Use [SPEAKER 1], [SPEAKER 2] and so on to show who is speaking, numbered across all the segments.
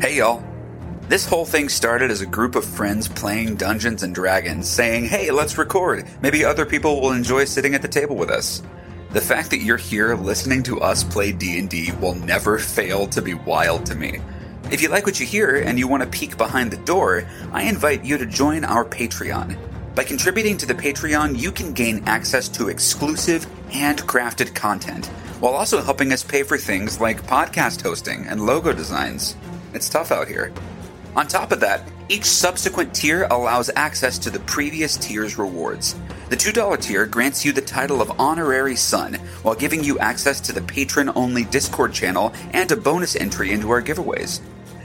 [SPEAKER 1] Hey y'all. This whole thing started as a group of friends playing Dungeons and Dragons, saying, hey, let's record. Maybe other people will enjoy sitting at the table with us. The fact that you're here listening to us play D&D will never fail to be wild to me. If you like what you hear and you want to peek behind the door, I invite you to join our Patreon. By contributing to the Patreon, you can gain access to exclusive, handcrafted content, while also helping us pay for things like podcast hosting and logo designs. It's tough out here. On top of that, each subsequent tier allows access to the previous tier's rewards. The $2 tier grants you the title of Honorary Son while giving you access to the patron only Discord channel and a bonus entry into our giveaways.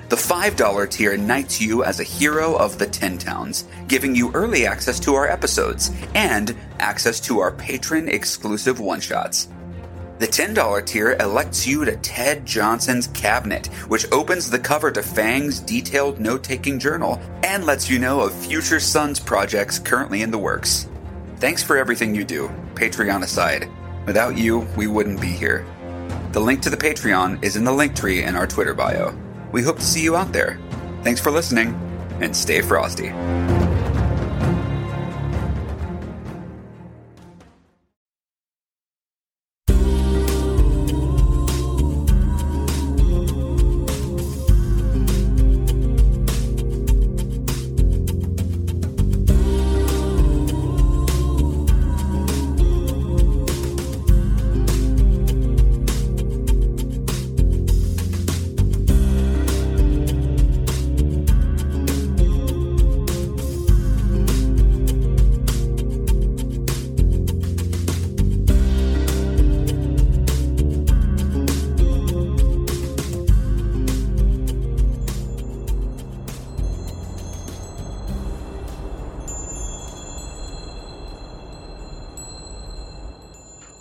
[SPEAKER 1] The $5 tier knights you as a hero of the 10 towns, giving you early access to our episodes and access to our patron exclusive one shots. The $10 tier elects you to Ted Johnson's cabinet, which opens the cover to Fang's detailed note taking journal and lets you know of future Suns projects currently in the works. Thanks for everything you do, Patreon aside. Without you, we wouldn't be here. The link to the Patreon is in the link tree in our Twitter bio. We hope to see you out there. Thanks for listening, and stay frosty.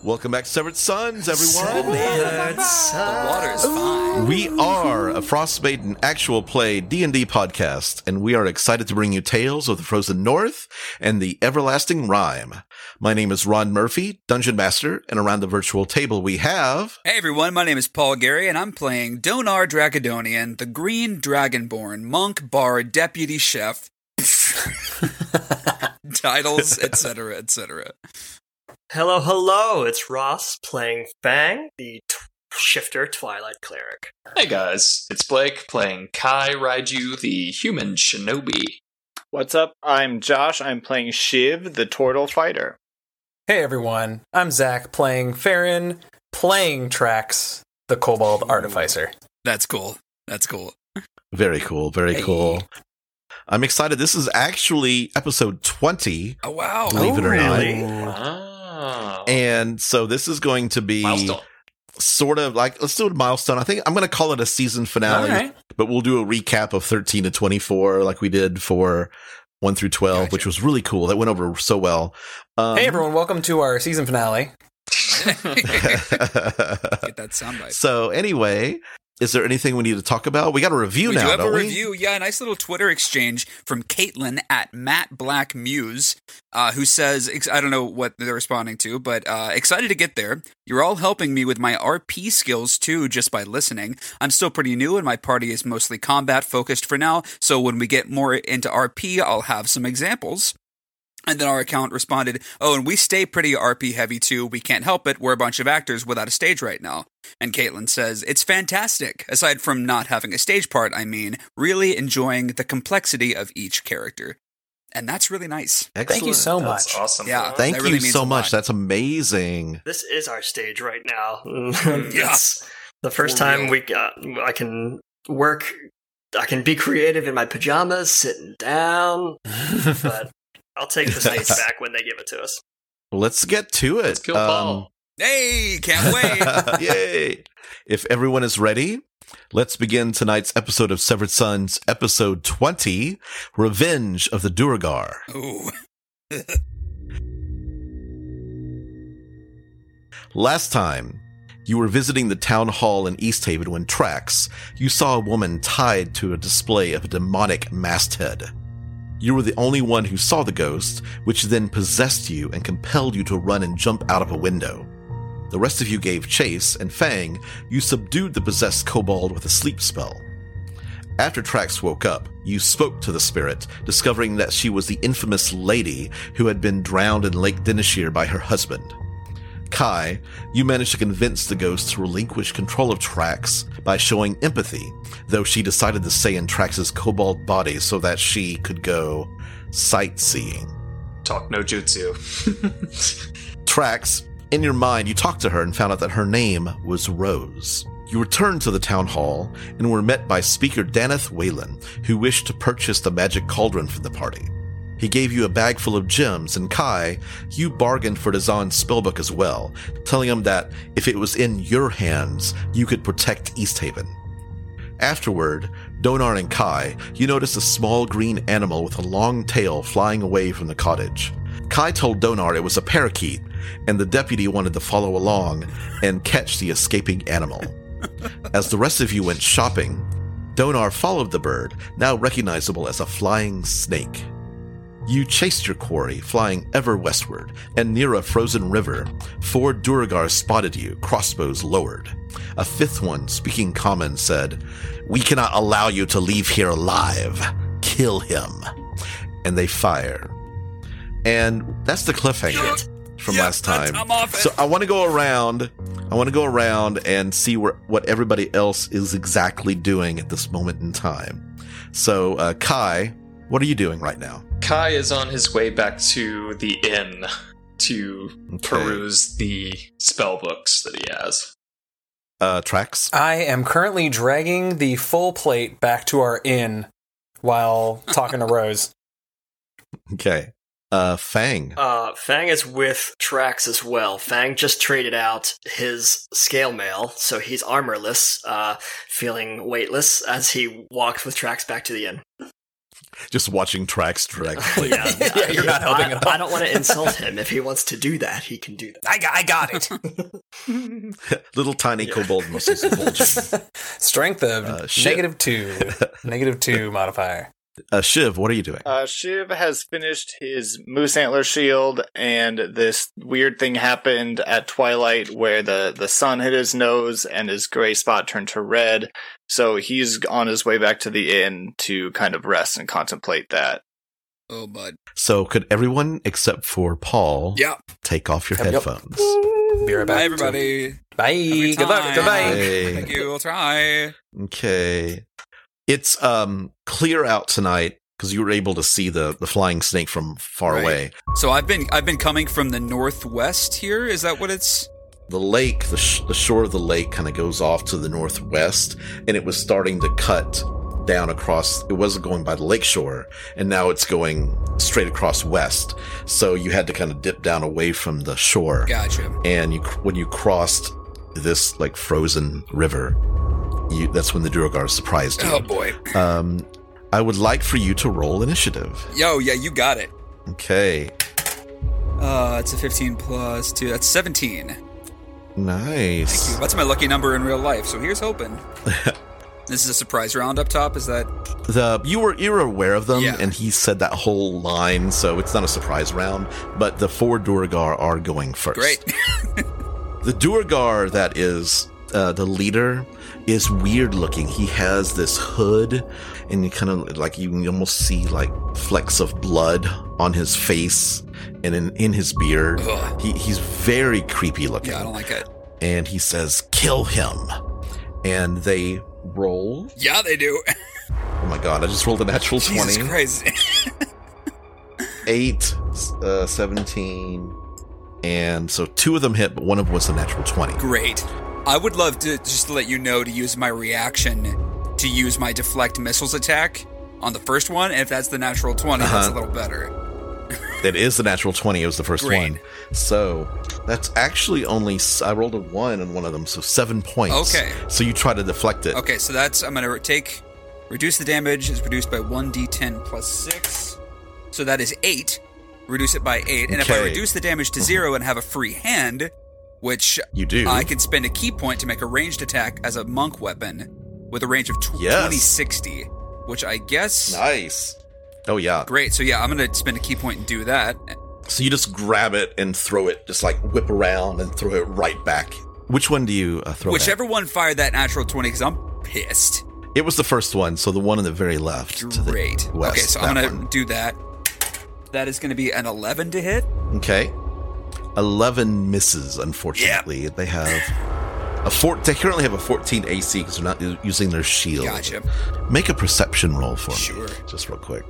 [SPEAKER 2] Welcome back to Severed Sons, everyone.
[SPEAKER 1] Severed The water is fine.
[SPEAKER 2] We are a Frostmaiden actual play D&D podcast, and we are excited to bring you tales of the frozen north and the everlasting rhyme. My name is Ron Murphy, Dungeon Master, and around the virtual table we have...
[SPEAKER 1] Hey everyone, my name is Paul Gary, and I'm playing Donar Dragondonian, the Green Dragonborn, Monk Bard, Deputy Chef. Titles, etc., etc.
[SPEAKER 3] Hello, hello! It's Ross playing Fang, the t- shifter Twilight cleric.
[SPEAKER 4] Hey guys, it's Blake playing Kai Raiju, the human shinobi.
[SPEAKER 5] What's up? I'm Josh. I'm playing Shiv, the Turtle Fighter.
[SPEAKER 6] Hey everyone, I'm Zach playing Farron, playing tracks the Kobold Artificer.
[SPEAKER 1] That's cool. That's cool.
[SPEAKER 2] Very cool, very
[SPEAKER 1] Hey.
[SPEAKER 2] cool. I'm excited. This is actually episode 20,
[SPEAKER 1] Oh wow.
[SPEAKER 2] believe it or
[SPEAKER 3] really?
[SPEAKER 2] not.
[SPEAKER 6] Ah.
[SPEAKER 4] Oh.
[SPEAKER 2] And so this is going to be...
[SPEAKER 4] Milestone.
[SPEAKER 2] Sort of like, let's do a milestone. I think I'm going to call it a season finale. but we'll do a recap of 13 to 24 like we did for 1 through 12
[SPEAKER 1] Gotcha.
[SPEAKER 2] which was really cool that went over so well um,
[SPEAKER 6] hey everyone, welcome to our season finale.
[SPEAKER 1] Get that soundbite.
[SPEAKER 2] so anyway is there anything we need to talk about we got a review
[SPEAKER 1] We do
[SPEAKER 2] now
[SPEAKER 1] have a
[SPEAKER 2] don't we?
[SPEAKER 1] review. Yeah, a nice little Twitter exchange from Caitlin at Matt Black Muse, uh, who says, ex- I don't know what they're responding to, but uh, excited to get there. You're all helping me with my RP skills too, just by listening. I'm still pretty new, and my party is mostly combat focused for now. So when we get more into RP, I'll have some examples. And then our account responded, Oh, and we stay pretty RP heavy too. We can't help it. We're a bunch of actors without a stage right now. And Caitlin says, It's fantastic. Aside from not having a stage part, I mean, really enjoying the complexity of each character. And that's really nice.
[SPEAKER 2] Excellent.
[SPEAKER 6] Thank you so
[SPEAKER 4] That's
[SPEAKER 6] much.
[SPEAKER 4] awesome.
[SPEAKER 1] Yeah.
[SPEAKER 2] thank
[SPEAKER 1] That really
[SPEAKER 2] you
[SPEAKER 1] means
[SPEAKER 2] so
[SPEAKER 1] a
[SPEAKER 2] much
[SPEAKER 1] lot.
[SPEAKER 2] that's amazing
[SPEAKER 3] This is our stage right now.
[SPEAKER 1] Yes.
[SPEAKER 3] It's the first
[SPEAKER 1] For
[SPEAKER 3] time
[SPEAKER 1] real.
[SPEAKER 3] we got, I can work, I can be creative in my pajamas, sitting down, but I'll take the stage
[SPEAKER 2] Nice.
[SPEAKER 3] back when they give it to us.
[SPEAKER 2] let's get to it Um, uh,
[SPEAKER 4] Let's kill Paul.
[SPEAKER 1] Hey, can't wait.
[SPEAKER 2] Yay! If everyone is ready, let's begin tonight's episode of Severed Sons, episode 20 Revenge of the Duragar.
[SPEAKER 1] Ooh.
[SPEAKER 2] Last time, you were visiting the town hall in East Haven when Trax, you saw a woman tied to a display of a demonic masthead. You were the only one who saw the ghost, which then possessed you and compelled you to run and jump out of a window. The rest of you gave chase, and Fang, you subdued the possessed kobold with a sleep spell. After Trax woke up, you spoke to the spirit, discovering that she was the infamous lady who had been drowned in Lake Denishir by her husband. Kai, you managed to convince the ghost to relinquish control of Trax by showing empathy, though she decided to stay in Trax's cobalt body so that she could go sightseeing.
[SPEAKER 4] Talk no jutsu.
[SPEAKER 2] Trax, in your mind, you talked to her and found out that her name was Rose. You returned to the town hall and were met by Speaker Daneth Whalen, who wished to purchase the magic cauldron for the party. He gave you a bag full of gems, and Kai, you bargained for Dazan's spellbook as well, telling him that if it was in your hands, you could protect East Haven. Afterward, Donar and Kai, you noticed a small green animal with a long tail flying away from the cottage. Kai told Donar it was a parakeet, and the deputy wanted to follow along and catch the escaping animal. As the rest of you went shopping, Donar followed the bird, now recognizable as a flying snake. You chased your quarry, flying ever westward, and near a frozen river, four Duragars spotted you, crossbows lowered. A fifth one, speaking common, said, We cannot allow you to leave here alive. Kill him. And they fire. And that's the cliffhanger from last time. So I want to go around. I want to go around and see where what everybody else is exactly doing at this moment in time. So uh, Kai, what are you doing right now?
[SPEAKER 4] Kai is on his way back to the inn to
[SPEAKER 2] Okay.
[SPEAKER 4] peruse the spell books that he has.
[SPEAKER 2] Uh, tracks.
[SPEAKER 6] I am currently dragging the full plate back to our inn while talking to Rose.
[SPEAKER 2] Okay. Uh, Fang.
[SPEAKER 3] Uh, Fang is with Trax as well. Fang just traded out his scale mail, so he's armorless, uh, feeling weightless as he walked with Trax back to the inn.
[SPEAKER 2] Just watching tracks directly.
[SPEAKER 3] yeah,
[SPEAKER 6] Yeah, you're not helping
[SPEAKER 3] I,
[SPEAKER 6] at all.
[SPEAKER 3] I don't want to insult him. If he wants to do that, he can do that.
[SPEAKER 6] I got, I got it.
[SPEAKER 2] Little tiny kobold muscles are bulging.
[SPEAKER 6] Strength of
[SPEAKER 2] Uh, shit.
[SPEAKER 6] negative two, negative two modifier.
[SPEAKER 2] Uh, Shiv, what are you doing?
[SPEAKER 5] Uh, Shiv has finished his moose antler shield, and this weird thing happened at twilight where the, the sun hit his nose and his gray spot turned to red. So he's on his way back to the inn to kind of rest and contemplate that.
[SPEAKER 1] Oh, bud.
[SPEAKER 2] So could everyone except for Paul
[SPEAKER 1] Yeah.
[SPEAKER 2] take off your
[SPEAKER 6] Yep, yep.
[SPEAKER 2] headphones?
[SPEAKER 6] Be right back.
[SPEAKER 1] Bye, everybody.
[SPEAKER 6] Bye.
[SPEAKER 1] Every
[SPEAKER 6] Good luck.
[SPEAKER 1] time.
[SPEAKER 6] Goodbye.
[SPEAKER 2] Hey.
[SPEAKER 1] Thank you. We'll try.
[SPEAKER 2] Okay. It's um clear out tonight because you were able to see the the flying snake from far
[SPEAKER 1] Right.
[SPEAKER 2] away.
[SPEAKER 1] So I've been I've been coming from the northwest here. Is that what it's?
[SPEAKER 2] The lake, the, sh- the shore of the lake, kind of goes off to the northwest, and it was starting to cut down across. It wasn't going by the lake shore, and now it's going straight across west. So you had to kind of dip down away from the shore.
[SPEAKER 1] Gotcha.
[SPEAKER 2] and you when you crossed this like frozen river, you that's when the Duergar surprised
[SPEAKER 1] Oh
[SPEAKER 2] you.
[SPEAKER 1] boy.
[SPEAKER 2] Um, I would like for you to roll initiative.
[SPEAKER 1] Yo, yeah, you got it.
[SPEAKER 2] Okay,
[SPEAKER 1] Uh, it's a 15 plus two. That's 17. Thank
[SPEAKER 2] nice.
[SPEAKER 1] you. That's my lucky number in real life. So here's hoping. this is a surprise round up top. Is that
[SPEAKER 2] The you were you were aware of them,
[SPEAKER 1] Yeah.
[SPEAKER 2] and he said that whole line, so it's not a surprise round. But the four Duergar are going first.
[SPEAKER 1] great?
[SPEAKER 2] The Duergar that is uh, the leader is weird looking. He has this hood, and you kind of like you can almost see like flecks of blood on his face and in, in his beard.
[SPEAKER 1] Ugh.
[SPEAKER 2] He, he's very creepy looking,
[SPEAKER 1] Uh-huh. yeah, I don't like it.
[SPEAKER 2] and he says, "Kill him," and they roll.
[SPEAKER 1] Yeah, they do.
[SPEAKER 2] Oh my god! I just rolled a natural
[SPEAKER 1] Jesus
[SPEAKER 2] twenty.
[SPEAKER 1] Christ.
[SPEAKER 2] 8, uh, 17, and so two of them hit, but one of them was a natural 20.
[SPEAKER 1] Great. I would love to just to let you know to use my reaction to use my deflect missiles attack on the first one. And if that's the natural 20, that's a
[SPEAKER 2] Uh-huh.
[SPEAKER 1] little better.
[SPEAKER 2] That is the natural 20. It was the first
[SPEAKER 1] Great.
[SPEAKER 2] one. So that's actually only. s- I rolled a one on one of them, so seven points.
[SPEAKER 1] Okay.
[SPEAKER 2] So you try to deflect it.
[SPEAKER 1] Okay, so that's, I'm going to take, reduce the damage is reduced by 1d10 plus 6. So that is 8. Reduce it by 8. And if I
[SPEAKER 2] Okay.
[SPEAKER 1] reduce the damage to 0 and have a free hand, which
[SPEAKER 2] You do.
[SPEAKER 1] I can spend a key point to make a ranged attack as a monk weapon with a range of tw-
[SPEAKER 2] Yes.
[SPEAKER 1] 2060, which I guess.
[SPEAKER 2] Nice. Oh, yeah.
[SPEAKER 1] Great. So yeah, I'm going to spend a key point and do that.
[SPEAKER 2] So you just grab it and throw it, just like whip around and throw it right back. Which one do you uh, throw? at?
[SPEAKER 1] Whichever one fired that natural 20, because I'm pissed.
[SPEAKER 2] It was the first one, so the one on the very left. to the
[SPEAKER 1] Great.
[SPEAKER 2] west,
[SPEAKER 1] okay, so
[SPEAKER 2] that
[SPEAKER 1] I'm gonna
[SPEAKER 2] one.
[SPEAKER 1] do that. That is gonna be an 11 to hit.
[SPEAKER 2] Okay. 11 misses, unfortunately. They have a four. They currently have a 14 AC because they're not u- using their shield.
[SPEAKER 1] Gotcha.
[SPEAKER 2] Make a perception roll for
[SPEAKER 1] Sure.
[SPEAKER 2] me. Just real quick.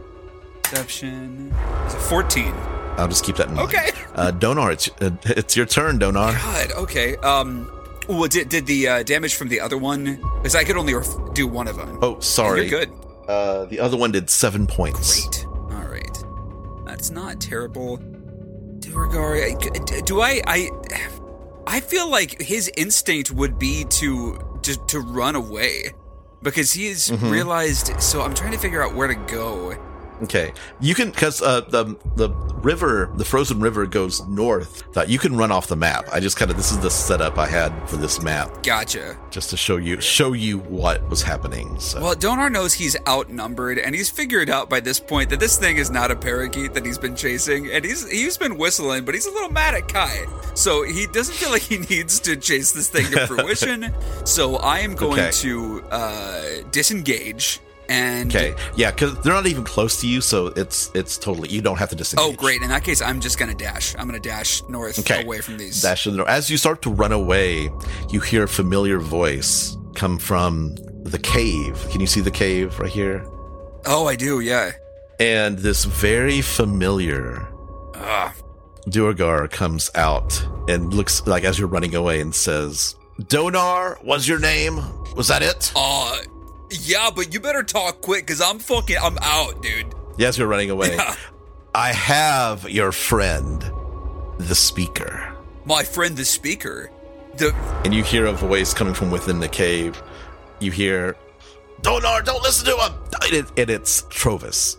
[SPEAKER 1] Deception is a 14.
[SPEAKER 2] I'll just keep that in mind.
[SPEAKER 1] Okay.
[SPEAKER 2] Uh, Donar, it's, uh, it's your turn, Donar.
[SPEAKER 1] God. Okay. Um. Well, did did the uh, damage from the other one? Because I could only ref- do one of them.
[SPEAKER 2] Oh, sorry.
[SPEAKER 1] You're good.
[SPEAKER 2] Uh, the other one did seven points.
[SPEAKER 1] Great. All right. That's not terrible. Duergar, do I? I I feel like his instinct would be to to, to run away because he has realized. So I'm trying to figure out where to go.
[SPEAKER 2] Okay, you can because uh, the the river, the frozen river, goes north. That you can run off the map. I just kind of this is the setup I had for this map,
[SPEAKER 1] Gotcha.
[SPEAKER 2] just to show you show you what was happening. So
[SPEAKER 1] Well, Donar knows he's outnumbered, and he's figured out by this point that this thing is not a parakeet that he's been chasing, and he's he's been whistling, but he's a little mad at Kai, so he doesn't feel like he needs to chase this thing to fruition. so I am going
[SPEAKER 2] Okay.
[SPEAKER 1] to uh, disengage and.
[SPEAKER 2] okay, yeah, because they're not even close to you, so it's it's totally you don't have to disengage.
[SPEAKER 1] Oh, great! In that case, I'm just gonna dash. I'm gonna dash north
[SPEAKER 2] Okay.
[SPEAKER 1] away from these.
[SPEAKER 2] Dash to the north. As you start to run away, you hear a familiar voice come from the cave. Can you see the cave right here?
[SPEAKER 1] Oh, I do. Yeah.
[SPEAKER 2] And this very familiar
[SPEAKER 1] Ugh.
[SPEAKER 2] Duergar comes out and looks like as you're running away and says, Donar was your name? Was that it?
[SPEAKER 1] Uh, yeah, but you better talk quick, cause I'm fucking. I'm out, dude.
[SPEAKER 2] Yeah, as you're running away. I have your friend, the speaker.
[SPEAKER 1] My friend, the speaker. The
[SPEAKER 2] And you hear a voice coming from within the cave. You hear, Donar, don't listen to him. And, it- and it's Trovis.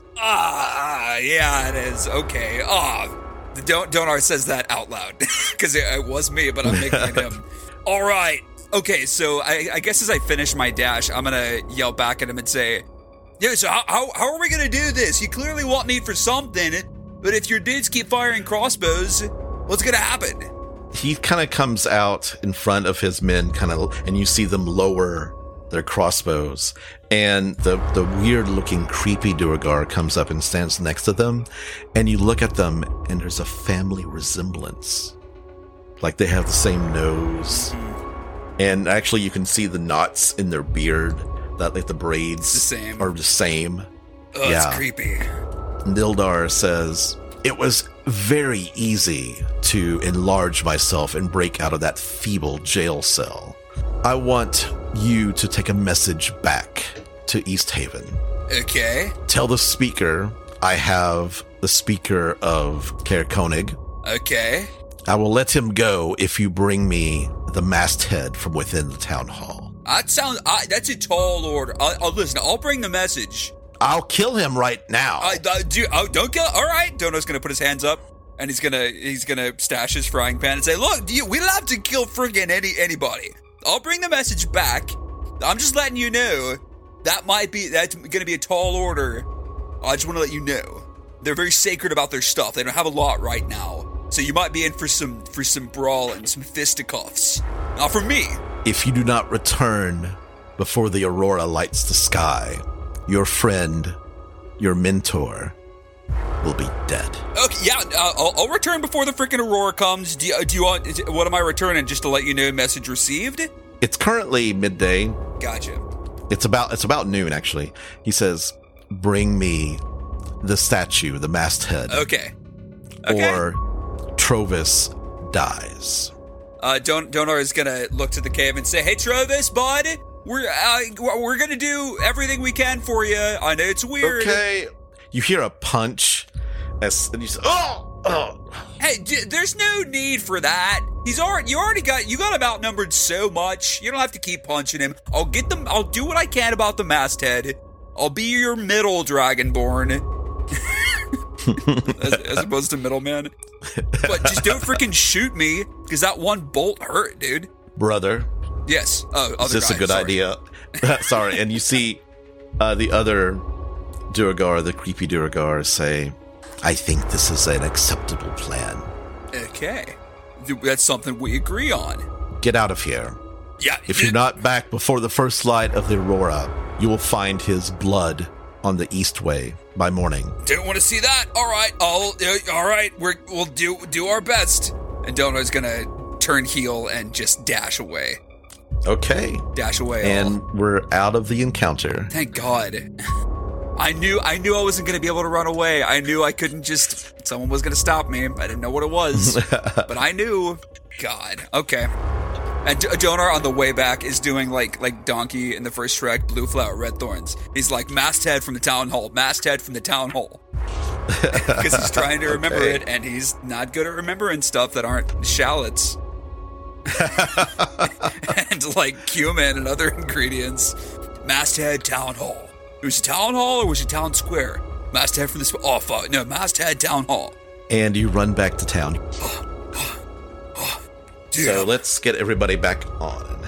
[SPEAKER 1] Ah, yeah, it is. Okay. Ah, the Don- Donar says that out loud because it, it was me, but I'm making it him. All right. Okay, so I, I guess as I finish my dash, I'm gonna yell back at him and say, "Yeah, so how, how, how are we gonna do this? You clearly want me for something, but if your dudes keep firing crossbows, what's gonna happen?"
[SPEAKER 2] He kind of comes out in front of his men, kind of, and you see them lower their crossbows. And the, the weird looking, creepy Duergar comes up and stands next to them. And you look at them, and there's a family resemblance. Like they have the same nose. And actually, you can see the knots in their beard, that like the braids
[SPEAKER 1] the same.
[SPEAKER 2] are the same.
[SPEAKER 1] Oh,
[SPEAKER 2] Yeah.
[SPEAKER 1] it's creepy.
[SPEAKER 2] Nildar says, It was very easy to enlarge myself and break out of that feeble jail cell. I want you to take a message back to East Haven.
[SPEAKER 1] Okay.
[SPEAKER 2] Tell the speaker I have the speaker of Kerr Koenig.
[SPEAKER 1] Okay.
[SPEAKER 2] I will let him go if you bring me the masthead from within the town hall.
[SPEAKER 1] That sounds. I, that's a tall order. I, I'll listen. I'll bring the message.
[SPEAKER 2] I'll kill him right now.
[SPEAKER 1] I, I do. Oh, don't kill. All right, Dono's gonna put his hands up, and he's gonna he's gonna stash his frying pan and say, "Look, do you, we love to kill friggin' any anybody. I'll bring the message back. I'm just letting you know that might be that's gonna be a tall order. I just want to let you know they're very sacred about their stuff. They don't have a lot right now, so you might be in for some for some brawling, some fisticuffs. Not for me.
[SPEAKER 2] If you do not return before the aurora lights the sky, your friend, your mentor, will be dead.
[SPEAKER 1] Okay, yeah, uh, I'll, I'll return before the freaking aurora comes. Do you, do you want? is- What am I returning? Just to let you know, message received.
[SPEAKER 2] It's currently midday.
[SPEAKER 1] Gotcha.
[SPEAKER 2] It's about it's about noon actually. He says, "Bring me the statue, the masthead,
[SPEAKER 1] Okay. Okay.
[SPEAKER 2] or Trovis dies."
[SPEAKER 1] uh, Don- Donar is gonna look to the cave and say, "Hey, Trovis, bud, we're uh, we're we're gonna do everything we can for you. I know it's weird.
[SPEAKER 2] Okay. You hear a punch as and you say, "Oh, oh,
[SPEAKER 1] Hey, d- there's no need for that. He's already you already got you got him outnumbered so much. You don't have to keep punching him. I'll get them. I'll do what I can about the masthead. I'll be your middle dragonborn." as, as opposed to middleman, but just don't freaking shoot me because that one bolt hurt, dude.
[SPEAKER 2] brother."
[SPEAKER 1] Yes. Oh, other
[SPEAKER 2] Is this
[SPEAKER 1] guy,
[SPEAKER 2] a good
[SPEAKER 1] sorry.
[SPEAKER 2] idea? sorry. And you see uh, the other Duragar, the creepy Duragar, say, I think this is an acceptable plan.
[SPEAKER 1] Okay. Th- That's something we agree on.
[SPEAKER 2] Get out of here.
[SPEAKER 1] Yeah.
[SPEAKER 2] If you're not back before the first light of the aurora, You will find his blood on the Eastway by morning.
[SPEAKER 1] Didn't want to see that. All right, I'll. Uh, all right, we're, we'll do do our best. And Dono's gonna turn heel and just dash away.
[SPEAKER 2] Okay.
[SPEAKER 1] Dash away. all.
[SPEAKER 2] And we're out of the encounter.
[SPEAKER 1] thank God. I knew I knew I wasn't gonna be able to run away. I knew I couldn't just. Someone was gonna stop me. I didn't know what it was, but I knew. God. Okay. And D- Donar on the way back is doing like like Donkey in the first Shrek, Blue Flower, Red Thorns. He's like masthead from the town hall, masthead from the town hall. Because he's trying to remember
[SPEAKER 2] Okay.
[SPEAKER 1] it, and he's not good at remembering stuff that aren't shallots and like cumin and other ingredients. Masthead Town Hall. It was a town hall or was it town square? Masthead from the sp- oh fuck no, masthead Town Hall.
[SPEAKER 2] And you run back to town.
[SPEAKER 1] Dude,
[SPEAKER 2] So let's get everybody back on.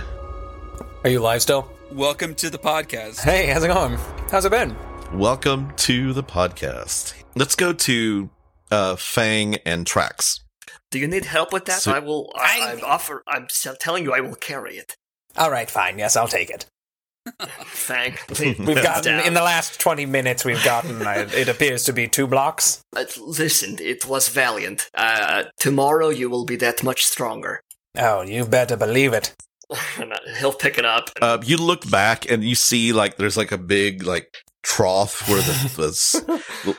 [SPEAKER 6] Are you live still?
[SPEAKER 1] welcome to the podcast.
[SPEAKER 6] Hey, how's it going? How's it been?
[SPEAKER 2] Welcome to the podcast. Let's go to uh, Fang and Trax.
[SPEAKER 3] Do you need help with that?
[SPEAKER 2] So-
[SPEAKER 3] I will. I, I offer. I'm s- telling you, I will carry it.
[SPEAKER 6] All right, fine. Yes, I'll take it.
[SPEAKER 3] Fang, please.
[SPEAKER 6] We've gotten
[SPEAKER 3] down.
[SPEAKER 6] in the last twenty minutes. We've gotten. I, it appears to be two blocks.
[SPEAKER 3] Uh, listen, it was valiant. Uh, tomorrow you will be that much stronger.
[SPEAKER 6] Oh, you better believe it.
[SPEAKER 3] And, uh, He'll pick it up.
[SPEAKER 2] Uh, you look back and you see like there's like a big like trough where the was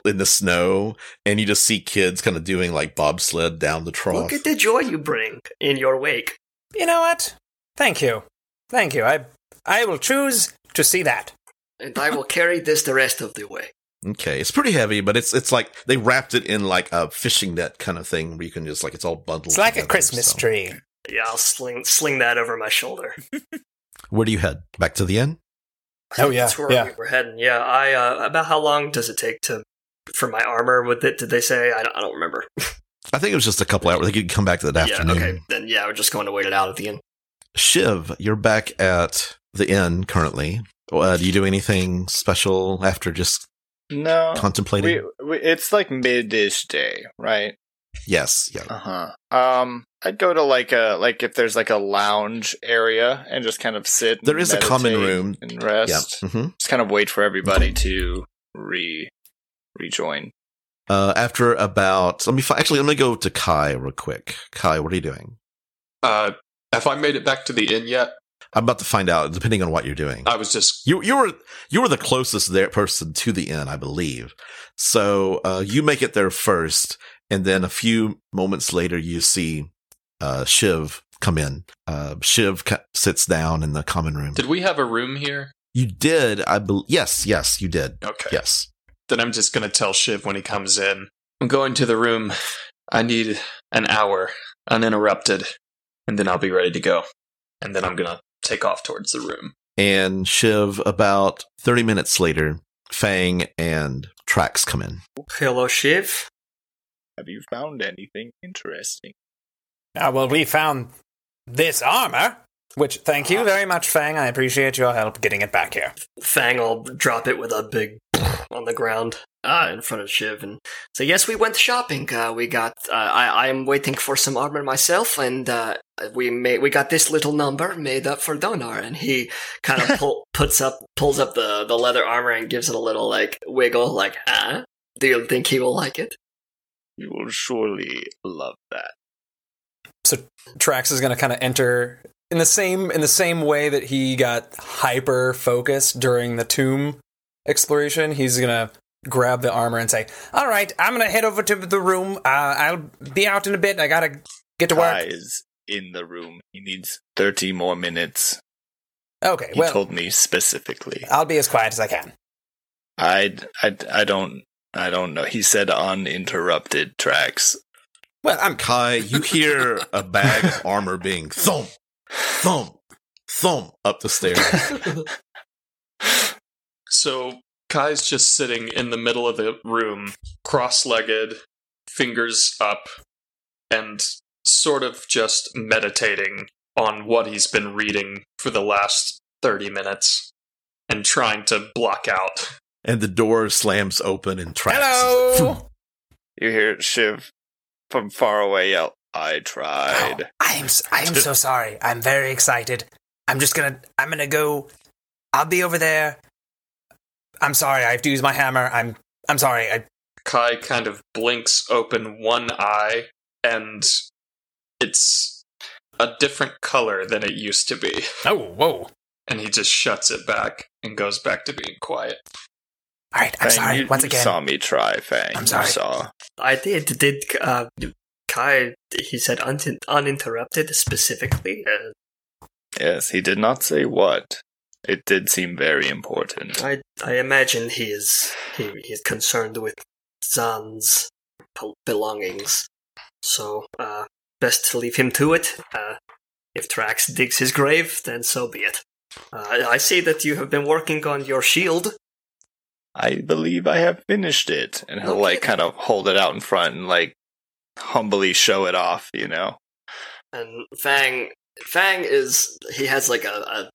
[SPEAKER 2] in the snow, and you just see kids kind of doing like bobsled down the trough.
[SPEAKER 3] Look at the joy you bring in your wake.
[SPEAKER 6] You know what? Thank you, thank you. I I will choose to see that.
[SPEAKER 3] And I will carry this the rest of the way.
[SPEAKER 2] Okay, it's pretty heavy, but it's it's like they wrapped it in like a fishing net kind of thing where you can just like it's all bundled.
[SPEAKER 6] It's like a
[SPEAKER 2] together,
[SPEAKER 6] Christmas
[SPEAKER 2] so.
[SPEAKER 6] tree.
[SPEAKER 3] Yeah, I'll sling sling that over my shoulder.
[SPEAKER 2] Where do you head? Back to the inn.
[SPEAKER 6] Oh, yeah,
[SPEAKER 3] that's where
[SPEAKER 6] yeah.
[SPEAKER 3] we were heading. Yeah, I. Uh, about how long does it take to for my armor? With it, did they say? I don't, I don't remember.
[SPEAKER 2] I think it was just a couple hours. They could come back to that afternoon.
[SPEAKER 3] Yeah, okay. Then yeah, we're just going to wait it out at the end.
[SPEAKER 2] Shiv, you're back at the inn currently. Uh, do you do anything special after just
[SPEAKER 5] No.
[SPEAKER 2] contemplating?
[SPEAKER 5] Uh, We, we, it's like mid-ish day, right?
[SPEAKER 2] yes. Yeah.
[SPEAKER 5] Uh-huh. Um, I'd go to like a like if there's like a lounge area and just kind of sit. and
[SPEAKER 2] There is a common
[SPEAKER 5] meditate
[SPEAKER 2] room.
[SPEAKER 5] and rest.
[SPEAKER 2] Yeah. hmm
[SPEAKER 5] Just kind of wait for everybody to re rejoin.
[SPEAKER 2] Uh, after about, let me fi- actually, I'm going to go to Kai real quick. Kai, what are you doing?
[SPEAKER 4] Uh, have I made it back to the inn yet?
[SPEAKER 2] I'm about to find out, depending on what you're doing.
[SPEAKER 4] I was just
[SPEAKER 2] You you were you were the closest there person to the inn, I believe. So uh, you make it there first, and then a few moments later, you see uh, Shiv come in. Uh, Shiv ca- sits down in the common room.
[SPEAKER 4] Did we have a room here?
[SPEAKER 2] you did, I believe. Yes, yes, you did.
[SPEAKER 4] Okay.
[SPEAKER 2] Yes.
[SPEAKER 4] Then I'm just going to tell Shiv when he comes in. I'm going to the room. I need an hour uninterrupted, and then I'll be ready to go. And then I'm going to take off towards the room.
[SPEAKER 2] And Shiv, about thirty minutes later, Fang and Trax come in.
[SPEAKER 3] Hello, Shiv.
[SPEAKER 5] Have you found anything interesting?
[SPEAKER 6] Ah, well, we found this armor. Which, thank you very much, Fang. I appreciate your help getting it back here.
[SPEAKER 3] Fang will drop it with a big on the ground uh, in front of Shiv and say, "Yes, we went shopping. Uh, we got. Uh, I I am waiting for some armor myself, and uh, we made we got this little number made up for Donar." And he kind of pull, puts up pulls up the the leather armor and gives it a little like wiggle, like, "Huh? Do you think he will like it?"
[SPEAKER 5] You will surely love that.
[SPEAKER 6] Trax is going to kind of enter in the same in the same way that he got hyper focused during the tomb exploration. He's going to grab the armor and say, "All right, I'm going to head over to the room. Uh, I'll be out in a bit. I got to get to work."
[SPEAKER 5] Kai is in the room. He needs thirty more minutes.
[SPEAKER 6] Okay,
[SPEAKER 5] He
[SPEAKER 6] well,
[SPEAKER 5] told me specifically.
[SPEAKER 6] I'll be as quiet as I can.
[SPEAKER 5] I I I don't I don't know. He said uninterrupted tracks.
[SPEAKER 6] Well, I'm
[SPEAKER 2] Kai, you hear a bag of armor being thump, thump, thump up the stairs.
[SPEAKER 4] So Kai's just sitting in the middle of the room, cross legged, fingers up, and sort of just meditating on what he's been reading for the last 30 minutes and trying to block out.
[SPEAKER 2] and the door slams open and tracks.
[SPEAKER 6] hello.
[SPEAKER 5] You hear Shiv from far away yell, "I tried."
[SPEAKER 6] I'm s- Oh, I am so sorry. I'm very excited. I'm just gonna I'm gonna go. I'll be over there I'm sorry, I have to use my hammer. I'm I'm sorry. I
[SPEAKER 4] Kai kind of blinks open one eye, and it's a different color than it used to be.
[SPEAKER 6] oh whoa.
[SPEAKER 4] And he just shuts it back and goes back to being quiet.
[SPEAKER 6] All right, I'm
[SPEAKER 5] Fang,
[SPEAKER 6] sorry.
[SPEAKER 5] you,
[SPEAKER 6] Once
[SPEAKER 5] you
[SPEAKER 6] again,
[SPEAKER 5] saw me try, Fang.
[SPEAKER 6] I'm
[SPEAKER 5] You
[SPEAKER 6] sorry.
[SPEAKER 5] saw.
[SPEAKER 3] I did. Did uh, Kai? He said unin uninterrupted specifically. Uh,
[SPEAKER 5] Yes, he did not say what. It did seem very important.
[SPEAKER 3] I I imagine he is he, he is concerned with Zan's pel- belongings. So uh, best to leave him to it. Uh, if Trax digs his grave, then so be it. Uh, I see that you have been working on your shield.
[SPEAKER 5] I believe I have finished it. And he'll like kind of hold it out in front and like humbly show it off, you know?
[SPEAKER 3] and Fang Fang is he has like a,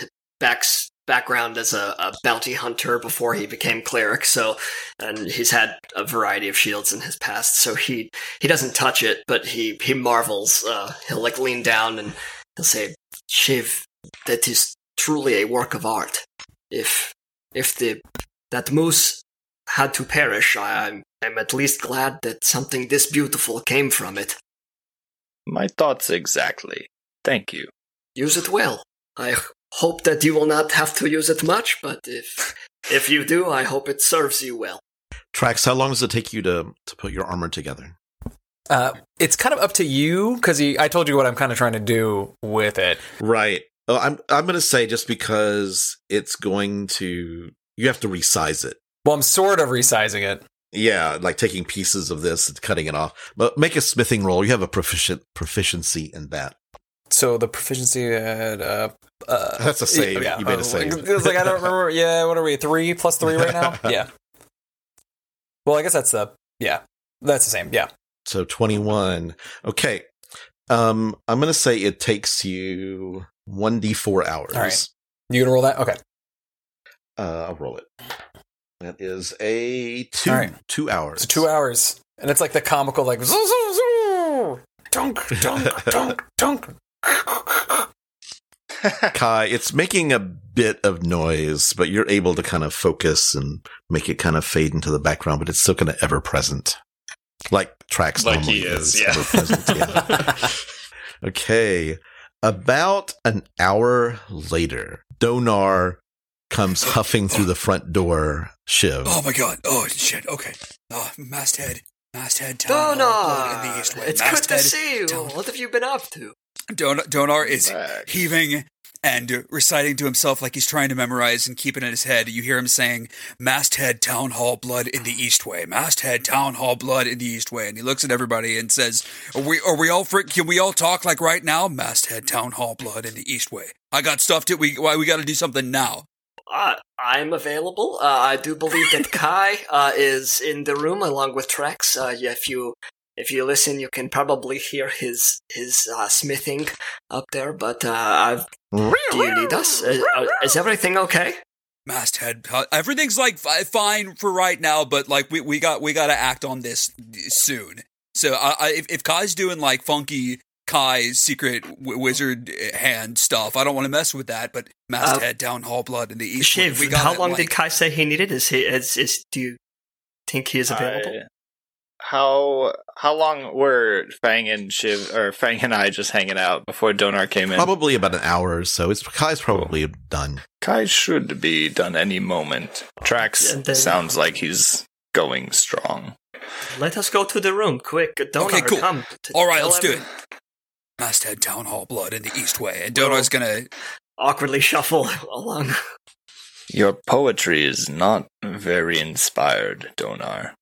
[SPEAKER 3] a back background as a, a bounty hunter before he became cleric so and he's had a variety of shields in his past so he he doesn't touch it but he he marvels uh he'll like lean down and he'll say Shiv that is truly a work of art if if the that moose had to perish I, I'm I'm at least glad that something this beautiful came from it
[SPEAKER 5] My thoughts exactly. Thank you.
[SPEAKER 3] use it well. I hope that you will not have to use it much, but if if you do, I hope it serves you well.
[SPEAKER 2] Trax, how long does it take you to, to put your armor together?
[SPEAKER 6] uh, it's kind of up to you because I told you what I'm kind of trying to do with it.
[SPEAKER 2] Right. Oh, I'm I'm gonna say just because it's going to you have to resize it.
[SPEAKER 6] Well, I'm sort of resizing it.
[SPEAKER 2] Yeah, like taking pieces of this and cutting it off. But make a smithing roll. You have a proficient proficiency in that.
[SPEAKER 6] So the proficiency at uh, uh
[SPEAKER 2] That's a save.
[SPEAKER 6] yeah,
[SPEAKER 2] You made a
[SPEAKER 6] uh,
[SPEAKER 2] save.
[SPEAKER 6] It was like I don't remember. Yeah, what are we? Three plus three right now? Yeah. Well, I guess that's the yeah. That's the same. Yeah.
[SPEAKER 2] So 21. Okay. Um, I'm going to say it takes you 1d4 hours.
[SPEAKER 6] All right. You gonna roll that? Okay.
[SPEAKER 2] Uh, I'll roll it. That is a two,
[SPEAKER 6] All right.
[SPEAKER 2] two hours.
[SPEAKER 6] So two hours, and it's like the comical like zoo, zoo, zoo, dunk dunk dunk dunk.
[SPEAKER 2] Kai, it's making a bit of noise, but you're able to kind of focus and make it kind of fade into the background, but it's still kind of ever present. Like tracks
[SPEAKER 4] Like
[SPEAKER 2] normally
[SPEAKER 4] he is, yeah.
[SPEAKER 2] ever-present, yeah. Okay. About an hour later, Donar comes huffing through the front door, Shiv.
[SPEAKER 1] Oh my god. Oh shit. Okay. Oh, masthead. Masthead town.
[SPEAKER 3] Donar,
[SPEAKER 1] Oh, in the east wind.
[SPEAKER 3] it's good
[SPEAKER 1] masthead
[SPEAKER 3] to see you.
[SPEAKER 1] town.
[SPEAKER 3] What have you been up to?
[SPEAKER 1] Don- Donar is
[SPEAKER 5] Back.
[SPEAKER 1] heaving and reciting to himself like he's trying to memorize and keep it in his head. You hear him saying, Masthead Town Hall Blood in the East Way. Masthead Town Hall Blood in the East Way. And he looks at everybody and says, Are we are we all frick can we all talk like right now? Masthead Town Hall Blood in the East Way. I got stuff to we why we gotta do something now.
[SPEAKER 3] Uh, I'm available. Uh, I do believe that Kai uh, is in the room along with Trex. Uh, yeah, if you if you listen, you can probably hear his his uh, smithing up there. But uh, I've, do you need us? Uh, uh, is everything okay?
[SPEAKER 1] Masthead, everything's like fi- fine for right now, but like we, we got we got to act on this soon. So I, I, if if Kai's doing like funky Kai secret w- wizard hand stuff, I don't want to mess with that. But Masthead down hall blood in the east.
[SPEAKER 3] Uh, Shiv,
[SPEAKER 1] we got
[SPEAKER 3] how long did Kai say he needed? Is he is, is do you think he is
[SPEAKER 1] Uh,
[SPEAKER 3] available?
[SPEAKER 5] I- how how long were Fang and Shiv or Fang and I just hanging out before Donar came in?
[SPEAKER 2] Probably about an hour or so. It's Kai's probably done.
[SPEAKER 5] Kai should be done any moment. Trax
[SPEAKER 3] Yeah, then-
[SPEAKER 5] sounds like he's going strong.
[SPEAKER 3] Let us go to the room, quick. Donar,
[SPEAKER 1] Okay, cool.
[SPEAKER 3] come. T-
[SPEAKER 1] All right,
[SPEAKER 3] tell
[SPEAKER 1] let's do it.
[SPEAKER 3] everyone-
[SPEAKER 1] Masthead down hall blood in the east way, and Donar's gonna.
[SPEAKER 3] Awkwardly shuffle along.
[SPEAKER 5] Your poetry is not very inspired, Donar.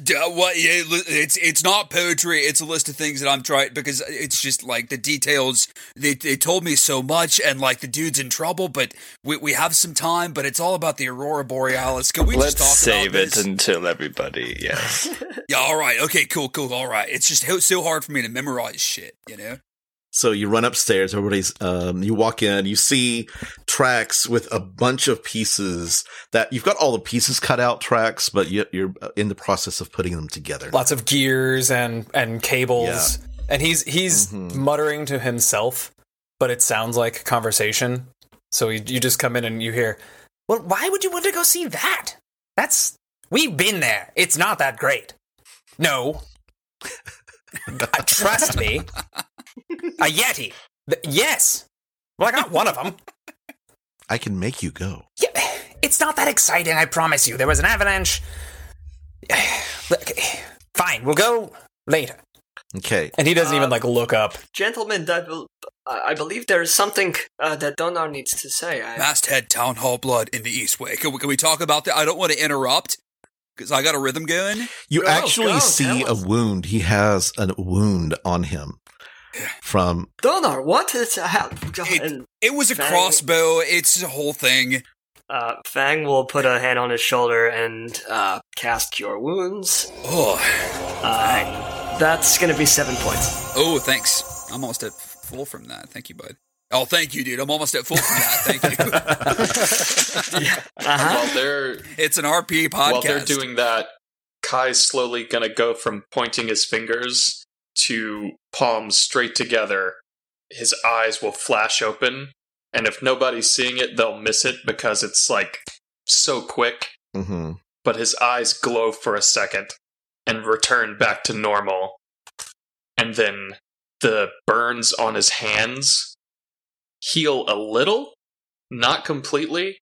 [SPEAKER 1] D- uh, what? yeah, li- It's it's not poetry. It's a list of things that I'm trying because it's just like the details. They they told me so much, and like the dude's in trouble, but we we have some time. But it's all about the aurora borealis. Can we
[SPEAKER 5] Let's
[SPEAKER 1] just talk
[SPEAKER 5] save
[SPEAKER 1] about
[SPEAKER 5] it
[SPEAKER 1] this?
[SPEAKER 5] until everybody. Yes,
[SPEAKER 1] yeah. All right. Okay. Cool. Cool. All right. It's just ho- so hard for me to memorize shit. You know.
[SPEAKER 2] So you run upstairs. Everybody's. Um, you walk in. You see tracks with a bunch of pieces that you've got all the pieces cut out. Tracks, but you, you're uh, in the process of putting them together.
[SPEAKER 6] Lots of gears and and cables, and he's he's
[SPEAKER 2] Mhm.
[SPEAKER 6] muttering to himself, but it sounds like conversation. So you, you just come in and you hear,
[SPEAKER 7] Well, why would you want to go see that? That's. We've been there. It's not that great. No. Uh, trust me. A Yeti. Th- yes. Well, I got one of them.
[SPEAKER 2] I can make you go.
[SPEAKER 7] Yeah, it's not that exciting, I promise you. There was an avalanche. Look, Fine, we'll go later.
[SPEAKER 2] Okay.
[SPEAKER 6] And he doesn't even
[SPEAKER 7] Uh,
[SPEAKER 3] Um,
[SPEAKER 6] like look up.
[SPEAKER 3] Gentlemen, I, bel I I believe there is something uh, that Donar needs to say. I,
[SPEAKER 1] Masthead Town Hall blood in the Eastway. Can we, can we talk about that? I don't want to interrupt because I got a rhythm going.
[SPEAKER 2] You
[SPEAKER 3] Go,
[SPEAKER 2] actually
[SPEAKER 3] go,
[SPEAKER 2] see
[SPEAKER 3] tell
[SPEAKER 2] a
[SPEAKER 3] us.
[SPEAKER 2] wound. He has a wound on him from
[SPEAKER 3] Donar, what is happening?
[SPEAKER 1] It-
[SPEAKER 3] And,
[SPEAKER 1] It was a
[SPEAKER 3] Fang-
[SPEAKER 1] crossbow. It's a whole thing.
[SPEAKER 3] uh, Fang will put a hand on his shoulder and uh, cast Cure Wounds.
[SPEAKER 1] Oh,
[SPEAKER 3] Uh, that's going to be seven points.
[SPEAKER 1] oh, thanks. I'm almost at full from that. Thank you, bud. Oh, thank you, dude. I'm almost at full from that. Thank
[SPEAKER 3] Uh-huh.
[SPEAKER 4] While they're
[SPEAKER 1] you. it's an RP podcast.
[SPEAKER 4] while they're doing that, Kai's slowly gonna go from pointing his fingers to palms straight together. His eyes will flash open, and if nobody's seeing it, they'll miss it because it's like so quick.
[SPEAKER 2] hmm
[SPEAKER 4] But his eyes glow for a second and return back to normal. And then the burns on his hands heal a little, not completely,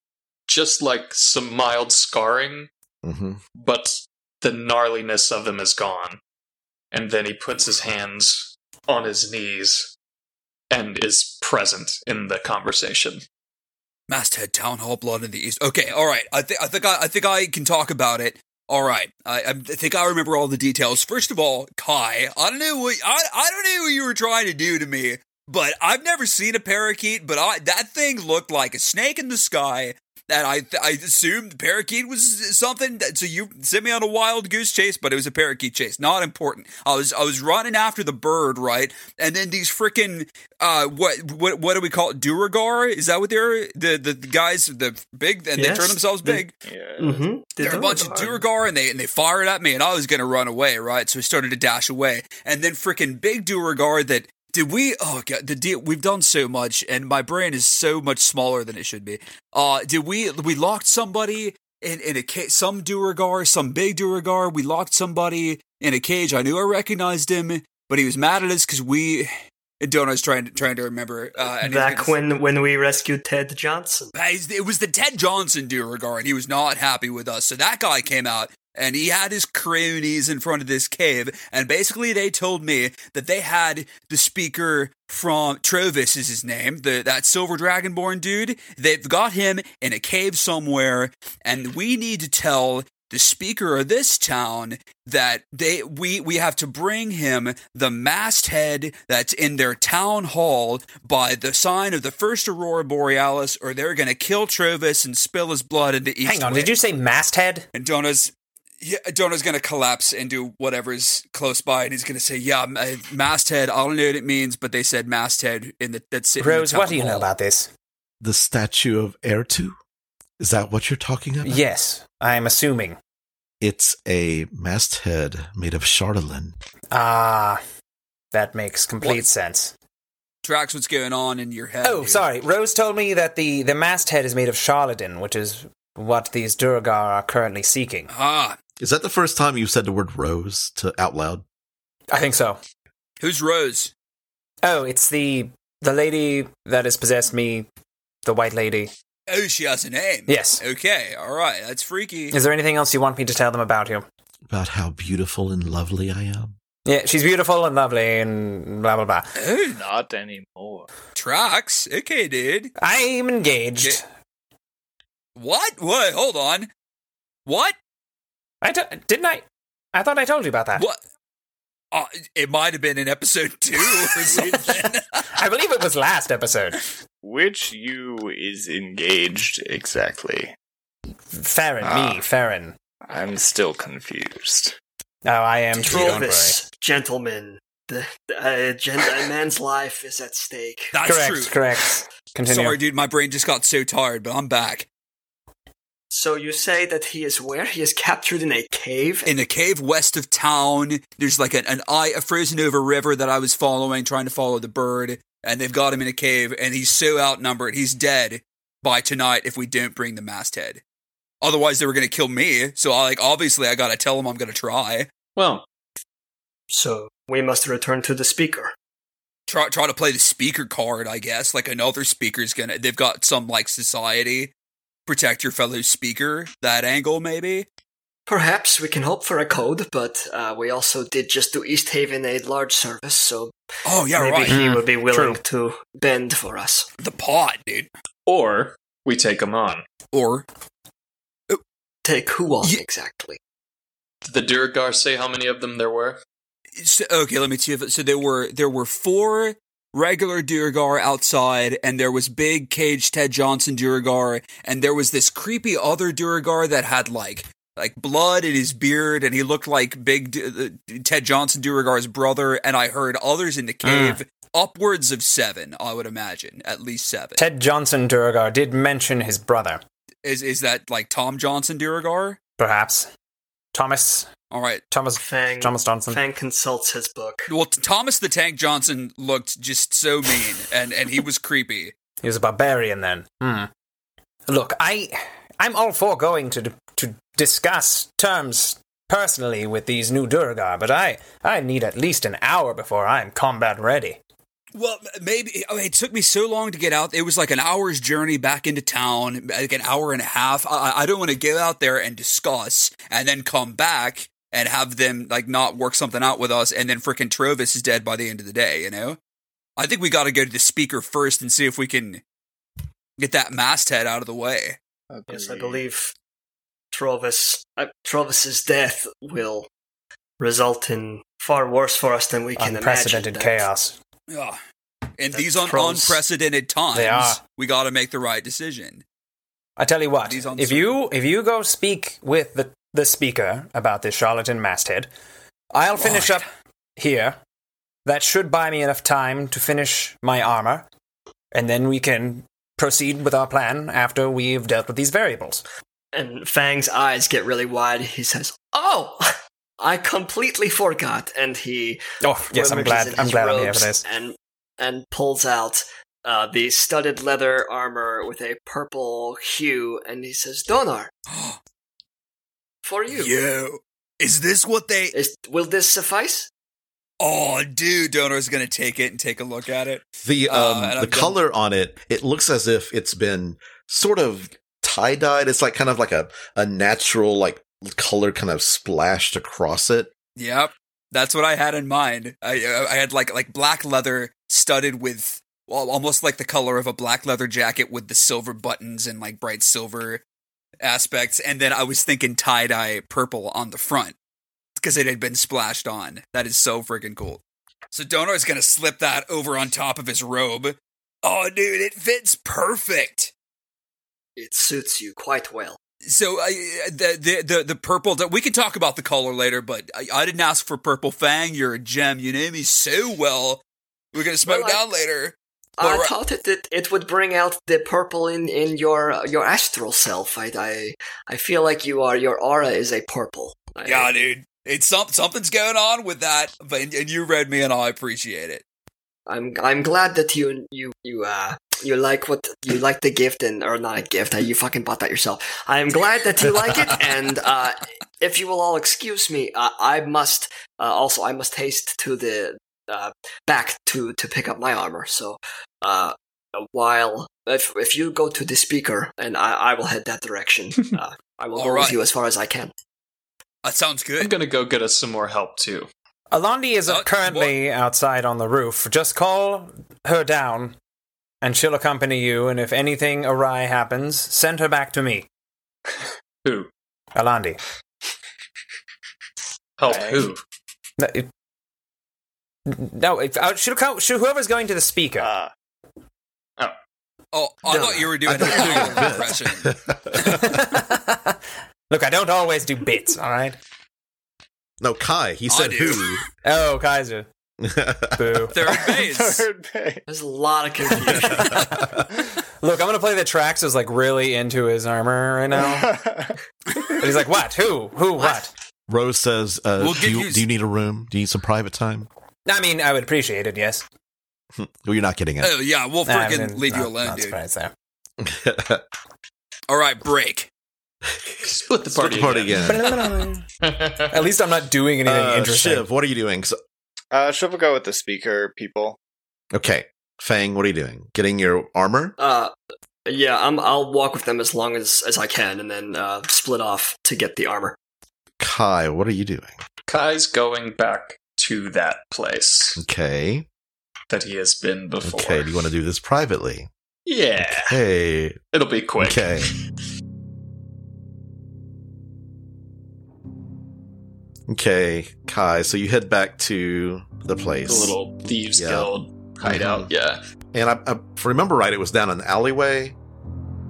[SPEAKER 4] just like some mild scarring
[SPEAKER 2] hmm
[SPEAKER 4] but the gnarliness of them is gone. And then he puts his hands on his knees and is present in the conversation.
[SPEAKER 1] Masthead Town Hall Blood in the East. Okay, all right. I, th- I think I, I think I can talk about it. All right. I, I think I remember all the details. First of all, Kai, I don't know what I, I don't know what you were trying to do to me, but I've never seen a parakeet. But I that thing looked like a snake in the sky, and I I assumed the parakeet was something. That, so you sent me on a wild goose chase, but it was a parakeet chase. Not important. I was I was running after the bird, right? And then these freaking uh, what what what do we call it? Duragar? Is that what they're the the guys the big and they
[SPEAKER 3] Yes.
[SPEAKER 1] turn themselves
[SPEAKER 3] They-
[SPEAKER 1] big?
[SPEAKER 3] Mm-hmm.
[SPEAKER 1] They're a bunch of Duragar and they and they fired at me and I was gonna run away, right? So I started to dash away and then freaking big Duragar that. Did we? Oh god, the deal. We've done so much, and my brain is so much smaller than it should be. Uh, did we? We locked somebody in in a cage. Some Duragar, some big Duragar. We locked somebody in a cage. I knew I recognized him, but he was mad at us because we. Dono's trying to trying to remember. Uh, and he's
[SPEAKER 3] Back
[SPEAKER 1] gonna-
[SPEAKER 3] when, when we rescued Ted Johnson.
[SPEAKER 1] uh, he's- It was the Ted Johnson Duragar, and he was not happy with us. So that guy came out, and he had his cronies in front of this cave, and basically they told me that they had the speaker from Trovis is his name, the, that silver dragonborn dude. They've got him in a cave somewhere, and we need to tell the speaker of this town that they we we have to bring him the masthead that's in their town hall by the sign of the first aurora borealis or they're going to kill trovis and spill his blood into east
[SPEAKER 7] Hang on, did you say masthead?
[SPEAKER 1] and dona's yeah, Dona's gonna collapse into whatever's close by, and he's gonna say, "Yeah, m- uh, masthead. I don't know what it means, but they said masthead in the that's it." in the
[SPEAKER 7] Rose, what
[SPEAKER 1] town
[SPEAKER 7] do you know
[SPEAKER 1] hall."
[SPEAKER 7] about this?
[SPEAKER 2] the statue of Ertu. Is that what you're talking about?
[SPEAKER 7] Yes, I'm assuming.
[SPEAKER 2] It's a masthead made of charlatan.
[SPEAKER 7] Ah, that makes complete
[SPEAKER 1] What?
[SPEAKER 7] sense.
[SPEAKER 1] Tracks what's going on in your head.
[SPEAKER 7] Oh,
[SPEAKER 1] dude.
[SPEAKER 7] sorry. Rose told me that the, the masthead is made of charlatan, which is what these Durgar are currently seeking.
[SPEAKER 1] Ah,
[SPEAKER 2] Is that the first time you've said the word rose to out loud?
[SPEAKER 7] I think so.
[SPEAKER 1] who's Rose?
[SPEAKER 7] Oh, it's the the lady that has possessed me, the white lady.
[SPEAKER 1] Oh, she has a name.
[SPEAKER 7] Yes.
[SPEAKER 1] Okay, all right, that's freaky.
[SPEAKER 7] Is there anything else you want me to tell them about you?
[SPEAKER 2] About how beautiful and lovely I am.
[SPEAKER 7] Yeah, she's beautiful and lovely and blah blah blah.
[SPEAKER 1] Oh,
[SPEAKER 5] Not anymore.
[SPEAKER 1] tracks. Okay, dude.
[SPEAKER 7] I'm engaged.
[SPEAKER 1] What? Wait, hold on. What?
[SPEAKER 7] I don't, didn't I? I thought I told you about that.
[SPEAKER 1] What? Uh, it might have been in episode two or something.
[SPEAKER 7] I believe it was last episode.
[SPEAKER 5] Which you is engaged exactly?
[SPEAKER 7] Farron, me,
[SPEAKER 5] Ah.
[SPEAKER 7] Farron.
[SPEAKER 5] I'm still confused.
[SPEAKER 7] Oh, I am too. Don't worry.
[SPEAKER 3] Trovis, gentlemen. The, the, uh, gen- a man's life is at stake.
[SPEAKER 1] That's
[SPEAKER 7] Correct,
[SPEAKER 1] true.
[SPEAKER 7] correct. Continue.
[SPEAKER 1] Sorry, dude. My brain just got so tired, but I'm back
[SPEAKER 3] So you say that he is where? He is captured in a cave?
[SPEAKER 1] in a cave west of town. There's like an, an eye, a frozen over river that I was following, trying to follow the bird, and they've got him in a cave, and he's so outnumbered, he's dead. by tonight if we don't bring the masthead. Otherwise, they were going to kill me. So, I, like, obviously, I got to tell them I'm going to try.
[SPEAKER 4] Well,
[SPEAKER 3] So we must return to the speaker.
[SPEAKER 1] try. Try to play the speaker card, I guess. Like, another speaker's going to. They've got some, like, society. Protect your fellow speaker. That angle, maybe.
[SPEAKER 3] Perhaps we can hope for a code, but uh, we also did just do East Haven a large service, so
[SPEAKER 1] Oh, yeah,
[SPEAKER 3] maybe
[SPEAKER 1] right.
[SPEAKER 3] he
[SPEAKER 5] Mm,
[SPEAKER 3] would be willing to bend for us.
[SPEAKER 1] The pot, dude.
[SPEAKER 4] or we take them on.
[SPEAKER 1] Or
[SPEAKER 3] Take who on
[SPEAKER 1] Ye-
[SPEAKER 3] exactly?
[SPEAKER 4] Did the Durgar say how many of them there were?
[SPEAKER 1] So, okay, let me see. If, so there were there were four regular Duragar outside, and there was big cage Ted Johnson Duragar, and there was this creepy other Duragar that had like like blood in his beard, and he looked like big Du- uh, Ted Johnson Duragar's brother. And I heard others in the cave. Upwards of seven, I would imagine, at least seven.
[SPEAKER 6] Ted Johnson Duragar did mention his brother,
[SPEAKER 1] Is is that like Tom Johnson Duragar?
[SPEAKER 6] perhaps. Thomas.
[SPEAKER 1] All right.
[SPEAKER 6] Thomas.
[SPEAKER 3] Fang.
[SPEAKER 6] Thomas Johnson.
[SPEAKER 3] Fang consults his book.
[SPEAKER 1] Well, t- Thomas the Tank Johnson looked just so mean, and and he was creepy.
[SPEAKER 6] He was a barbarian then. Hmm. Look, I, I'm all for going to to discuss terms personally with these new Duragar, but I, I need at least an hour before I'm combat ready.
[SPEAKER 1] Well, m- maybe oh, it took me so long to get out. It was like an hour's journey back into town, like an hour and a half. I, I don't want to get out there and discuss, and then come back and have them like not work something out with us, and then frickin' Trovis is dead by the end of the day. You know, I think we got to go to the speaker first and see if we can get that masthead out of the way.
[SPEAKER 3] Yes, I believe Trovis, uh, Trovis's death will result in far worse for us than we can
[SPEAKER 6] Unprecedented
[SPEAKER 3] imagine. that-
[SPEAKER 6] chaos.
[SPEAKER 1] Yeah. In
[SPEAKER 3] That
[SPEAKER 1] these un-
[SPEAKER 3] trolls-
[SPEAKER 1] unprecedented times,
[SPEAKER 6] are.
[SPEAKER 1] we got to make the right decision.
[SPEAKER 6] I tell you what,
[SPEAKER 1] These on
[SPEAKER 6] if you if you go speak with the the speaker about this charlatan masthead, I'll finish
[SPEAKER 1] Right.
[SPEAKER 6] up here. That should buy me enough time to finish my armor, and then we can proceed with our plan after we've dealt with these variables.
[SPEAKER 3] And Fang's eyes get really wide. He says, "Oh, I completely forgot." And he
[SPEAKER 6] Oh yes, I'm
[SPEAKER 3] rummages
[SPEAKER 6] glad.
[SPEAKER 3] in
[SPEAKER 6] I'm
[SPEAKER 3] his
[SPEAKER 6] glad I'm here
[SPEAKER 3] robes
[SPEAKER 6] for this.
[SPEAKER 3] And and pulls out uh, the studded leather armor with a purple hue, and he says, "Donar, for you.
[SPEAKER 1] Yo, is this what they?
[SPEAKER 3] Is, will this suffice?"
[SPEAKER 1] Oh, dude, Donor's gonna take it and take a look at it.
[SPEAKER 2] The
[SPEAKER 1] Uh,
[SPEAKER 2] um
[SPEAKER 1] and
[SPEAKER 2] the
[SPEAKER 1] I've done-
[SPEAKER 2] color on it, it looks as if it's been sort of tie dyed. It's like kind of like a a natural like color kind of splashed across it.
[SPEAKER 1] Yep, that's what I had in mind. I uh, I I had like like black leather studded with well, almost like the color of a black leather jacket with the silver buttons and like bright silver aspects, and then I was thinking tie dye purple on the front because it had been splashed on. That is so freaking cool. So Donor is gonna slip that over on top of his robe. Oh, dude, it fits perfect.
[SPEAKER 3] It suits you quite well.
[SPEAKER 1] So I uh, the the the, the purple. We can talk about the color later, but I, I didn't ask for purple fang. You're a gem. You know me so well. We're gonna smoke
[SPEAKER 3] Well, I-
[SPEAKER 1] down later.
[SPEAKER 3] I
[SPEAKER 1] Alright.
[SPEAKER 3] thought it, it it would bring out the purple in in your your astral self. I I, I feel like you are your aura is a purple. I-
[SPEAKER 1] Yeah, dude. It's some, something's going on with that. But and, and you read me, and I appreciate it.
[SPEAKER 3] I'm I'm glad that you you you uh you like what you like the gift and or not a gift uh, you fucking bought that yourself. I am glad that you like it and uh if you will all excuse me, uh, I must uh, also I must haste to the uh back to to pick up my armor. So uh while if if you go to the speaker and I I will head that direction. Uh, I will
[SPEAKER 1] All
[SPEAKER 3] go
[SPEAKER 1] right.
[SPEAKER 3] with you as far as I can.
[SPEAKER 1] That sounds good.
[SPEAKER 4] I'm gonna go get us some more help too.
[SPEAKER 6] Alandi is
[SPEAKER 1] Uh,
[SPEAKER 6] currently outside on the roof. Just call her down, and she'll accompany you. And if anything awry happens, send her back to me,
[SPEAKER 4] Who?
[SPEAKER 6] Alandi.
[SPEAKER 4] Help
[SPEAKER 5] Okay.
[SPEAKER 4] who?
[SPEAKER 6] No, it- no, it- uh, she'll come. She, whoever's going to the speaker.
[SPEAKER 5] Uh,
[SPEAKER 1] oh, I
[SPEAKER 3] No.
[SPEAKER 1] thought you were doing
[SPEAKER 2] thought you were
[SPEAKER 1] an
[SPEAKER 2] doing a
[SPEAKER 1] impression. Ah.
[SPEAKER 6] Look, I don't always do bits. All right.
[SPEAKER 2] No, Kai, he
[SPEAKER 1] I
[SPEAKER 2] said
[SPEAKER 1] do.
[SPEAKER 2] who.
[SPEAKER 6] Oh, Kaiser. Boo.
[SPEAKER 1] Third base.
[SPEAKER 5] third base.
[SPEAKER 3] There's a lot of confusion.
[SPEAKER 6] Look, I'm gonna play the tracks is like really into his armor right now. And he's like, "What? Who? Who? What?"
[SPEAKER 2] Rose says, uh,
[SPEAKER 1] We'll
[SPEAKER 2] do,
[SPEAKER 1] give
[SPEAKER 2] you,
[SPEAKER 1] you-
[SPEAKER 2] do you need a room? Do you need some private time?
[SPEAKER 6] I mean, I would appreciate it. Yes.
[SPEAKER 2] Well, you're not getting it.
[SPEAKER 1] Oh yeah, we'll
[SPEAKER 6] Nah, I
[SPEAKER 1] freaking
[SPEAKER 6] mean,
[SPEAKER 1] leave you
[SPEAKER 6] not-
[SPEAKER 1] alone,
[SPEAKER 6] not
[SPEAKER 1] dude.
[SPEAKER 6] surprised there.
[SPEAKER 1] Uh, All right, break.
[SPEAKER 4] Split the
[SPEAKER 2] Start
[SPEAKER 4] party.
[SPEAKER 2] the party
[SPEAKER 4] again.
[SPEAKER 2] again.
[SPEAKER 6] At least I'm not doing anything
[SPEAKER 2] Uh,
[SPEAKER 6] interesting.
[SPEAKER 2] Shiv, what are you doing? So,
[SPEAKER 5] Uh, Shiv will go with the speaker people.
[SPEAKER 2] okay, Fang, what are you doing? Getting your armor?
[SPEAKER 3] Uh, yeah, I'm, I'll walk with them as long as, as I can, and then uh, split off to get the armor.
[SPEAKER 2] Kai, what are you doing?
[SPEAKER 4] Kai's going back to that place
[SPEAKER 2] Okay,
[SPEAKER 4] that he has been before.
[SPEAKER 2] okay. Do you want to do this privately? Eh.
[SPEAKER 4] Yeah,
[SPEAKER 2] Hey,
[SPEAKER 4] it'll be quick.
[SPEAKER 2] okay. Okay, Kai. So you head back to the
[SPEAKER 4] The
[SPEAKER 2] place.
[SPEAKER 4] little thieves
[SPEAKER 2] Yeah. Mm-hmm.
[SPEAKER 4] guild hideout. Yeah,
[SPEAKER 2] and I, I, if I remember right, it was down an alleyway.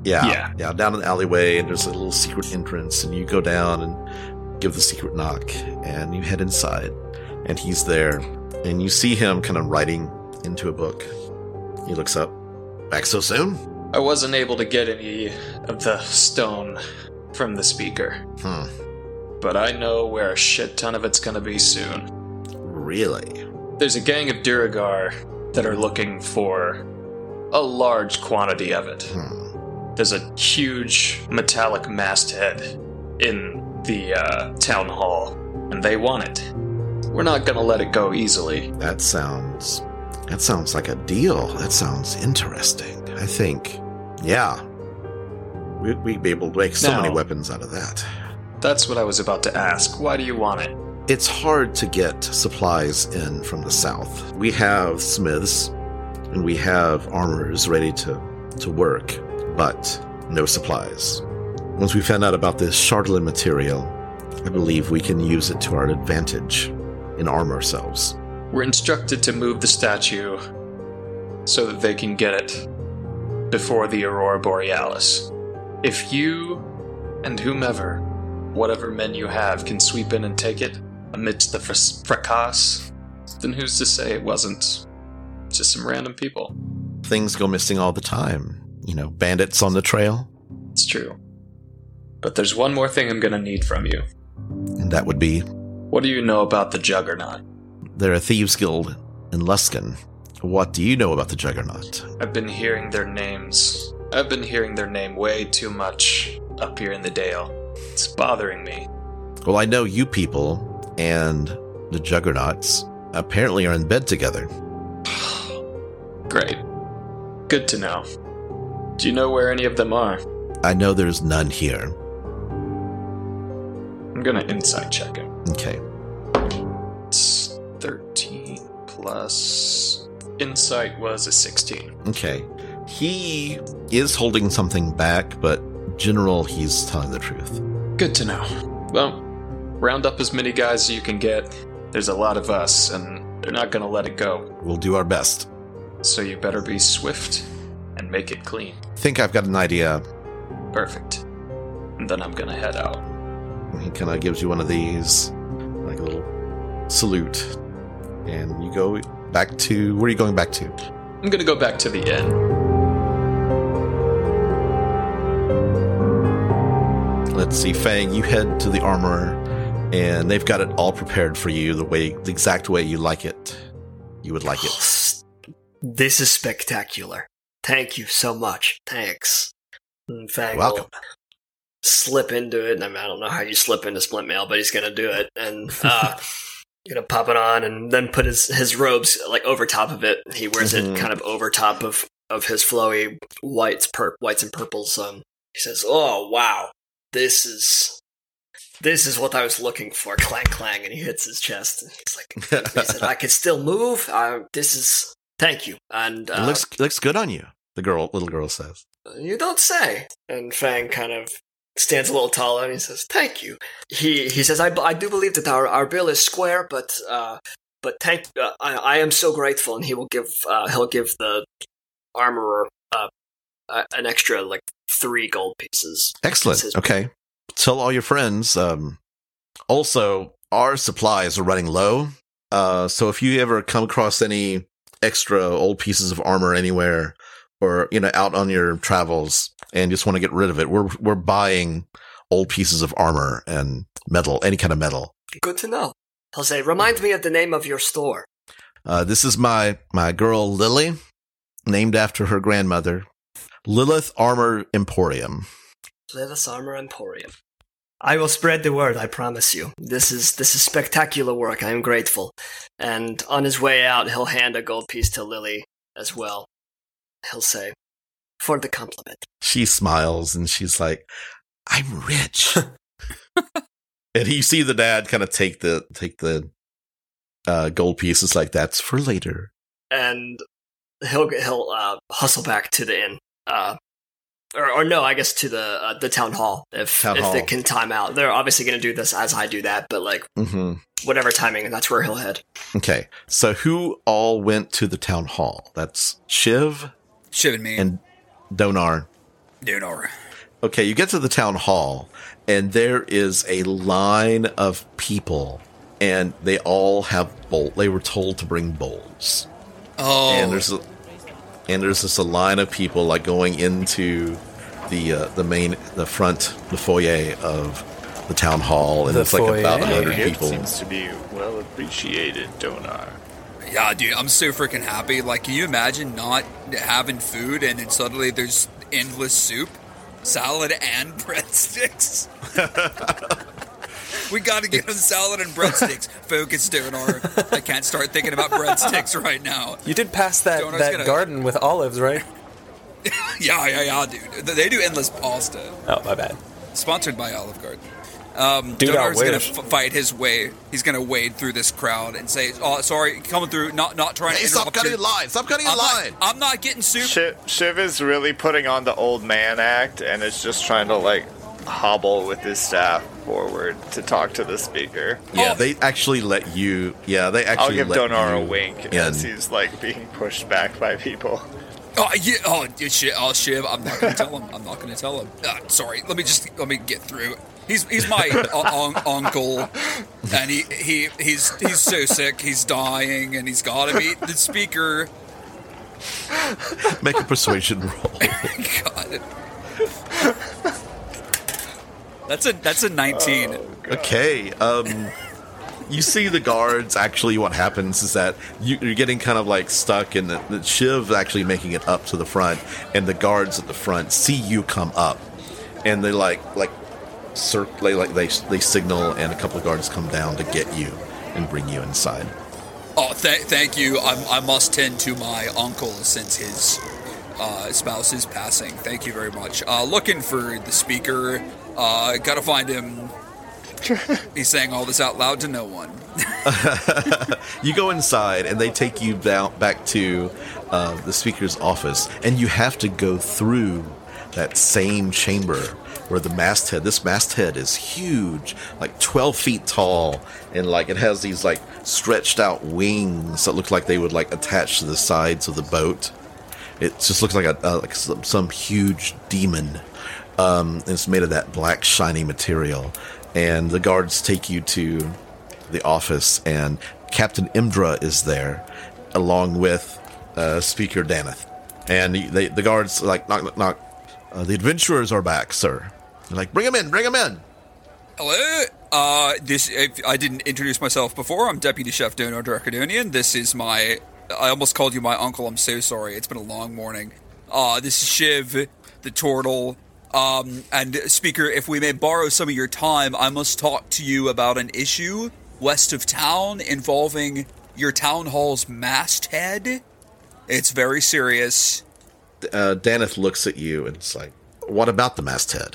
[SPEAKER 2] Yeah,
[SPEAKER 4] Yeah.
[SPEAKER 2] down an alleyway, and there's a little secret entrance, and you go down and give the secret knock, and you head inside, and he's there, and you see him kind of writing into a book. He looks up. Back so soon?
[SPEAKER 4] I wasn't able to get any of the stone from the speaker,
[SPEAKER 2] Hmm.
[SPEAKER 4] but I know where a shit ton of it's gonna be soon.
[SPEAKER 2] Really?
[SPEAKER 4] There's a gang of Duragar that are looking for a large quantity of it.
[SPEAKER 2] Hmm.
[SPEAKER 4] There's a huge metallic masthead in the uh, town hall, and they want it. We're not gonna let it go easily.
[SPEAKER 2] That sounds. That sounds like a deal. That sounds interesting. I think. Yeah. We'd, we'd be able to make so many
[SPEAKER 4] Now-
[SPEAKER 2] weapons out of that.
[SPEAKER 4] That's what I was about to ask. Why do you want it?
[SPEAKER 2] It's hard to get supplies in from the south. We have smiths and we have armorers ready to, to work, but no supplies. Once we found out about this Shardlin material, I believe we can use it to our advantage and arm ourselves.
[SPEAKER 4] We're instructed to move the statue so that they can get it before the Aurora Borealis. If you and whomever, whatever men you have, can sweep in and take it amidst the fras- fracas, then who's to say it wasn't just some random people?
[SPEAKER 2] Things go missing all the time. You know, bandits on the trail,
[SPEAKER 4] It's true. But there's one more thing I'm gonna need from you.
[SPEAKER 2] and that would be
[SPEAKER 4] What do you know about the Juggernaut?
[SPEAKER 2] they're a thieves guild in Luskin. What do you know about the Juggernaut?
[SPEAKER 4] I've been hearing their names. I've been hearing their name way too much up here in the Dale. It's bothering me.
[SPEAKER 2] Well, I know you people and the Juggernauts apparently are in bed together.
[SPEAKER 4] Great. Good to know. Do you know where any of them are?
[SPEAKER 2] I know there's none here.
[SPEAKER 4] I'm gonna insight check it.
[SPEAKER 2] Okay.
[SPEAKER 4] It's 13 plus. Insight was a 16.
[SPEAKER 2] Okay. He is holding something back, but general, he's telling the truth.
[SPEAKER 4] Good to know. Well, round up as many guys as you can get. There's a lot of us, and they're not gonna let it go.
[SPEAKER 2] We'll do our best.
[SPEAKER 4] So you better be swift and make it clean.
[SPEAKER 2] Think I've got an idea.
[SPEAKER 4] Perfect. And then I'm gonna head out.
[SPEAKER 2] He kind of gives you one of these, like a little salute, and you go back to where are you going back to?
[SPEAKER 4] I'm gonna go back to the inn.
[SPEAKER 2] Let's see, Fang, you head to the armorer, and they've got it all prepared for you the way, the exact way you like it. You would like it.
[SPEAKER 3] This is spectacular. Thank you so much. Thanks. And Fang will
[SPEAKER 2] Welcome.
[SPEAKER 3] Slip into it. and I, mean, I don't know how you slip into splint mail, but he's gonna do it, and uh, gonna pop it on, and then put his his robes like over top of it. He wears
[SPEAKER 2] Mhm.
[SPEAKER 3] it kind of over top of of his flowy whites, pur- whites and purples. Um, he says, "Oh wow, this is." This is what I was looking for. Clang, clang, and he hits his chest. He's like, he said, I can still move. Uh, this is thank you. And
[SPEAKER 2] It
[SPEAKER 3] uh,
[SPEAKER 2] looks it looks good on you. The girl, little girl says.
[SPEAKER 3] you don't say. And Fang kind of stands a little taller and he says, thank you. He he says, I, I do believe that our, our bill is square, but uh, but thank uh, I, I am so grateful. And he will give uh, he'll give the armorer uh, a- an extra like three gold pieces.
[SPEAKER 2] Excellent.
[SPEAKER 3] Says-
[SPEAKER 2] Okay, tell all your friends. Um, also, our supplies are running low. Uh, so if you ever come across any extra old pieces of armor anywhere, or you know, out on your travels and just want to get rid of it, we're we're buying old pieces of armor and metal, any kind of metal.
[SPEAKER 3] Good to know. Jose, remind me of the name of your store.
[SPEAKER 2] Uh, this is my my girl Lily, named after her grandmother. Lilith Armor Emporium.
[SPEAKER 3] Lilith's Armor Emporium. I will spread the word, I promise you. This is this is spectacular work. I am grateful. And on his way out, he'll hand a gold piece to Lily as well. He'll say, "For the compliment."
[SPEAKER 2] She smiles and she's like, "I'm rich." and you see the dad kind of take the take the uh, gold piece. It's like that's for later.
[SPEAKER 3] And he'll he'll uh, hustle back to the inn. Uh, or, or no, I guess to the uh, the town hall if
[SPEAKER 2] Town
[SPEAKER 3] if
[SPEAKER 2] hall.
[SPEAKER 3] they can time out. They're obviously going to do this as I do that, but like
[SPEAKER 2] hmm
[SPEAKER 3] whatever timing, that's where he'll head.
[SPEAKER 2] Okay, so who all went to the town hall? That's Shiv
[SPEAKER 1] Shiv and me. And-
[SPEAKER 2] and Donar.
[SPEAKER 1] Dunor.
[SPEAKER 2] Okay, you get to the town hall, and there is a line of people, and they all have bowl. They were told to bring bowls.
[SPEAKER 1] Oh,
[SPEAKER 2] and there's a, and there's just a line of people like going into the uh, the main the front the foyer of the town hall, and
[SPEAKER 6] The
[SPEAKER 2] it's like about
[SPEAKER 6] foyer.
[SPEAKER 2] hundred
[SPEAKER 5] Gift
[SPEAKER 2] people.
[SPEAKER 5] seems to be well appreciated, Donar.
[SPEAKER 1] yeah, dude, I'm so freaking happy. Like, can you imagine not having food and then suddenly there's endless soup, salad, and breadsticks? we got to get on salad and breadsticks. Focus, Donar. I can't start thinking about breadsticks right now.
[SPEAKER 6] You did pass that,
[SPEAKER 1] Donor's
[SPEAKER 6] that
[SPEAKER 1] gonna-
[SPEAKER 6] garden with olives, right?
[SPEAKER 1] Yeah, yeah, yeah, dude. They do endless pasta.
[SPEAKER 6] Oh, my bad.
[SPEAKER 1] sponsored by Olive Garden. Um,
[SPEAKER 6] Dude, I
[SPEAKER 1] Donar's gonna
[SPEAKER 6] wish.
[SPEAKER 1] f- fight his way. He's gonna wade through this crowd and say, "Oh, sorry, coming through. Not, not trying
[SPEAKER 2] Hey,
[SPEAKER 1] to
[SPEAKER 2] stop
[SPEAKER 1] interrupt
[SPEAKER 2] cutting
[SPEAKER 1] you.
[SPEAKER 2] in line! Stop cutting in
[SPEAKER 1] I'm
[SPEAKER 2] line!
[SPEAKER 1] not, I'm not getting soup.
[SPEAKER 5] Shiv, Shiv is really putting on the old man act and is just trying to like hobble with his staff forward to talk to the speaker.
[SPEAKER 2] Yeah,
[SPEAKER 1] Oh.
[SPEAKER 2] they actually let you. Yeah, they
[SPEAKER 5] I'll
[SPEAKER 2] actually.
[SPEAKER 5] give
[SPEAKER 2] let
[SPEAKER 5] Donar a
[SPEAKER 2] you
[SPEAKER 5] wink
[SPEAKER 2] in.
[SPEAKER 5] as he's like being pushed back by people.
[SPEAKER 1] Oh, yeah, oh, yeah, shit. Oh, Shiv. I'm not gonna tell him. I'm not gonna tell him. Uh, sorry. Let me just let me get through. He's he's my un- un- uncle, and he, he he's he's so sick. He's dying, and he's gotta meet the speaker.
[SPEAKER 2] Make a persuasion roll.
[SPEAKER 1] God. That's a that's a 19.
[SPEAKER 2] Okay. Um, you see the guards. Actually, what happens is that you, you're getting kind of like stuck, and the, the Shiv's actually making it up to the front, and the guards at the front see you come up, and they like like circ- they like they they signal, and a couple of guards come down to get you and bring you inside.
[SPEAKER 1] Oh, th- thank you. I'm, I must tend to my uncle since his uh, spouse is passing. Thank you very much. Uh, looking for the speaker. Uh, gotta find him. He's saying all this out loud to no one.
[SPEAKER 2] You go inside, and they take you down back to uh, the speaker's office, and you have to go through that same chamber where the masthead. This masthead is huge, like twelve feet tall, and like it has these like stretched out wings that look like they would like attach to the sides of the boat. It just looks like a uh, like some, some huge demon. Um, and it's made of that black shiny material, and the guards take you to the office, and Captain Imdra is there, along with uh, Speaker Danith. And they, the guards are like knock knock knock. Uh, the adventurers are back, sir. They're like, bring them in, bring them in.
[SPEAKER 1] Hello. Uh, this if I didn't introduce myself before. I'm Deputy Chef Dono Dracodonian. This is my. I almost called you my uncle. I'm so sorry. It's been a long morning. Uh, this is Shiv, the turtle. Um, and speaker, if we may borrow some of your time, I must talk to you about an issue west of town involving your town hall's masthead. It's very serious.
[SPEAKER 2] Uh, Danith looks at you and it's like, what about the masthead?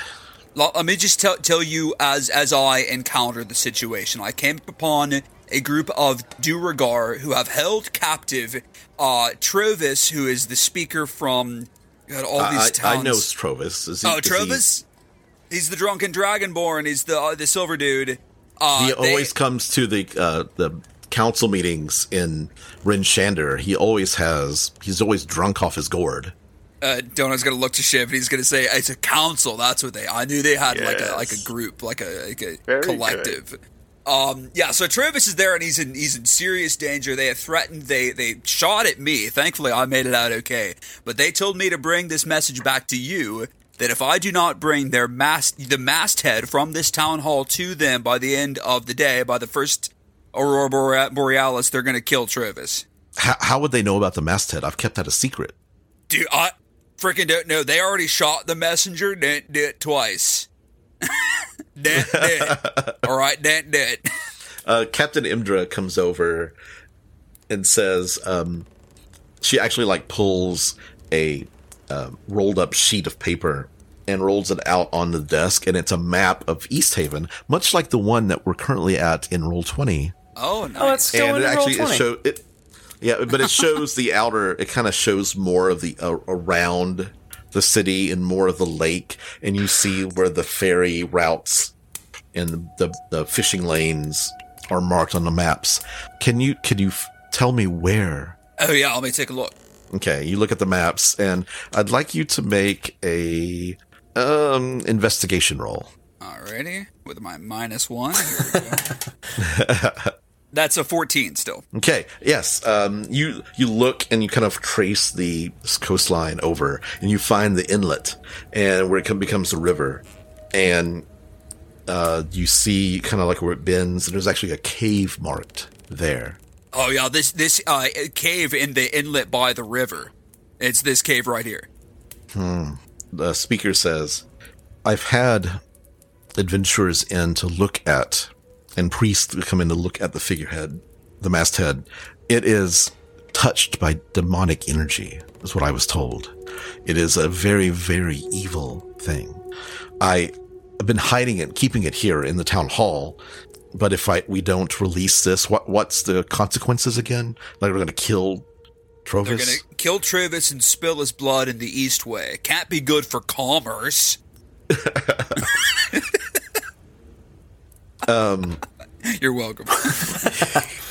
[SPEAKER 1] Lo- Let me just tell, tell you as as I encountered the situation. I came upon a group of Duragar who have held captive uh, Trovis, who is the speaker from God, all
[SPEAKER 2] I,
[SPEAKER 1] these
[SPEAKER 2] I
[SPEAKER 1] towns.
[SPEAKER 2] I know Trovis. Is he-
[SPEAKER 1] Oh,
[SPEAKER 2] is he-
[SPEAKER 1] Trovis, he's the drunken dragonborn. He's the uh, the silver dude. Uh,
[SPEAKER 2] He
[SPEAKER 1] they-
[SPEAKER 2] always comes to the uh, the council meetings in Rin Shander. He always has. He's always drunk off his gourd.
[SPEAKER 1] uh, Donut's gonna look to Shiv and he's gonna say it's a council. That's what they. I knew they had like a
[SPEAKER 5] Yes.
[SPEAKER 1] like a group, like a, like a
[SPEAKER 5] Very
[SPEAKER 1] collective. Um, yeah, so Travis is there and he's in he's in serious danger. They have threatened. They they shot at me. Thankfully, I made it out okay. But they told me to bring this message back to you that if I do not bring their mast the masthead from this town hall to them by the end of the day, by the first aurora Bore- borealis, they're gonna kill Travis.
[SPEAKER 2] How, how would they know about the masthead? I've kept that a secret.
[SPEAKER 1] Dude, I freaking don't know. They already shot the messenger. Didn't do it twice. didn't do it. All right, didn't do it.
[SPEAKER 2] uh, Captain Imdra comes over and says, um, she actually like pulls a um, rolled up sheet of paper and rolls it out on the desk, and it's a map of East Haven, much like the one that we're currently at in Roll Twenty.
[SPEAKER 1] Oh, nice.
[SPEAKER 6] Oh, it's still
[SPEAKER 2] and
[SPEAKER 6] in
[SPEAKER 2] it actually
[SPEAKER 6] roll
[SPEAKER 2] it
[SPEAKER 6] 20.
[SPEAKER 2] show it. Yeah, but it shows the outer. It kind of shows more of the uh, around the city and more of the lake, and you see where the ferry routes and the the, the fishing lanes are marked on the maps. Can you could you f- tell me where?
[SPEAKER 1] oh yeah, let me take a look.
[SPEAKER 2] Okay, you look at the maps, and I'd like you to make a um investigation roll.
[SPEAKER 1] Alrighty, with my minus one. Here we go. That's a fourteen still.
[SPEAKER 2] Okay. Yes. Um, you you look and you kind of trace the coastline over, and you find the inlet, and where it come, becomes a river, and uh, you see kind of like where it bends, and there's actually a cave marked there.
[SPEAKER 1] Oh yeah, this this uh, cave in the inlet by the river. It's this cave right here.
[SPEAKER 2] The uh, speaker says, "I've had adventurers in to look at, and priests come in to look at the figurehead, the masthead. It is touched by demonic energy, is what I was told. It is a very, very evil thing. I have been hiding it, keeping it here in the town hall. But if I we don't release this, what what's the consequences again? Like we're going to kill
[SPEAKER 1] They're
[SPEAKER 2] Trovis?
[SPEAKER 1] gonna kill Travis and spill his blood in the East Way. Can't be good for commerce. um, you're welcome.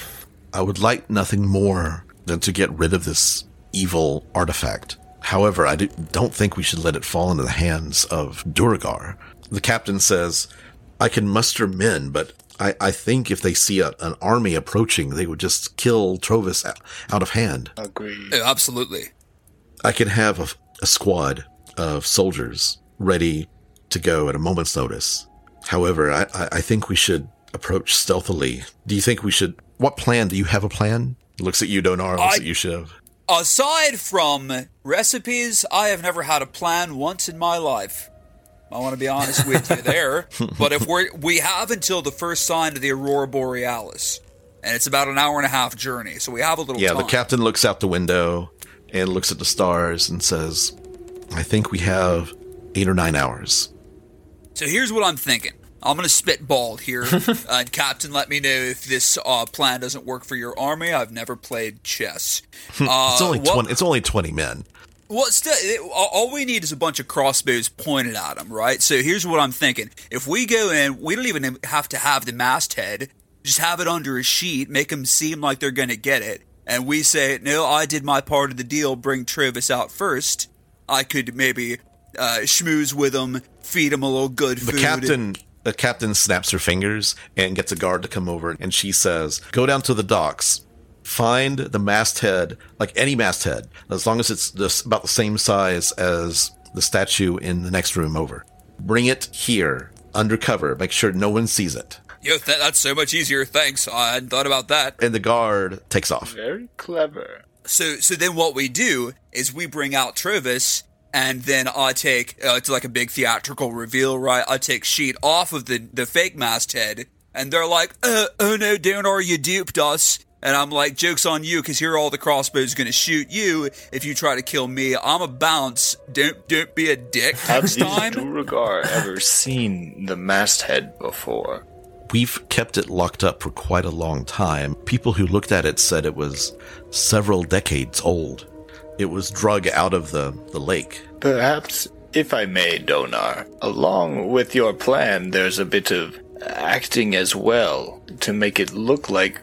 [SPEAKER 2] I would like nothing more than to get rid of this evil artifact. However, I do, don't think we should let it fall into the hands of Duragar. The captain says, I can muster men, but I, I think if they see a, an army approaching, they would just kill Trovis out, out of hand.
[SPEAKER 5] Agreed.
[SPEAKER 1] Yeah, Absolutely.
[SPEAKER 2] I could have a, a squad of soldiers ready to go at a moment's notice. However, I, I, I think we should approach stealthily. Do you think we should? What plan? Do you have a plan? Looks at you, Donar. Looks
[SPEAKER 1] I-
[SPEAKER 2] at you, Shiv.
[SPEAKER 1] Aside from recipes, I have never had a plan once in my life. I want to be honest with you there, but if we are we have until the first sign of the aurora borealis, and it's about an hour and a half journey, so we have a little
[SPEAKER 2] Yeah,
[SPEAKER 1] time.
[SPEAKER 2] the captain looks out the window and looks at the stars and says, "I think we have eight or nine hours."
[SPEAKER 1] So here's what I'm thinking. I'm gonna spitball here, and Captain, let me know if this uh, plan doesn't work for your army. I've never played chess. Uh,
[SPEAKER 2] It's only
[SPEAKER 1] what-
[SPEAKER 2] twenty. It's only twenty men.
[SPEAKER 1] Well, still, it, all all we need is a bunch of crossbows pointed at them, right? So here's what I'm thinking: if we go in, we don't even have to have the masthead; just have it under a sheet, make them seem like they're going to get it, and we say, "No, I did my part of the deal. Bring Travis out first. I could maybe uh, schmooze with him, feed him a little good
[SPEAKER 2] The
[SPEAKER 1] food."
[SPEAKER 2] captain the captain snaps her fingers and gets a guard to come over and she says, "Go down to the docks. Find the masthead, like any masthead, as long as it's this, about the same size as the statue in the next room over. Bring it here undercover. Make sure no one sees it."
[SPEAKER 1] Yo, th- that's so much easier. Thanks. I hadn't thought about that.
[SPEAKER 2] And the guard takes off.
[SPEAKER 5] Very clever.
[SPEAKER 1] So, so then what we do is we bring out Travis, and then I take uh, it's like a big theatrical reveal, right? I take sheet off of the the fake masthead, and they're like, uh, "Oh no, Donar, you duped us." And I'm like, "Jokes on you, because here are all the crossbows going to shoot you if you try to kill me. I'm a bounce. Don't don't be a dick
[SPEAKER 5] Have
[SPEAKER 1] next
[SPEAKER 5] these
[SPEAKER 1] time."
[SPEAKER 5] Duragar ever seen the masthead before?
[SPEAKER 2] We've kept it locked up for quite a long time. People who looked at it said it was several decades old. It was drug out of the, the lake.
[SPEAKER 5] Perhaps, if I may, Donar, along with your plan, there's a bit of acting as well to make it look like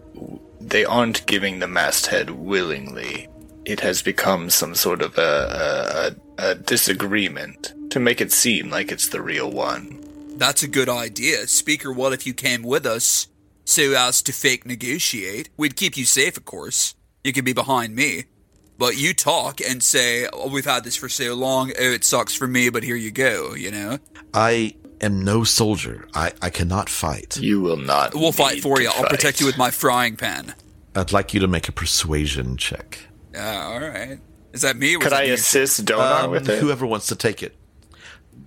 [SPEAKER 5] they aren't giving the masthead willingly. It has become some sort of a, a, a- a disagreement to make it seem like it's the real one.
[SPEAKER 1] That's a good idea, Speaker. What if you came with us so as to fake negotiate? We'd keep you safe, of course. You could be behind me, but you talk and say, oh, "We've had this for so long. Oh, it sucks for me, but here you go." You know,
[SPEAKER 2] I am no soldier. I, I cannot fight.
[SPEAKER 5] You will not.
[SPEAKER 1] we'll fight
[SPEAKER 5] need
[SPEAKER 1] for
[SPEAKER 5] to
[SPEAKER 1] you. I'll protect you
[SPEAKER 5] fight.
[SPEAKER 1] with my frying pan.
[SPEAKER 2] I'd like you to make a persuasion check.
[SPEAKER 1] Uh, all right. Is that me? Or was
[SPEAKER 5] Could
[SPEAKER 1] that
[SPEAKER 5] I
[SPEAKER 1] you?
[SPEAKER 5] assist Donar
[SPEAKER 2] Um,
[SPEAKER 5] with it?
[SPEAKER 2] Whoever wants to take it.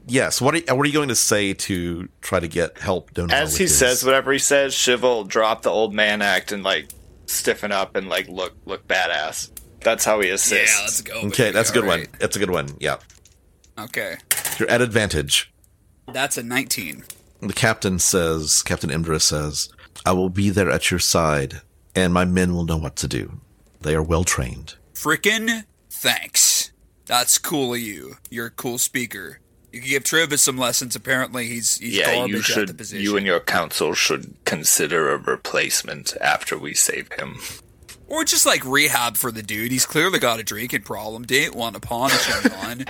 [SPEAKER 2] Yes. What are, what are you going to say to try to get help? Donar
[SPEAKER 5] As
[SPEAKER 2] with
[SPEAKER 5] he
[SPEAKER 2] his-
[SPEAKER 5] says whatever he says, Shiv will drop the old man act and like stiffen up and like look look badass. That's how he
[SPEAKER 1] Yeah,
[SPEAKER 5] assists.
[SPEAKER 1] let's go.
[SPEAKER 2] Okay,
[SPEAKER 1] baby.
[SPEAKER 2] that's a good
[SPEAKER 1] All
[SPEAKER 2] one. That's a good one. Yeah,
[SPEAKER 1] right. Okay,
[SPEAKER 2] you're at advantage.
[SPEAKER 1] that's a 19.
[SPEAKER 2] The captain says, Captain Imdra says, I will be there at your side, and my men will know what to do. They are well trained.
[SPEAKER 1] Frickin' thanks. That's cool of you. You're a cool speaker. You can give Travis some lessons. Apparently, he's he's
[SPEAKER 5] yeah,
[SPEAKER 1] garbage
[SPEAKER 5] you
[SPEAKER 1] at the
[SPEAKER 5] should.
[SPEAKER 1] position.
[SPEAKER 5] You and your council should consider a replacement after we save him.
[SPEAKER 1] or just like rehab for the dude. He's clearly got a drinking problem. Didn't want to punish anyone.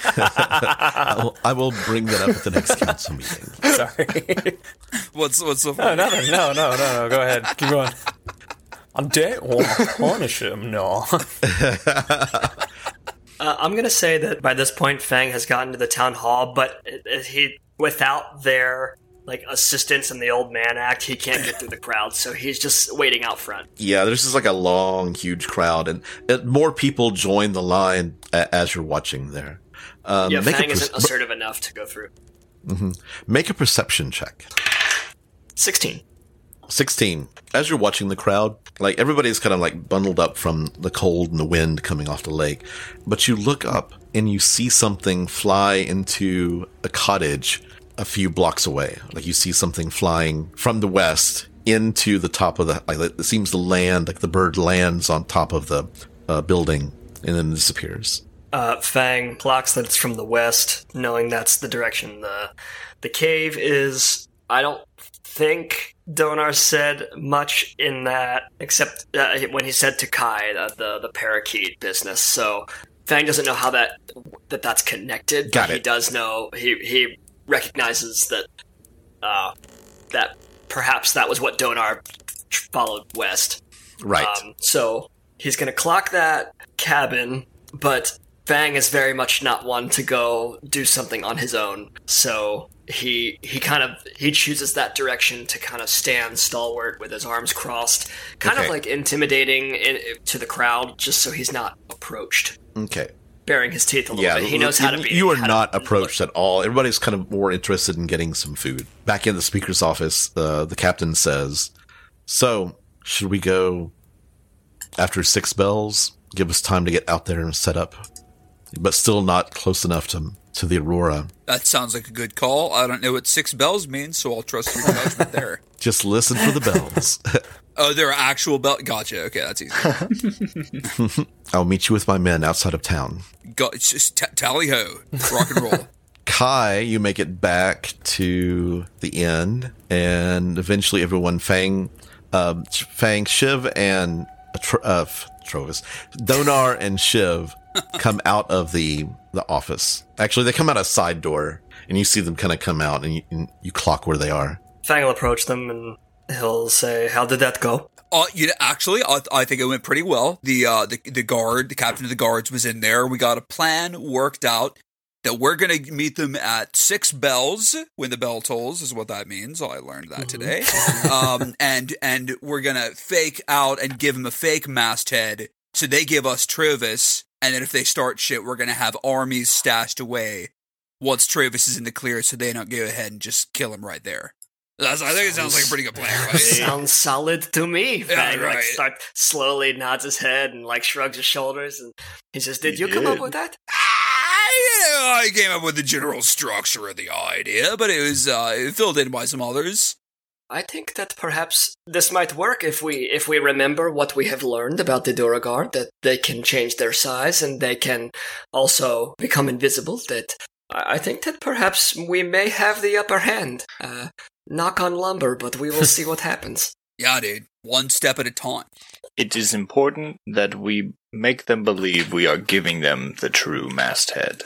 [SPEAKER 2] I, will, I will bring that up at the next council meeting.
[SPEAKER 6] Sorry.
[SPEAKER 1] what's what's the
[SPEAKER 6] No, no, no, no, no, no. Go ahead. Keep going. I don't want to punish him. No.
[SPEAKER 3] Uh, I'm gonna say that by this point, Fang has gotten to the town hall, but it, it- he, without their like assistance and the old man act, he can't get through the crowd. So he's just waiting out front.
[SPEAKER 2] Yeah, there's just like a long, huge crowd, and uh, more people join the line a- as you're watching there. Um,
[SPEAKER 3] yeah,
[SPEAKER 2] make, a
[SPEAKER 3] Fang isn't
[SPEAKER 2] perce-
[SPEAKER 3] assertive enough to go through.
[SPEAKER 2] make a perception check.
[SPEAKER 3] Sixteen.
[SPEAKER 2] 16. As you're watching the crowd, like everybody's kind of like bundled up from the cold and the wind coming off the lake, but you look up and you see something fly into a cottage a few blocks away. Like you see something flying from the west into the top of the like it seems to land like the bird lands on top of the uh, building and then disappears.
[SPEAKER 3] Uh, Fang clocks that it's from the west, knowing that's the direction the the cave is. I don't think Donar said much in that, except uh, when he said to Kai uh, the the parakeet business. So Fang doesn't know how that that that's connected. but
[SPEAKER 2] Got
[SPEAKER 3] He
[SPEAKER 2] it.
[SPEAKER 3] does know. He he recognizes that uh, that perhaps that was what Donar followed west.
[SPEAKER 2] Right.
[SPEAKER 3] Um, so he's going to clock that cabin, but Fang is very much not one to go do something on his own. So he he kind of he chooses that direction to kind of stand stalwart with his arms crossed, kind
[SPEAKER 2] Okay.
[SPEAKER 3] of like intimidating in, to the crowd, just so he's not approached.
[SPEAKER 2] okay.
[SPEAKER 3] Baring his teeth a little bit. He
[SPEAKER 2] l-
[SPEAKER 3] knows how
[SPEAKER 2] you,
[SPEAKER 3] to be.
[SPEAKER 2] You are
[SPEAKER 3] how to-
[SPEAKER 2] not approached at all. Everybody's kind of more interested in getting some food. Back in the speaker's office, uh, the captain says, "So, should we go after six bells? Give us time to get out there and set up, but still not close enough to to the aurora.
[SPEAKER 1] That sounds like a good call. I don't know what six bells means, so I'll trust your judgment there.
[SPEAKER 2] Just listen for the bells.
[SPEAKER 1] Oh, there are actual bells. Gotcha. Okay, that's easy.
[SPEAKER 2] I'll meet you with my men outside of town."
[SPEAKER 1] Go- it's just t- tally ho, rock and roll.
[SPEAKER 2] Kai, you make it back to the inn, and eventually everyone, Fang, um, Ch- Fang, Shiv, and uh, Tr- uh, F- Trovis, Donar, and Shiv come out of the the office. Actually, they come out a side door, and you see them kind of come out, and you, and you clock where they are.
[SPEAKER 3] Fang will approach them and he'll say, "How did that go?"
[SPEAKER 1] Uh, you know, actually, I, I think it went pretty well. The uh, the the guard, the captain of the guards, was in there. We got a plan worked out that we're gonna meet them at six bells when the bell tolls is what that means. I learned that today. um, and and we're gonna fake out and give them a fake masthead, so they give us Travis, and then if they start shit, we're gonna have armies stashed away once Travis is in the clear, so they don't go ahead and just kill him right there. That's, I think it sounds like a pretty good plan. Right?
[SPEAKER 3] Sounds solid to me. Fang
[SPEAKER 1] right.
[SPEAKER 3] like start slowly nods his head and like shrugs his shoulders and he says, "Did
[SPEAKER 5] He
[SPEAKER 3] you come up
[SPEAKER 5] did.
[SPEAKER 3] with that?"
[SPEAKER 1] I, Ah, you know, I came up with the general structure of the idea, but it was uh, filled in by some others.
[SPEAKER 3] I think that perhaps this might work if we if we remember what we have learned about the Duragard that they can change their size and they can also become invisible. That I I think that perhaps we may have the upper hand. Uh, knock on lumber, but we will see what happens.
[SPEAKER 1] Yeah, dude. One step at a time.
[SPEAKER 5] It is important that we make them believe we are giving them the true masthead.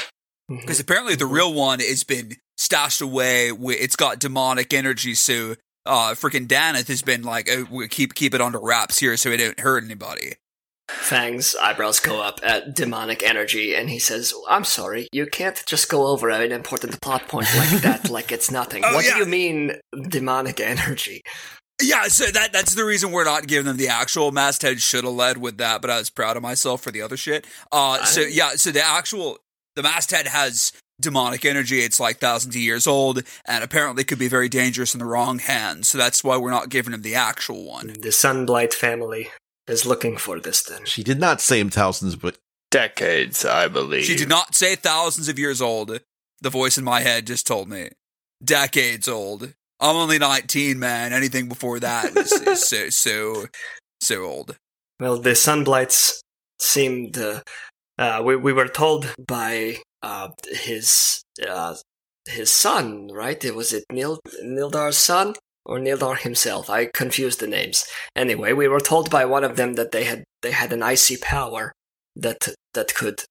[SPEAKER 1] Because apparently the real one has been stashed away. wi- It's got demonic energy, so uh, freaking Danith has been like, oh, we keep keep it under wraps here so it don't hurt anybody.
[SPEAKER 3] Fang's eyebrows go up at demonic energy, and he says, "I'm sorry, you can't just go over an important plot point like that, like it's nothing.
[SPEAKER 1] Oh,
[SPEAKER 3] what
[SPEAKER 1] yeah.
[SPEAKER 3] do you mean demonic energy?
[SPEAKER 1] Yeah, so that that's the reason we're not giving them the actual masthead should have led with that, but I was proud of myself for the other shit. Uh so yeah, so the actual the masthead has demonic energy. It's like thousands of years old and apparently could be very dangerous in the wrong hands. So that's why we're not giving him the actual one.
[SPEAKER 3] The Sunblight family is looking for this then.
[SPEAKER 2] She did not say him thousands, but
[SPEAKER 5] Decades, I believe.
[SPEAKER 1] She did not say thousands of years old. The voice in my head just told me decades old. I'm only 19, man. Anything before that is, is so so so old.
[SPEAKER 3] Well, the Sunblights seemed. Uh, uh, we we were told by uh, his uh, his son, right? It was it Nil- Nildar's son or Nildar himself. I confused the names. Anyway, we were told by one of them that they had they had an icy power that that could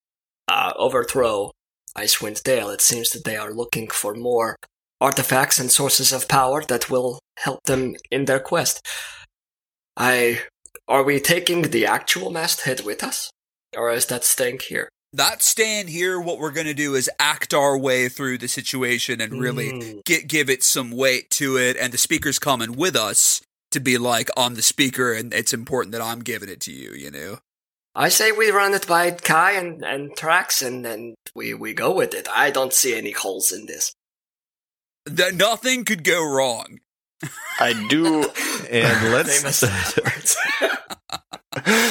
[SPEAKER 3] uh, overthrow Icewind Dale. It seems that they are looking for more artifacts and sources of power that will help them in their quest. I are we taking the actual masthead with us, or is that staying here?
[SPEAKER 1] That's staying here. What we're gonna do is act our way through the situation and really
[SPEAKER 3] Mm.
[SPEAKER 1] get give it some weight to it. And the speaker's coming with us to be like, I'm the speaker, and it's important that I'm giving it to you. You know.
[SPEAKER 3] I say we run it by Kai and and Trax, and and we we go with it. I don't see any holes in this.
[SPEAKER 1] that nothing could go wrong.
[SPEAKER 5] I do.
[SPEAKER 2] and
[SPEAKER 3] They
[SPEAKER 2] let's
[SPEAKER 3] messed up words.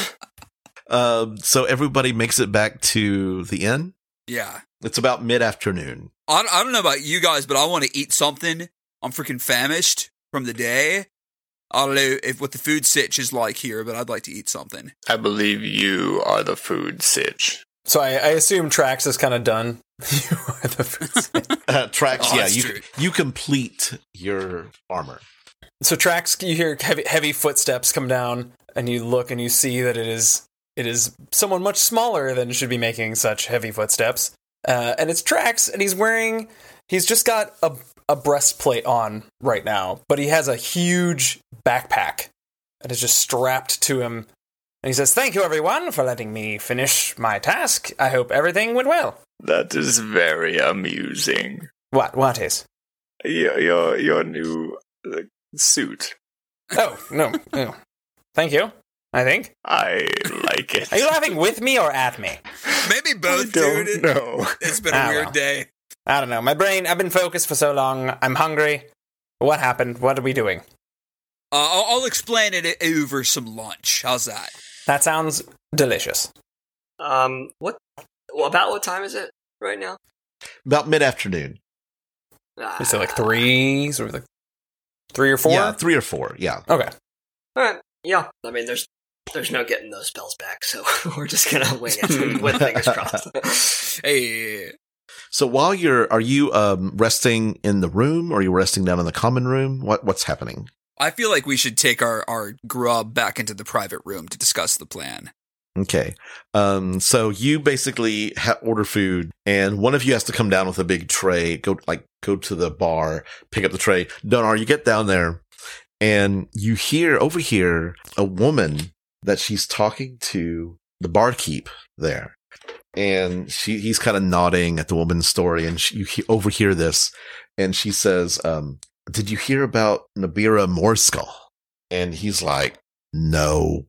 [SPEAKER 2] um, so everybody makes it back to the inn.
[SPEAKER 1] Yeah.
[SPEAKER 2] It's about mid afternoon.
[SPEAKER 1] I, I don't know about you guys, but I want to eat something. I'm freaking famished from the day. I don't know if what the food sitch is like here, but I'd like to eat something.
[SPEAKER 5] I believe you are the food sitch.
[SPEAKER 6] So I, I assume Trax is kind of done. you are the first.
[SPEAKER 2] Uh, tracks,
[SPEAKER 1] Oh,
[SPEAKER 2] yeah,
[SPEAKER 1] that's
[SPEAKER 2] you
[SPEAKER 1] true.
[SPEAKER 2] you complete your armor.
[SPEAKER 6] so Trax, you hear heavy, heavy footsteps come down, and you look and you see that it is it is someone much smaller than should be making such heavy footsteps. Uh, and it's Trax, and he's wearing he's just got a a breastplate on right now, but he has a huge backpack that is just strapped to him. And he says, "Thank you, everyone, for letting me finish my task. I hope everything went well."
[SPEAKER 5] That is very amusing.
[SPEAKER 6] What? What is?
[SPEAKER 5] Your your, your new uh, suit.
[SPEAKER 6] Oh no, no. Thank you. I think.
[SPEAKER 5] I like it.
[SPEAKER 6] Are you laughing with me or at me?
[SPEAKER 1] Maybe both,
[SPEAKER 5] Don't
[SPEAKER 1] dude. It-
[SPEAKER 5] know.
[SPEAKER 1] It's been a
[SPEAKER 6] Ah,
[SPEAKER 1] weird
[SPEAKER 6] well.
[SPEAKER 1] day.
[SPEAKER 6] I don't know. My brain. I've been focused for so long. I'm hungry. What happened? What are we doing?
[SPEAKER 1] Uh, I'll, I'll explain it over some lunch. How's that?
[SPEAKER 6] That sounds delicious.
[SPEAKER 3] um, what well, about what time is it right now?
[SPEAKER 2] About mid afternoon.
[SPEAKER 3] Ah,
[SPEAKER 6] Is it like three? Sort of like three or four.
[SPEAKER 2] Yeah, three or four. Yeah.
[SPEAKER 6] Okay.
[SPEAKER 3] All right. Uh, Yeah. I mean, there's there's no getting those spells back, so we're just gonna wing it with fingers crossed.
[SPEAKER 1] Hey,
[SPEAKER 2] So while you're, are you um, resting in the room or are you resting down in the common room? What what's happening?
[SPEAKER 1] I feel like we should take our, our grub back into the private room to discuss the plan.
[SPEAKER 2] Okay. Um, so you basically ha- order food, and one of you has to come down with a big tray. Go like go to the bar, pick up the tray. Donar, you get down there, and you hear over here a woman that she's talking to the barkeep there, and she he's kind of nodding at the woman's story, and she, you he- overhear this, and she says, um, "Did you hear about Nabira Morskal?" And he's like, "No."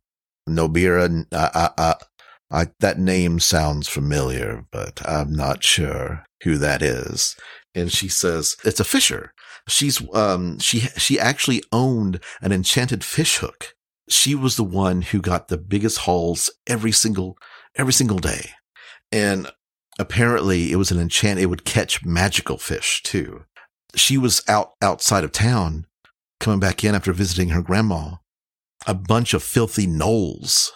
[SPEAKER 2] Nobira, I, I, I, I, that name sounds familiar, but I'm not sure who that is. And she says it's a fisher. She's um she she actually owned an enchanted fish hook. She was the one who got the biggest hauls every single every single day, and apparently it was an enchant. It would catch magical fish too. She was out outside of town, coming back in after visiting her grandma, a bunch of filthy gnolls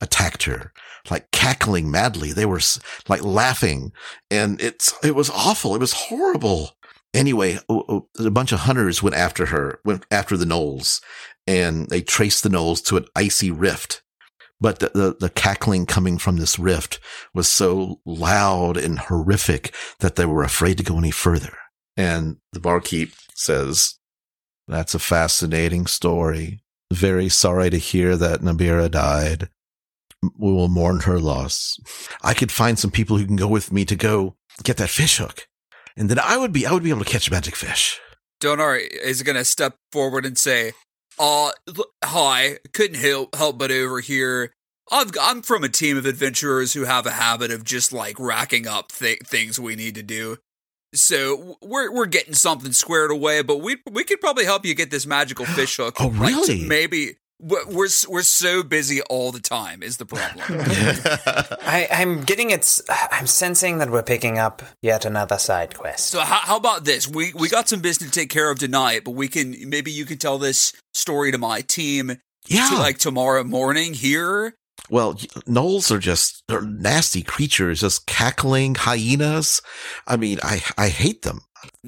[SPEAKER 2] attacked her, like cackling madly. They were s- like laughing, and it's it was awful. It was horrible. Anyway, o- o- a bunch of hunters went after her, went after the gnolls, and they traced the gnolls to an icy rift. But the, the, the cackling coming from this rift was so loud and horrific that they were afraid to go any further. And the barkeep says, That's a fascinating story. Very sorry to hear that Nabira died. We will mourn her loss. I could find some people who can go with me to go get that fish hook. And then I would be I would be able to catch magic fish.
[SPEAKER 1] Donar is going to step forward and say, Uh, l- hi. Couldn't help help but over here. I've, g- I'm from a team of adventurers who have a habit of just like racking up th- things we need to do. So w- we're we're getting something squared away, but we we could probably help you get this magical fish hook.
[SPEAKER 2] Oh,
[SPEAKER 1] Like,
[SPEAKER 2] really?
[SPEAKER 1] maybe we're we're s- we're so busy all the time is the problem.
[SPEAKER 7] I, I'm getting it's. I'm sensing that we're picking up yet another side quest.
[SPEAKER 1] so how, how about this? We we got some business to take care of tonight, but we can maybe you can tell this story to my team
[SPEAKER 2] yeah.
[SPEAKER 1] to like tomorrow morning here.
[SPEAKER 2] well, y- gnolls are just they're nasty creatures, just cackling hyenas. I mean, I I hate them.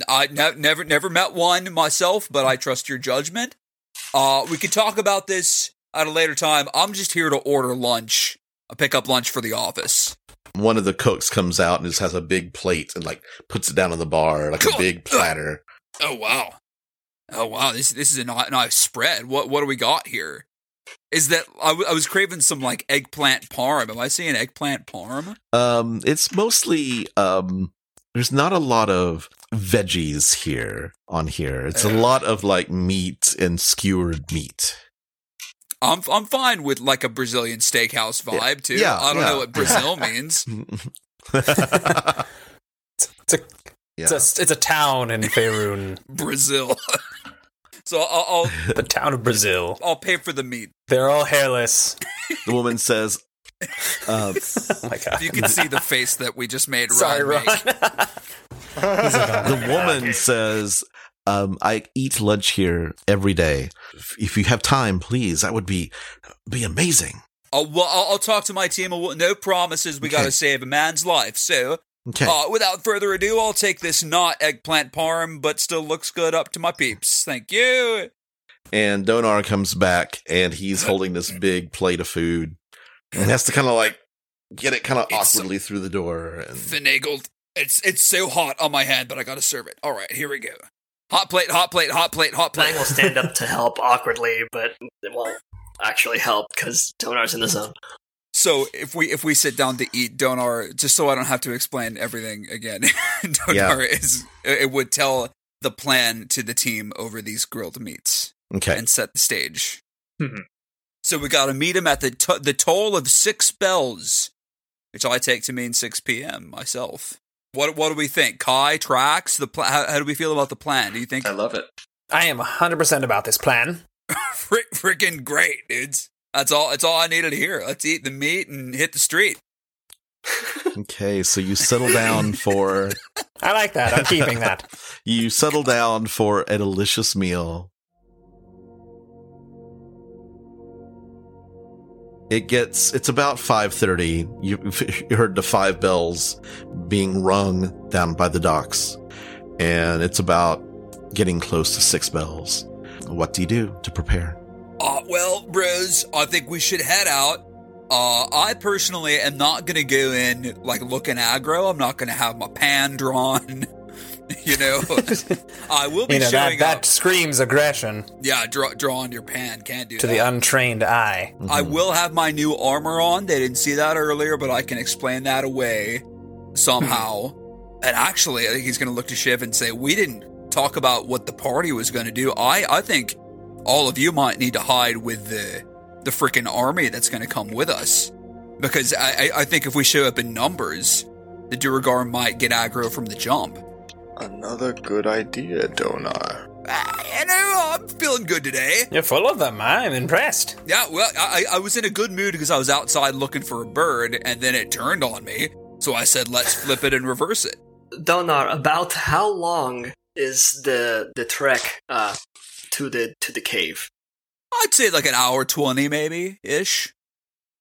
[SPEAKER 1] I ne- never never met one myself, but I trust your judgment. Uh, we could talk about this at a later time. I'm just here to order lunch. I pick up lunch for the office.
[SPEAKER 2] One of the cooks comes out and just has a big plate and like puts it down on the bar like a big platter.
[SPEAKER 1] Oh wow, oh wow. This this is a ni- nice spread. What what do we got here? Is that I, w- I was craving some like eggplant parm? Am I seeing eggplant parm?
[SPEAKER 2] Um, it's mostly um. There's not a lot of veggies here on here. It's a lot of like meat and skewered meat.
[SPEAKER 1] I'm I'm fine with like a Brazilian steakhouse vibe too.
[SPEAKER 2] Yeah,
[SPEAKER 1] I don't
[SPEAKER 2] yeah.
[SPEAKER 1] know what Brazil means.
[SPEAKER 2] yeah.
[SPEAKER 6] It's a, it's, a, it's a town in Faerun,
[SPEAKER 1] Brazil. so I'll, I'll
[SPEAKER 6] the town of Brazil.
[SPEAKER 1] I'll pay for the meat.
[SPEAKER 6] They're all hairless.
[SPEAKER 2] the woman says, uh,
[SPEAKER 6] Oh my god.
[SPEAKER 1] If you can see the face that we just made,
[SPEAKER 6] Sorry,
[SPEAKER 1] Ryan
[SPEAKER 6] Ron.
[SPEAKER 1] make.
[SPEAKER 2] the woman says, um, I eat lunch here every day. If- If you have time, please, that would be be amazing.
[SPEAKER 1] I'll, well, I'll, I'll talk to my team. I'll- No promises. We got
[SPEAKER 2] Okay.
[SPEAKER 1] to save a man's life. So,
[SPEAKER 2] Okay.
[SPEAKER 1] uh, without further ado, I'll take this not eggplant parm, but still looks good up to my peeps. Thank you.
[SPEAKER 2] and Donar comes back and he's holding this big plate of food and has to kind of like get it kind of
[SPEAKER 1] It's so-
[SPEAKER 2] awkwardly through the door. And
[SPEAKER 1] Finagled. It's it's so hot on my hand, but I got to serve it. All right, here we go. Hot plate, hot plate, hot plate, hot plate.
[SPEAKER 3] Lang will stand up to help awkwardly, but it won't actually help because Donar's in the zone.
[SPEAKER 1] So if we if we sit down to eat, Donar, just so I don't have to explain everything again, Donar
[SPEAKER 2] Yeah.
[SPEAKER 1] is it would tell the plan to the team over these grilled meats.
[SPEAKER 2] okay.
[SPEAKER 1] and set the stage.
[SPEAKER 4] Mhm.
[SPEAKER 1] So we got to meet him at the to- the toll of six bells, which I take to mean six p.m. myself. What what do we think? Kai tracks the pl- how, how do we feel about the plan? Do you think
[SPEAKER 4] I love it.
[SPEAKER 7] I am 100% about this plan.
[SPEAKER 1] Frick, freaking great, dudes? That's all. That's all I needed to hear. Let's eat the meat and hit the street.
[SPEAKER 2] Okay. So you settle down for
[SPEAKER 7] I like that. I'm keeping that.
[SPEAKER 2] you settle down for a delicious meal. It gets it's about 5:30. You, you heard the five bells being rung down by the docks. And it's about getting close to six bells. What do you do to prepare?
[SPEAKER 1] Uh, well, bros, I think we should head out. Uh, I personally am not gonna go in like looking aggro. I'm not gonna have my pan drawn. you know, I will be
[SPEAKER 7] You know, that,
[SPEAKER 1] showing up.
[SPEAKER 7] that screams aggression
[SPEAKER 1] Yeah, draw, draw on your pan. Can't do
[SPEAKER 7] to
[SPEAKER 1] that.
[SPEAKER 7] the untrained eye.
[SPEAKER 1] I will have my new armor on. They didn't see that earlier, but I can explain that away somehow. and actually, I think he's going to look to Shiv and say, "We didn't talk about what the party was going to do." I, I think all of you might need to hide with the the freaking army that's going to come with us, because I, I, I think if we show up in numbers, the Duragar might get aggro from the jump.
[SPEAKER 5] Another good idea, Donar.
[SPEAKER 1] Ah, you know, I'm feeling good today.
[SPEAKER 7] You're full of them. I'm impressed.
[SPEAKER 1] Yeah, well, I, I I was in a good mood because I was outside looking for a bird, and then it turned on me. So I said, "Let's flip it and reverse it."
[SPEAKER 3] Donar, about how long is the the trek uh, to the to the cave?
[SPEAKER 1] I'd say like an hour twenty, maybe ish.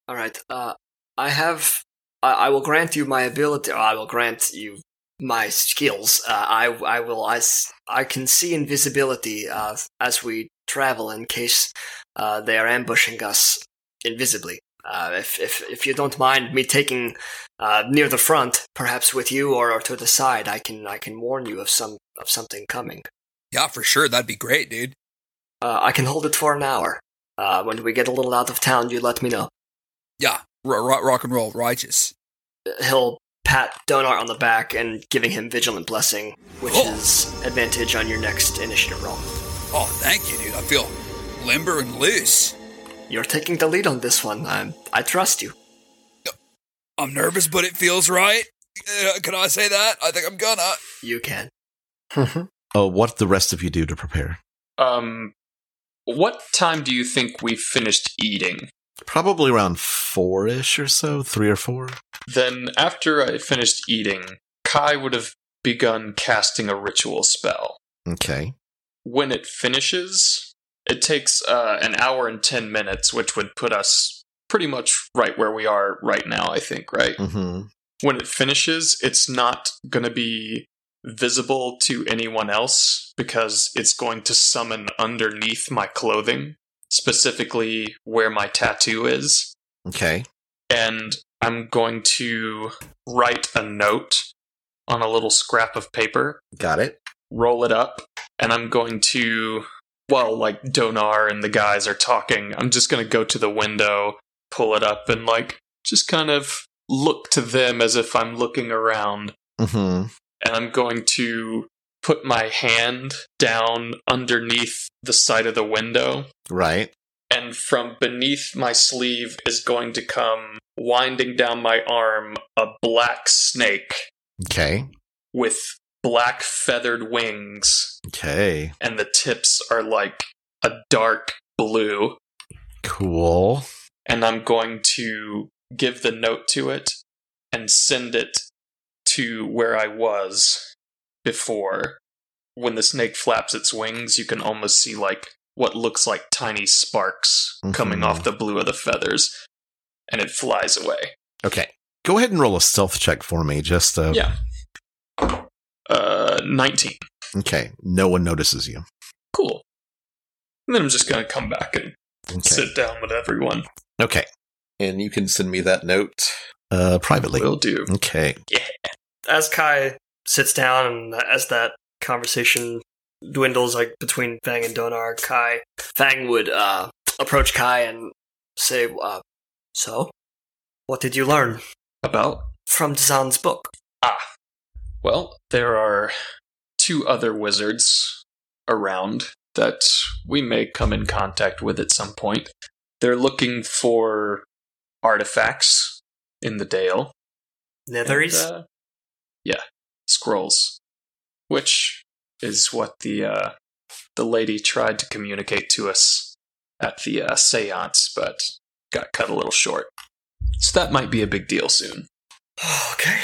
[SPEAKER 3] All right, uh, I have. I, I will grant you my ability. I will grant you my skills. Uh, I I will. I s- I can see invisibility uh, as we travel in case uh, they are ambushing us invisibly. Uh, if if if you don't mind me taking uh, near the front, perhaps with you or, or to the side, I can I can warn you of some of something coming.
[SPEAKER 1] Yeah, for sure, that'd be great, dude.
[SPEAKER 3] Uh, I can hold it for an hour. Uh, when we get a little out of town, you let me know.
[SPEAKER 1] Yeah, ro- ro- rock and roll, righteous.
[SPEAKER 3] He'll pat Donar on the back and giving him Vigilant Blessing, which
[SPEAKER 1] Oh.
[SPEAKER 3] is advantage on your next initiative roll.
[SPEAKER 1] Oh, thank you, dude. I feel limber and loose.
[SPEAKER 3] You're taking the lead on this one. I I trust you.
[SPEAKER 1] I'm nervous, but it feels right. Uh, can I say that? I think I'm gonna.
[SPEAKER 3] You can.
[SPEAKER 2] Uh, what did the rest of you do to prepare?
[SPEAKER 4] Um, what time do you think we finished eating?
[SPEAKER 2] Probably around four ish or so, three or four.
[SPEAKER 4] Then, after I finished eating, Kai would have begun casting a ritual spell.
[SPEAKER 2] Okay.
[SPEAKER 4] When it finishes, it takes uh, an hour and 10 minutes, which would put us pretty much right where we are right now, I think, right?
[SPEAKER 2] hmm
[SPEAKER 4] when it finishes, it's not going to be visible to anyone else because it's going to summon underneath my clothing, specifically where my tattoo is.
[SPEAKER 2] Okay.
[SPEAKER 4] And I'm going to write a note on a little scrap of paper,
[SPEAKER 2] Got it.
[SPEAKER 4] roll it up, and I'm going to, well, like Donar and the guys are talking, I'm just going to go to the window, pull it up, and like just kind of look to them as if I'm looking around
[SPEAKER 2] hmm
[SPEAKER 4] and I'm going to put my hand down underneath the side of the window.
[SPEAKER 2] Right.
[SPEAKER 4] And from beneath my sleeve is going to come, winding down my arm, a black snake
[SPEAKER 2] Okay.
[SPEAKER 4] with black feathered wings,
[SPEAKER 2] Okay.
[SPEAKER 4] and the tips are like a dark blue.
[SPEAKER 2] Cool.
[SPEAKER 4] and I'm going to give the note to it and send it to where I was before. When the snake flaps its wings, you can almost see like what looks like tiny sparks coming
[SPEAKER 2] Mhm.
[SPEAKER 4] off the blue of the feathers, and it flies away.
[SPEAKER 2] Okay. Go ahead and roll a stealth check for me. Just uh,
[SPEAKER 4] Yeah. Uh, 19.
[SPEAKER 2] okay. No one notices you.
[SPEAKER 4] Cool. And then I'm just gonna come back and
[SPEAKER 2] Okay.
[SPEAKER 4] sit down with everyone.
[SPEAKER 2] Okay. And you can send me that note uh, privately.
[SPEAKER 4] Will do.
[SPEAKER 2] Okay.
[SPEAKER 3] As Kai sits down and as that conversation dwindles like between Fang and Donar, Kai Fang would uh, approach Kai and say, uh, "So, what did you learn
[SPEAKER 4] About
[SPEAKER 3] from Zan's book?"
[SPEAKER 4] Well, there are two other wizards around that we may come in contact with at some point. They're looking for artifacts in the Dale.
[SPEAKER 3] Netheries.
[SPEAKER 4] And, uh, yeah, scrolls, which is what the uh, the lady tried to communicate to us at the uh, séance, but got cut a little short. So that might be a big deal soon.
[SPEAKER 3] okay.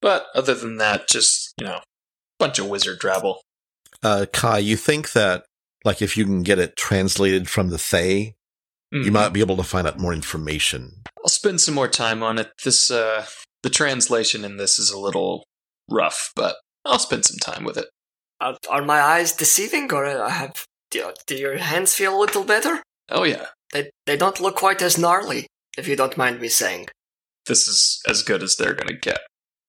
[SPEAKER 4] But other than that, just you know, bunch of wizard drabble.
[SPEAKER 2] Uh, Kai, you think that like if you can get it translated from the Thay, you
[SPEAKER 4] Mhm.
[SPEAKER 2] might be able to find out more information.
[SPEAKER 4] I'll spend some more time on it. This uh the translation in this is a little rough, but I'll spend some time with it.
[SPEAKER 3] Are, Uh, are my eyes deceiving, or I have? Do, do your hands feel a little better?
[SPEAKER 4] Oh yeah.
[SPEAKER 3] They they don't look quite as gnarly, if you don't mind me saying.
[SPEAKER 4] This is as good as they're going to get.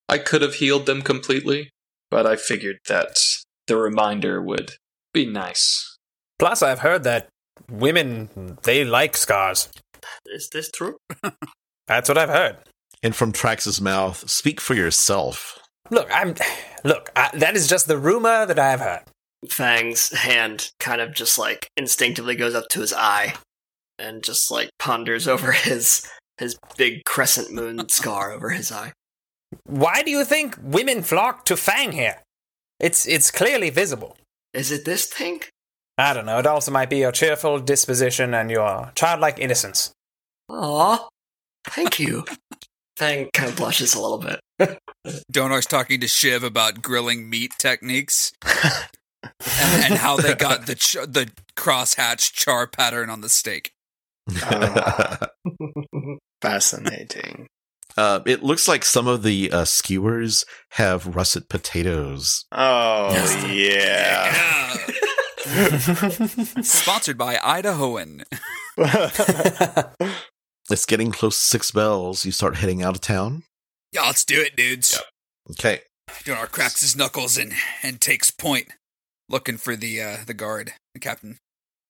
[SPEAKER 4] I could have healed them completely, but I figured that the reminder would be nice.
[SPEAKER 6] Plus, I've heard that women they like scars.
[SPEAKER 3] Is this true?
[SPEAKER 6] That's what I've heard.
[SPEAKER 2] And from Trax's mouth, speak for yourself.
[SPEAKER 6] Look, I'm. Look, I, that is just the rumor that I have heard.
[SPEAKER 3] Fang's hand kind of just like instinctively goes up to his eye, and just like ponders over his his big crescent moon scar over his eye.
[SPEAKER 6] Why do you think women flock to Fang here? It's it's clearly visible.
[SPEAKER 3] Is it this thing?
[SPEAKER 6] I don't know. It also might be your cheerful disposition and your childlike innocence.
[SPEAKER 3] Aw, thank you. Fang kind of blushes a little bit.
[SPEAKER 1] Donar's talking to Shiv about grilling meat techniques and, and how they got the ch- the crosshatch char pattern on the steak.
[SPEAKER 5] Ah. Fascinating.
[SPEAKER 2] Uh, it looks like some of the uh, skewers have russet potatoes.
[SPEAKER 5] Oh yeah.
[SPEAKER 1] Yeah. Sponsored by Idahoan.
[SPEAKER 2] It's getting close to six bells. You start heading out of town.
[SPEAKER 1] Yeah, let's do it, dudes.
[SPEAKER 2] Okay.
[SPEAKER 1] Donar cracks his knuckles and and takes point, looking for the uh, the guard, the captain.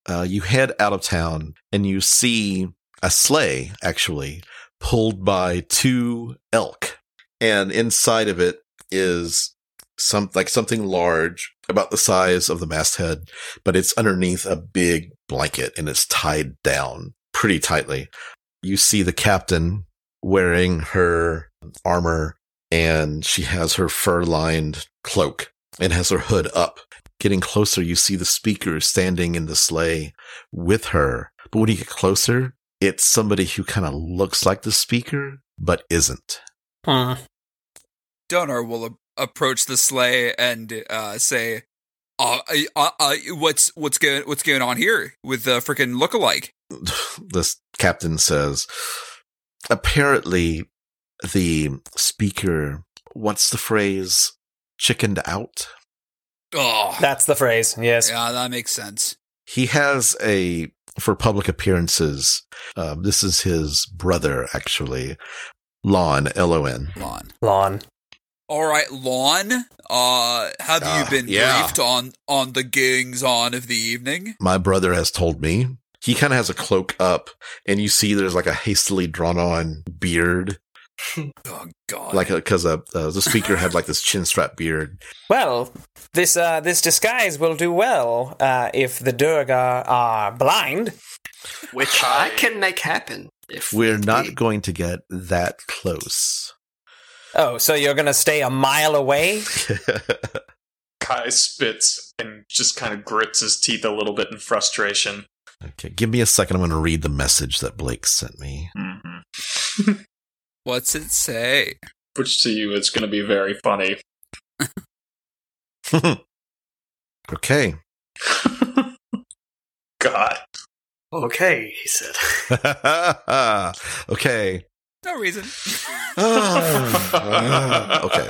[SPEAKER 2] Uh, you head out of town and you see a sleigh, actually, pulled by two elk. And inside of it is some like something large, about the size of the masthead, but it's underneath a big blanket and it's tied down pretty tightly. You see the captain wearing her armor and she has her fur lined cloak and has her hood up. Getting closer, you see the speaker standing in the sleigh with her. But when you get closer, it's somebody who kind of looks like the speaker, but isn't.
[SPEAKER 6] Hmm.
[SPEAKER 1] Donar will a- approach the sleigh and uh, say, uh, uh, uh, "What's what's going what's going on here with the freaking lookalike?"
[SPEAKER 2] This captain says, apparently, the speaker, what's the phrase? Chickened out?
[SPEAKER 1] Oh,
[SPEAKER 6] That's the phrase. Yes.
[SPEAKER 1] yeah, that makes sense.
[SPEAKER 2] He has a, for public appearances, um, this is his brother, actually, Lon, L O N.
[SPEAKER 1] Lon.
[SPEAKER 6] Lawn.
[SPEAKER 1] All right, Lon. Uh, have
[SPEAKER 2] Ah,
[SPEAKER 1] you been
[SPEAKER 2] yeah.
[SPEAKER 1] briefed on on the goings on of the evening?
[SPEAKER 2] my brother has told me. He kind of has a cloak up, and you see there's like a hastily drawn on beard,
[SPEAKER 1] Oh God!
[SPEAKER 2] like because uh, uh, the speaker had like this chin strap beard.
[SPEAKER 7] Well, this uh, this disguise will do well uh, if the Durga are blind.
[SPEAKER 3] which I can make happen. If
[SPEAKER 2] We're
[SPEAKER 3] need
[SPEAKER 2] not
[SPEAKER 3] be.
[SPEAKER 2] going to get that close.
[SPEAKER 7] Oh, so you're gonna stay a mile away?
[SPEAKER 4] Kai spits and just kind of grits his teeth a little bit in frustration.
[SPEAKER 2] okay, give me a second. I'm going to read the message that Blake sent me.
[SPEAKER 1] What's it say?
[SPEAKER 4] Which to you is going to be very funny.
[SPEAKER 2] okay.
[SPEAKER 4] God.
[SPEAKER 3] Okay, he said.
[SPEAKER 2] okay.
[SPEAKER 1] No reason.
[SPEAKER 2] okay.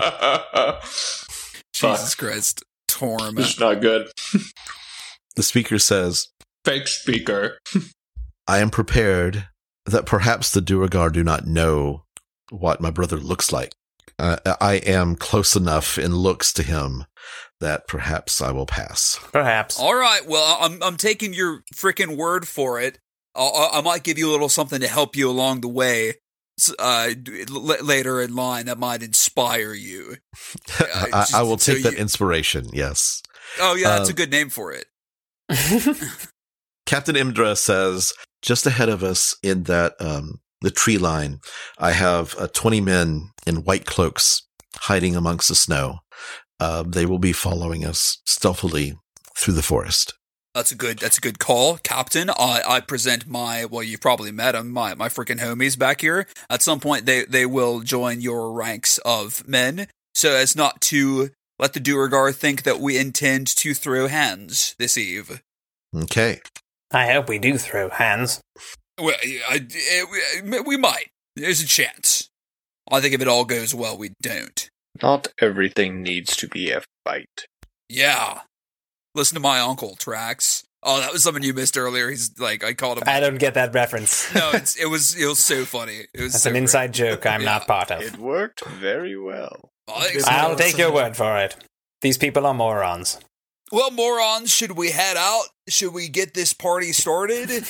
[SPEAKER 1] Jesus Christ, torment.
[SPEAKER 4] It's not good.
[SPEAKER 2] The speaker says,
[SPEAKER 4] Fake speaker.
[SPEAKER 2] I am prepared that perhaps the Duergar do not know what my brother looks like. Uh, I am close enough in looks to him that perhaps I will pass.
[SPEAKER 7] Perhaps.
[SPEAKER 1] All right. Well, I'm I'm taking your freaking word for it. I'll, I'll- I might give you a little something to help you along the way. s- Uh, d- l- later in line, that might inspire you.
[SPEAKER 2] I, I, will
[SPEAKER 1] so
[SPEAKER 2] take that
[SPEAKER 1] you-
[SPEAKER 2] inspiration, yes.
[SPEAKER 1] Oh yeah, that's
[SPEAKER 2] Uh,
[SPEAKER 1] a good name for it.
[SPEAKER 2] Captain Imdra says, just ahead of us in that um, the tree line, I have uh, 20 men in white cloaks hiding amongst the snow. Uh, they will be following us stealthily through the forest.
[SPEAKER 1] That's a good. That's a good call, Captain. I I present my. Well, you've probably met them. My my freaking homies back here. At some point, they they will join your ranks of men, so as not to let the Duergar think that we intend to throw hands this eve.
[SPEAKER 2] Okay.
[SPEAKER 7] I hope we do throw hands.
[SPEAKER 1] Well, I, I- we- we might. There's a chance. I think if it all goes well, we don't.
[SPEAKER 5] Not everything needs to be a fight.
[SPEAKER 1] Yeah. Listen to my uncle, Trax. Oh, that was something you missed earlier. He's like, I called him.
[SPEAKER 7] I don't get that reference.
[SPEAKER 1] no, it's, it was it was so funny. It was
[SPEAKER 7] That's
[SPEAKER 1] so
[SPEAKER 7] an
[SPEAKER 1] great.
[SPEAKER 7] inside joke I'm not part of.
[SPEAKER 5] It worked very well.
[SPEAKER 1] I think so.
[SPEAKER 7] I'll take your word for it. These people are morons.
[SPEAKER 1] Well, morons, should we head out? Should we get this party started?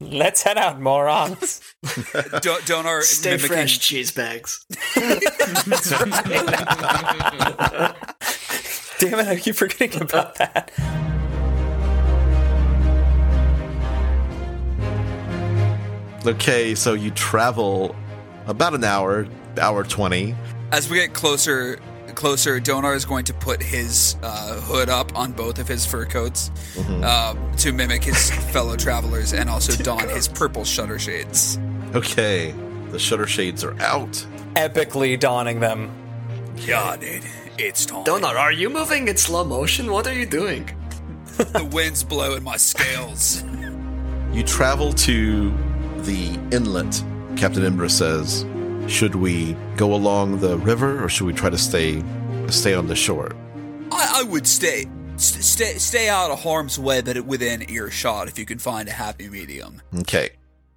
[SPEAKER 7] Let's head out, morons.
[SPEAKER 1] don't, don't our
[SPEAKER 3] Stay
[SPEAKER 1] mimicking-
[SPEAKER 3] fresh, cheese bags.
[SPEAKER 7] Damn it, I keep forgetting about that.
[SPEAKER 2] Okay, so you travel about an hour, hour 20.
[SPEAKER 1] As we get closer, closer, Donar is going to put his uh, hood up on both of his fur coats um, to mimic his fellow travelers and also don his purple shutter shades.
[SPEAKER 2] Okay, the shutter shades are out.
[SPEAKER 6] Epically donning them.
[SPEAKER 1] Yeah, dude, it's time.
[SPEAKER 3] Donar, are you moving in slow motion? What are you doing?
[SPEAKER 1] The wind's blowing my scales.
[SPEAKER 2] You travel to the inlet. Captain Imbra says, "Should we go along the river, or should we try to stay stay on the shore?"
[SPEAKER 1] I, I would stay, st- stay, stay out of harm's way, but within earshot if you can find a happy medium.
[SPEAKER 2] Okay,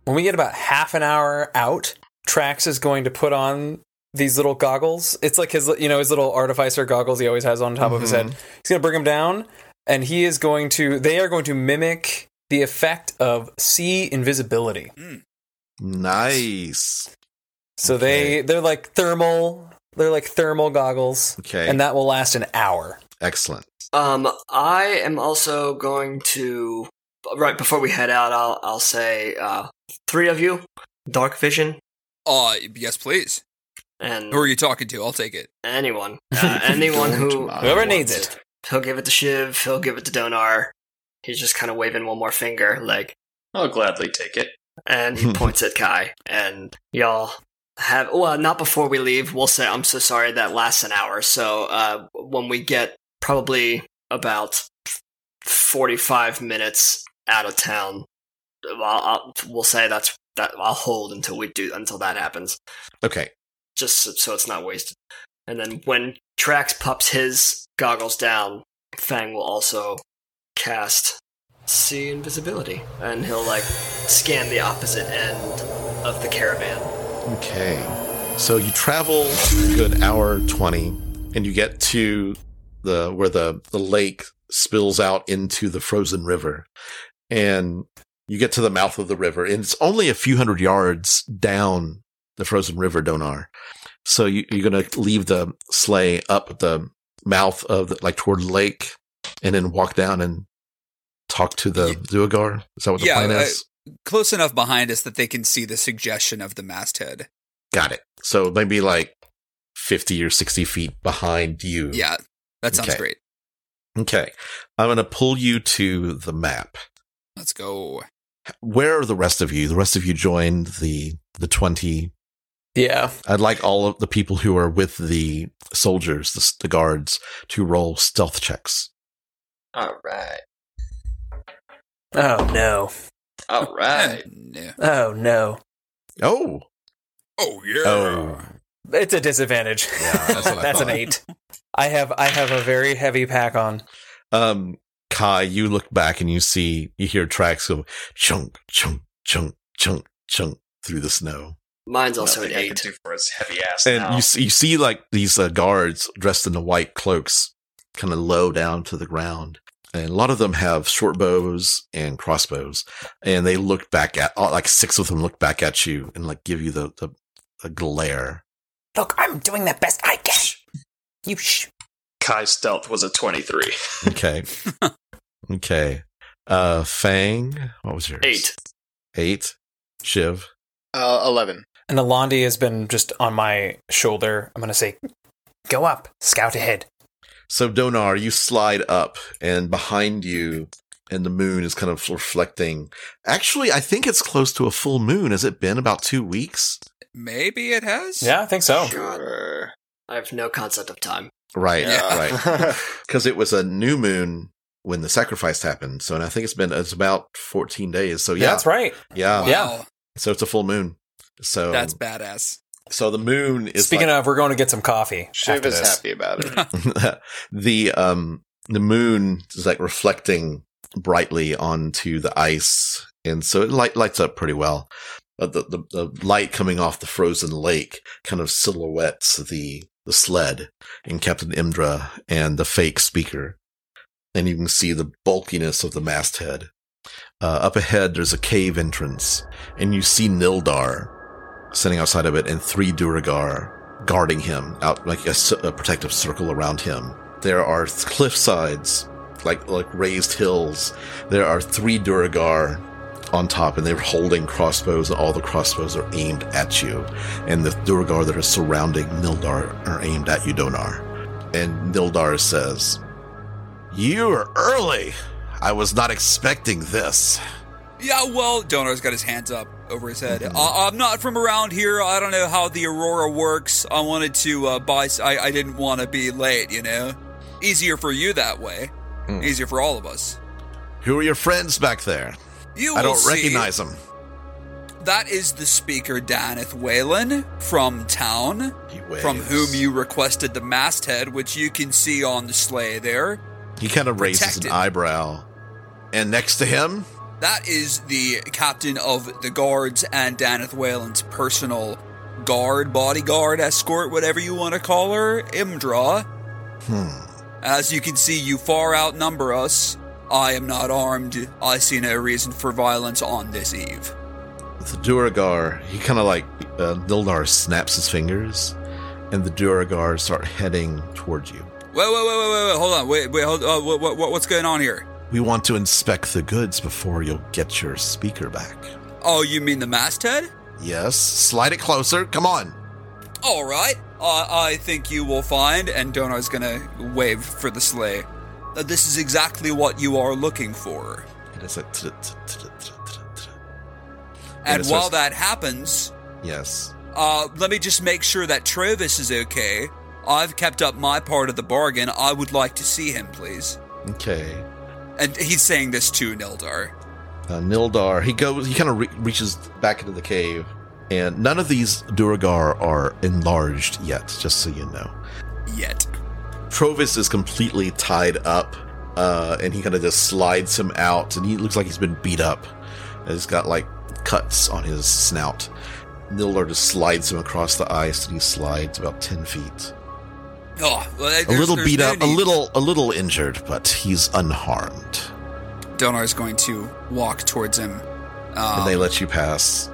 [SPEAKER 6] When we get about half an hour out, Trax is going to put on these little goggles. It's like his, you know, his little artificer goggles he always has on top of his head.
[SPEAKER 2] Mm-hmm.
[SPEAKER 6] He's going to bring them down, and he is going to. They are going to mimic the effect of sea invisibility.
[SPEAKER 2] nice.
[SPEAKER 6] So
[SPEAKER 2] Okay.
[SPEAKER 6] they they're like thermal. They're like thermal goggles,
[SPEAKER 2] Okay,
[SPEAKER 6] and that will last an hour.
[SPEAKER 2] excellent.
[SPEAKER 3] Um, I am also going to right before we head out, I'll I'll say uh, three of you, dark vision,
[SPEAKER 1] Uh, yes, please.
[SPEAKER 3] and
[SPEAKER 1] Who are you talking to? I'll take it.
[SPEAKER 3] anyone, uh, anyone who
[SPEAKER 7] Whoever needs
[SPEAKER 3] wants
[SPEAKER 7] it.
[SPEAKER 3] He'll give it to Shiv. He'll give it to Donar. He's just kind of waving one more finger, like,
[SPEAKER 4] I'll gladly take it.
[SPEAKER 3] and he points at Kai. And y'all have well, not before we leave. We'll say I'm so sorry that lasts an hour. So uh, when we get probably about 45 minutes out of town, I'll, I'll, we'll say that's that. I'll hold until we do until that happens,
[SPEAKER 2] Okay.
[SPEAKER 3] just so, so it's not wasted. And then when Trax pops his goggles down, Fang will also cast see invisibility, and he'll like scan the opposite end of the caravan.
[SPEAKER 2] Okay. So you travel a good hour 20 and you get to the where the, the lake spills out into the frozen river. And you get to the mouth of the river and it's only a few hundred yards down the frozen river Donar. So you, you're going to leave the sleigh up the mouth of the, like toward the lake and then walk down and talk to the
[SPEAKER 1] Ye-
[SPEAKER 2] Duogar. Is that what the
[SPEAKER 1] Yeah,
[SPEAKER 2] plan
[SPEAKER 1] I-
[SPEAKER 2] is?
[SPEAKER 1] Close enough behind us that they can see the suggestion of the masthead.
[SPEAKER 2] Got it. So maybe like 50 or 60 feet behind you.
[SPEAKER 1] Yeah, that sounds
[SPEAKER 2] Okay.
[SPEAKER 1] great.
[SPEAKER 2] Okay. I'm going to pull you to the map.
[SPEAKER 1] Let's go.
[SPEAKER 2] Where are the rest of you? The rest of you joined the the 20.
[SPEAKER 6] Yeah.
[SPEAKER 2] I'd like all of the people who are with the soldiers, the, the guards, to roll stealth checks.
[SPEAKER 4] All right.
[SPEAKER 6] Oh no.
[SPEAKER 4] All right.
[SPEAKER 1] Yeah.
[SPEAKER 6] Oh no.
[SPEAKER 2] Oh.
[SPEAKER 1] Oh yeah.
[SPEAKER 2] Oh.
[SPEAKER 6] It's a disadvantage.
[SPEAKER 2] Yeah, that's what I
[SPEAKER 6] an
[SPEAKER 2] thought.
[SPEAKER 6] eight. I have I have a very heavy pack on.
[SPEAKER 2] Um, Kai, you look back and you see, you hear tracks go chunk, chunk, chunk, chunk, chunk through the snow.
[SPEAKER 3] Mine's also
[SPEAKER 4] Nothing
[SPEAKER 3] an
[SPEAKER 4] I can
[SPEAKER 3] eight.
[SPEAKER 4] do for his heavy ass
[SPEAKER 2] and
[SPEAKER 4] now.
[SPEAKER 2] you see, you see like these uh, guards dressed in the white cloaks kind of low down to the ground and a lot of them have short bows and crossbows and they look back at all, like six of them look back at you and like give you the the, the glare
[SPEAKER 7] Look, I'm doing the best I can. You shh.
[SPEAKER 4] Kai's stealth was a 23.
[SPEAKER 2] okay okay uh fang what was yours
[SPEAKER 3] Eight.
[SPEAKER 2] eight shiv
[SPEAKER 5] Uh, 11.
[SPEAKER 6] And Alandi has been just on my shoulder. I'm gonna say
[SPEAKER 7] Go up. Scout ahead.
[SPEAKER 2] So Donar, you slide up, and behind you, and the moon is kind of reflecting. Actually, I think it's close to a full moon. Has it been about two weeks?
[SPEAKER 1] Maybe it has.
[SPEAKER 6] Yeah, I think so.
[SPEAKER 5] Sure.
[SPEAKER 3] I have no concept of time.
[SPEAKER 2] Right,
[SPEAKER 1] Yeah.
[SPEAKER 2] right. Because it was a new moon when the sacrifice happened. So, and I think it's been it's about fourteen days. So,
[SPEAKER 6] Yeah,
[SPEAKER 2] yeah,
[SPEAKER 6] that's right.
[SPEAKER 2] yeah.
[SPEAKER 1] Wow.
[SPEAKER 6] Yeah.
[SPEAKER 2] So it's a full moon. So
[SPEAKER 1] That's badass.
[SPEAKER 2] So the moon is
[SPEAKER 6] Speaking
[SPEAKER 2] like-
[SPEAKER 6] of, we're going to get some coffee.
[SPEAKER 5] Shiv
[SPEAKER 6] after
[SPEAKER 5] is
[SPEAKER 6] this.
[SPEAKER 5] happy about it.
[SPEAKER 2] the um the moon is like reflecting brightly onto the ice and so it light, lights up pretty well but the, the the light coming off the frozen lake kind of silhouettes the the sled and captain imdra and the fake speaker and you can see the bulkiness of the masthead uh, up ahead there's a cave entrance and you see nildar standing outside of it and three duragar guarding him out like a, s- a protective circle around him. There are th- cliff sides, like like raised hills. There are three Duragar on top, and they're holding crossbows, and all the crossbows are aimed at you. And the Duragar that are surrounding Nildar are aimed at you, Donar. And Nildar says, "You are early. I was not expecting this."
[SPEAKER 1] Yeah, well, Donor's got his hands up over his head.
[SPEAKER 2] Mm-hmm.
[SPEAKER 1] I- I'm not from around here. I don't know how the Aurora works. I wanted to uh, buy. s- I, I didn't want to be late, you know? Easier for you that way.
[SPEAKER 2] Mm.
[SPEAKER 1] Easier for all of us.
[SPEAKER 2] Who are your friends back there?
[SPEAKER 1] You
[SPEAKER 2] I
[SPEAKER 1] will
[SPEAKER 2] don't
[SPEAKER 1] see.
[SPEAKER 2] recognize them.
[SPEAKER 1] That is the speaker, Danith Whalen, from town.
[SPEAKER 2] He
[SPEAKER 1] from
[SPEAKER 2] waves.
[SPEAKER 1] whom you requested the masthead, which you can see on the sleigh there.
[SPEAKER 2] He kind of raises an
[SPEAKER 1] Protected.
[SPEAKER 2] eyebrow. And next to him,
[SPEAKER 1] That is the captain of the guards and Danith Whalen's personal guard, bodyguard, escort, whatever you want to call her, Imdra.
[SPEAKER 2] hmm,
[SPEAKER 1] As you can see, you far outnumber us. I am not armed. I see no reason for violence on this eve.
[SPEAKER 2] the Duragar, he kind of like, uh, Nildar snaps his fingers, and the Duragar start heading towards you.
[SPEAKER 1] Wait, wait, wait, wait, wait, wait. Hold on. Wait, wait. Hold, uh, what, what, what's going on here?
[SPEAKER 2] We want to inspect the goods before you'll get your speaker back.
[SPEAKER 1] Oh, you mean the masthead?
[SPEAKER 2] Yes, slide it closer. Come on.
[SPEAKER 1] All right. Uh, I think you will find, and Dono's gonna wave for the sleigh. Uh, this is exactly what you are looking for.
[SPEAKER 2] It is a tr- tr- tr- tr- tr- tr-
[SPEAKER 1] And
[SPEAKER 2] it's
[SPEAKER 1] while
[SPEAKER 2] just-
[SPEAKER 1] that happens,
[SPEAKER 2] Yes.
[SPEAKER 1] uh, let me just make sure that Travis is okay. I've kept up my part of the bargain. I would like to see him, please.
[SPEAKER 2] Okay.
[SPEAKER 1] And he's saying this to Nildar.
[SPEAKER 2] uh, Nildar. He goes. He kind of re- reaches back into the cave, and none of these Duragar are enlarged yet. Just so you know,
[SPEAKER 1] Yet.
[SPEAKER 2] Trovis is completely tied up, uh, and he kind of just slides him out, and he looks like he's been beat up. And he's got like cuts on his snout. Nildar just slides him across the ice, and he slides about ten feet.
[SPEAKER 1] Oh, well,
[SPEAKER 2] A
[SPEAKER 1] there's-
[SPEAKER 2] little
[SPEAKER 1] there's
[SPEAKER 2] beat
[SPEAKER 1] no
[SPEAKER 2] up, a
[SPEAKER 1] need.
[SPEAKER 2] little, a little injured, but he's unharmed.
[SPEAKER 1] Donar is going to walk towards him. Um,
[SPEAKER 2] and they let you pass.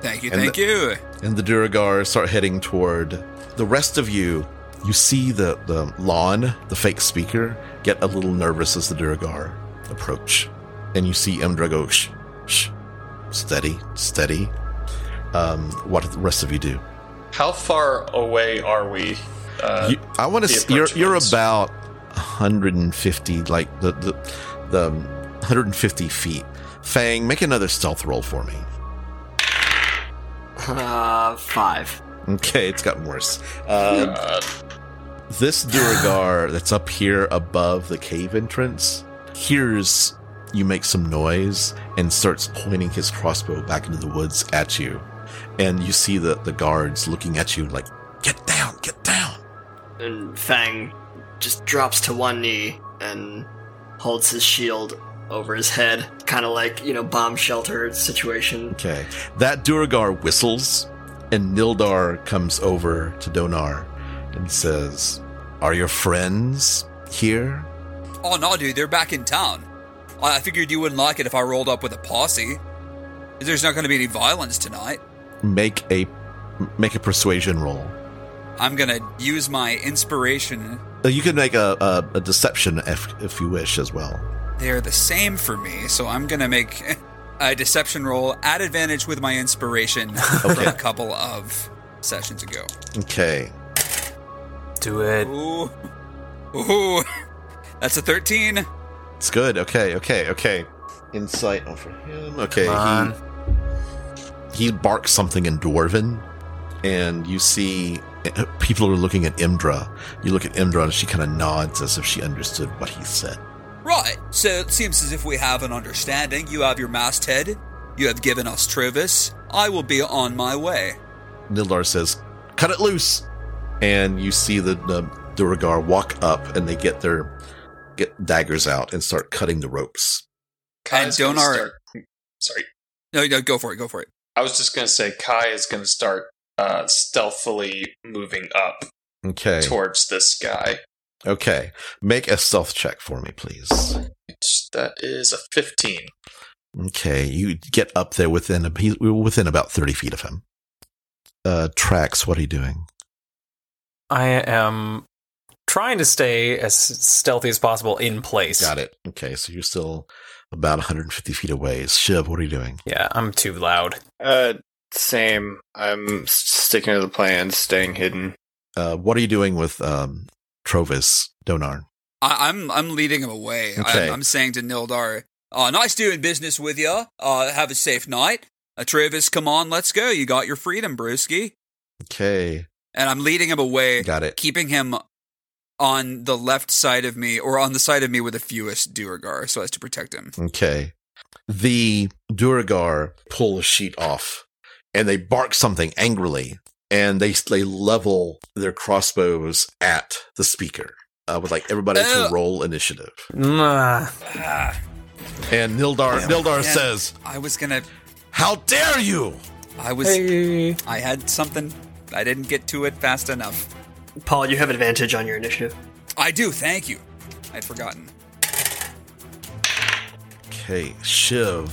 [SPEAKER 1] thank you,
[SPEAKER 2] and
[SPEAKER 1] thank
[SPEAKER 2] the-
[SPEAKER 1] you.
[SPEAKER 2] and the Duragar start heading toward the rest of you. You see the, the lawn, the fake speaker, get a little nervous as the Duragar approach. And you see Emdra go, shh, shh, steady, steady. Um, what do the rest of you do?
[SPEAKER 4] How far away are we? Uh,
[SPEAKER 2] you, I want
[SPEAKER 4] the
[SPEAKER 2] to. You're,
[SPEAKER 4] approach
[SPEAKER 2] you're
[SPEAKER 4] ones.
[SPEAKER 2] about 150, like the the, the um, 150 feet. Fang, make another stealth roll for me.
[SPEAKER 3] Uh, five.
[SPEAKER 2] Okay, it's gotten worse. Um,
[SPEAKER 4] uh,
[SPEAKER 2] This Duragar that's up here above the cave entrance hears you make some noise and starts pointing his crossbow back into the woods at you. And you see the, the guards looking at you like, get down, get down.
[SPEAKER 3] And Fang just drops to one knee and holds his shield over his head, kind of like you know bomb shelter situation.
[SPEAKER 2] Okay. That Duragar whistles, and Nildar comes over to Donar and says, Are your friends here?
[SPEAKER 1] Oh no, dude, they're back in town. I I figured you wouldn't like it if I rolled up with a posse. There's not going to be any violence tonight.
[SPEAKER 2] Make a make a persuasion roll.
[SPEAKER 1] I'm going to use my inspiration.
[SPEAKER 2] Uh, You can make a, a, a deception if, if you wish as well.
[SPEAKER 1] They're the same for me, so I'm going to make a deception roll at advantage with my inspiration from a couple of sessions ago.
[SPEAKER 2] Okay.
[SPEAKER 7] Do it.
[SPEAKER 1] Ooh. Ooh. That's a 13.
[SPEAKER 2] It's good. Okay, okay, okay. Insight over him. Okay,
[SPEAKER 3] Uh, Uh-huh.
[SPEAKER 7] Come
[SPEAKER 2] he he barks something in Dwarven, and you see people are looking at Imdra. You look at Imdra, and she kind of nods as if she understood what he said.
[SPEAKER 1] Right, so it seems as if we have an understanding. You have your masthead, you have given us Trovis. I will be on my way.
[SPEAKER 2] Nildar says, "Cut it loose," and you see the the Duragar walk up, and they get their get daggers out and start cutting the ropes. uh,
[SPEAKER 4] Kai is gonna
[SPEAKER 1] Donar-
[SPEAKER 4] start- Sorry,
[SPEAKER 1] No, no, go for it, go for it.
[SPEAKER 4] I was just gonna say Kai is gonna start uh, stealthily moving up
[SPEAKER 2] Okay,
[SPEAKER 4] towards this guy.
[SPEAKER 2] okay. Make a stealth check for me, please.
[SPEAKER 4] That is a fifteen.
[SPEAKER 2] Okay, you get up there within a, he, we were within about thirty feet of him. Uh, tracks. What are you doing?
[SPEAKER 6] I am trying to stay as stealthy as possible in place.
[SPEAKER 2] Got it. Okay, so you're still about 150 feet away. Shiv, what are you doing?
[SPEAKER 6] Yeah, I'm too loud.
[SPEAKER 5] Uh, same. I'm s- sticking to the plan, staying hidden.
[SPEAKER 2] Uh, what are you doing with um, Trovis Donar?
[SPEAKER 1] I, I'm I'm leading him away.
[SPEAKER 2] Okay.
[SPEAKER 1] I'm, I'm saying to Nildar, uh, "Nice doing business with you. Uh, have a safe night, uh, Travis. Come on, let's go. You got your freedom, Brewski."
[SPEAKER 2] Okay,
[SPEAKER 1] And I'm leading him away,
[SPEAKER 2] got it.
[SPEAKER 1] keeping him on the left side of me, or on the side of me with the fewest Duergar, so as to protect him.
[SPEAKER 2] Okay, the Duragar pull a sheet off, and they bark something angrily, and they they level their crossbows at the speaker. I would like everybody to
[SPEAKER 1] Oh.
[SPEAKER 2] roll initiative.
[SPEAKER 6] Mwah.
[SPEAKER 1] Ah,
[SPEAKER 2] And Nildar Nildar
[SPEAKER 1] Yeah.
[SPEAKER 2] says,
[SPEAKER 1] I was gonna.
[SPEAKER 2] "How dare you?"
[SPEAKER 1] I was.
[SPEAKER 6] Hey.
[SPEAKER 1] I had something. I didn't get to it fast enough.
[SPEAKER 3] Paul, you have advantage on your initiative.
[SPEAKER 1] I do. Thank you. I'd forgotten.
[SPEAKER 2] Okay, Shiv.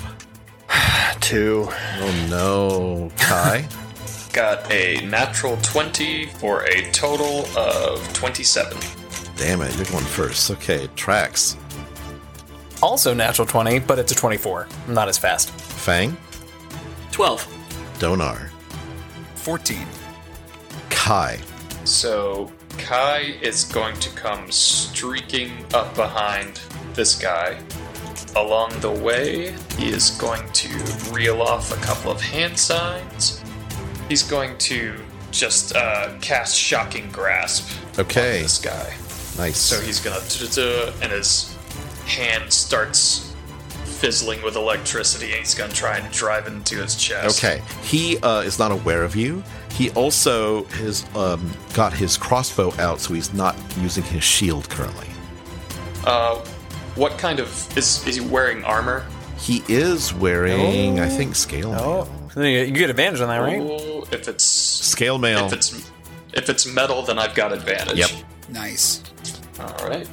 [SPEAKER 5] Two.
[SPEAKER 2] Oh no, Kai.
[SPEAKER 4] Got a natural twenty for a total of twenty-seven.
[SPEAKER 2] Damn it, you're going first. Okay, tracks.
[SPEAKER 6] Also natural 20, but it's a 24. I'm not as fast.
[SPEAKER 2] Fang,
[SPEAKER 3] 12.
[SPEAKER 2] Donar,
[SPEAKER 1] 14.
[SPEAKER 2] Kai,
[SPEAKER 4] So Kai is going to come streaking up behind this guy. Along the way, he is going to reel off a couple of hand signs. He's going to just uh, cast Shocking Grasp
[SPEAKER 2] Okay.
[SPEAKER 4] on this guy.
[SPEAKER 2] nice.
[SPEAKER 4] So he's gonna t-t-t- and his hand starts fizzling with electricity, and he's gonna try and drive it into his chest.
[SPEAKER 2] Okay. He uh, is not aware of you. He also has um, got his crossbow out, so he's not using his shield currently.
[SPEAKER 4] Uh, what kind of is is he wearing armor?
[SPEAKER 2] He is wearing, I think, scale mail.
[SPEAKER 6] So You you get advantage on that, right?
[SPEAKER 4] Ooh, if it's
[SPEAKER 2] Scale mail.
[SPEAKER 4] if it's if it's metal, then I've got advantage.
[SPEAKER 2] Yep.
[SPEAKER 1] Nice.
[SPEAKER 4] All right.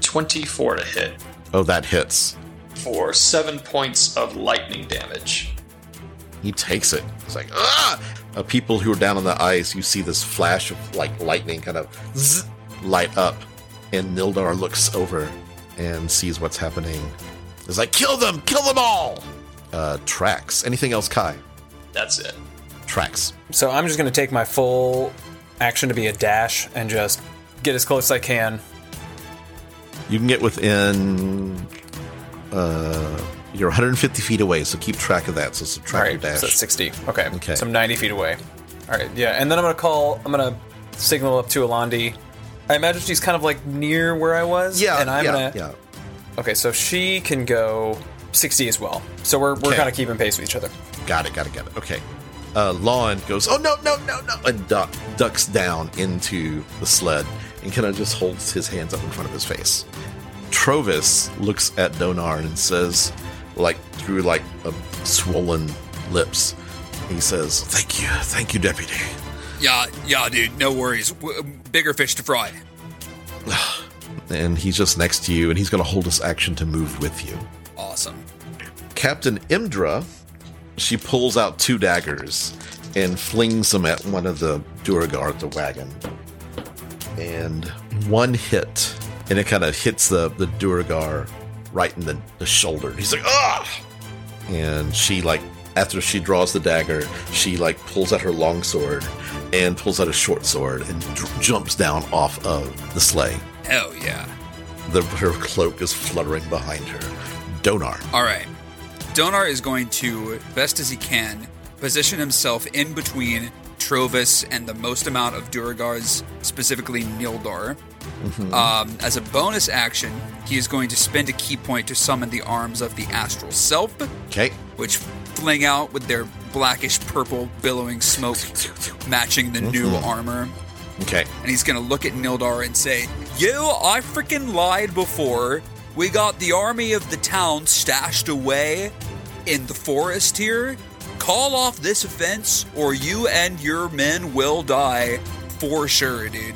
[SPEAKER 4] Twenty-four to hit
[SPEAKER 2] oh, that hits.
[SPEAKER 4] for seven points of lightning damage.
[SPEAKER 2] He takes it. It's like, ah! Uh, people who are down on the ice, you see this flash of like lightning kind of zzz, light up, and Nildar looks over and sees what's happening. It's like, kill them, kill them all. Uh, tracks. Anything else, Kai?
[SPEAKER 4] That's it.
[SPEAKER 2] Tracks.
[SPEAKER 6] So I'm just going to take my full action to be a dash and just get as close as I can.
[SPEAKER 2] You can get within. Uh, you're 150 feet away, so keep track of that. So
[SPEAKER 6] All
[SPEAKER 2] subtract
[SPEAKER 6] right,
[SPEAKER 2] your dash.
[SPEAKER 6] so that's 60. Okay.
[SPEAKER 2] Okay.
[SPEAKER 6] so I'm 90 feet away. All right, yeah, and then I'm going to call, I'm going to signal up to Alandi. I imagine she's kind of like near where I was.
[SPEAKER 2] yeah,
[SPEAKER 6] and I'm
[SPEAKER 2] yeah,
[SPEAKER 6] gonna,
[SPEAKER 2] yeah.
[SPEAKER 6] Okay, so she can go 60 as well. So we're, we're
[SPEAKER 2] Okay.
[SPEAKER 6] kind of keeping pace with each other.
[SPEAKER 2] Got it, got it, got it. Okay. Uh, Lawn goes, oh no, no, no, no, and duck, ducks down into the sled and kind of just holds his hands up in front of his face. Trovis looks at Donar and says, like through like a swollen lips, he says, "Thank you, thank you, deputy."
[SPEAKER 1] Yeah, yeah, dude. No worries. W- um, bigger fish to fry.
[SPEAKER 2] And he's just next to you, and he's going to hold his action to move with you.
[SPEAKER 1] Awesome.
[SPEAKER 2] Captain Imdra, she pulls out two daggers and flings them at one of the Duragar at the wagon. And one hit, and it kind of hits the, the Duragar right in the, the shoulder. He's like, ah! And she, like, after she draws the dagger, she, like, pulls out her long sword and pulls out a short sword and dr- jumps down off of the sleigh.
[SPEAKER 1] Hell yeah.
[SPEAKER 2] The, her cloak is fluttering behind her. Donar.
[SPEAKER 1] All right. Donar is going to, best as he can, position himself in between Trovis and the most amount of Duragars, specifically Nildar. Um, as a bonus action, he is going to spend a key point to summon the arms of the Astral Self,
[SPEAKER 2] Okay.
[SPEAKER 1] which fling out with their blackish purple billowing smoke, matching the new armor
[SPEAKER 2] Okay.
[SPEAKER 1] and he's going to look at Nildar and say, "You, I freaking lied before. We got the army of the town stashed away in the forest here. Call off this offense, or you and your men will die for sure, dude.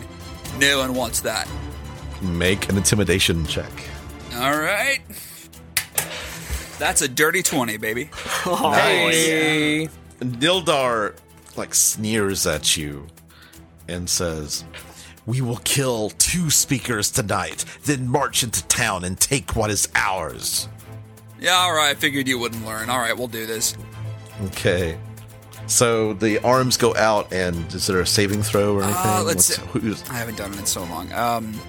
[SPEAKER 1] No one wants that.
[SPEAKER 2] Make an intimidation check.
[SPEAKER 1] All right." That's a dirty 20, baby.
[SPEAKER 6] Hey.
[SPEAKER 2] Nildar like sneers at you and says, "We will kill two speakers tonight, then march into town and take what is ours."
[SPEAKER 1] Yeah, all right. I figured you wouldn't learn. All right, we'll do this.
[SPEAKER 2] Okay. So the arms go out, and is there a saving throw or anything?
[SPEAKER 1] Uh, let's see.
[SPEAKER 2] who's,
[SPEAKER 1] I haven't done it in so long. Um,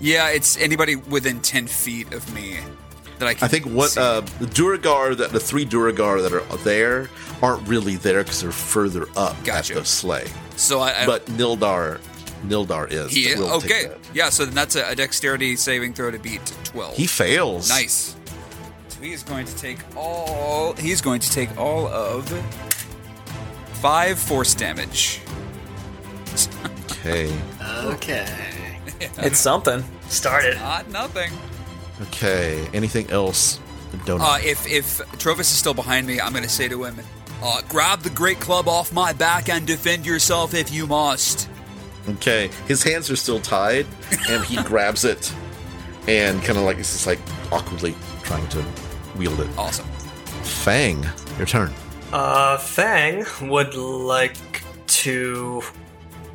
[SPEAKER 1] yeah, it's anybody within 10 feet of me that I can
[SPEAKER 2] I think what
[SPEAKER 1] see.
[SPEAKER 2] uh, the Duragar that the three Duragar that are there aren't really there because they're further up
[SPEAKER 1] Gotcha.
[SPEAKER 2] at the sleigh,
[SPEAKER 1] So I, I
[SPEAKER 2] but Nildar, Nildar is
[SPEAKER 1] he,
[SPEAKER 2] will take
[SPEAKER 1] okay,
[SPEAKER 2] that.
[SPEAKER 1] yeah. So then that's a, a dexterity saving throw to beat to twelve.
[SPEAKER 2] He fails.
[SPEAKER 1] nice. So he is going to take all. He's going to take all of five force damage.
[SPEAKER 2] Okay.
[SPEAKER 3] Okay.
[SPEAKER 6] It's something.
[SPEAKER 3] Start it.
[SPEAKER 1] Not nothing.
[SPEAKER 2] Okay. Anything else? Don't.
[SPEAKER 1] Uh, if if Trovis is still behind me, I'm going to say to him, uh, "Grab the great club off my back and defend yourself if you must."
[SPEAKER 2] okay. His hands are still tied, and he grabs it, and kind of like it's just like awkwardly trying to wield it.
[SPEAKER 1] Awesome.
[SPEAKER 2] Fang, your turn.
[SPEAKER 3] Uh, Fang would like to.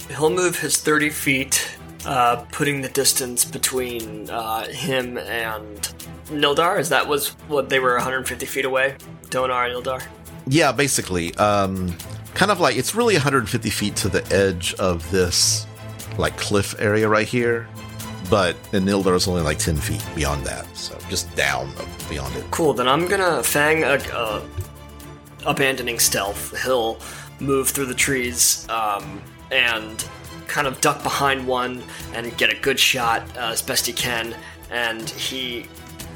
[SPEAKER 3] He'll move his 30 feet, uh, putting the distance between uh, him and Nildar? Is that was what they were 150 feet away? Donar and Nildar.
[SPEAKER 2] Yeah, basically. Um, kind of like it's really 150 feet to the edge of this like cliff area right here, but Nildar is only like 10 feet beyond that, so just down beyond it.
[SPEAKER 3] Cool. Then I'm gonna fang a, uh, abandoning stealth. He'll move through the trees um, and kind of duck behind one and get a good shot uh, as best he can. And he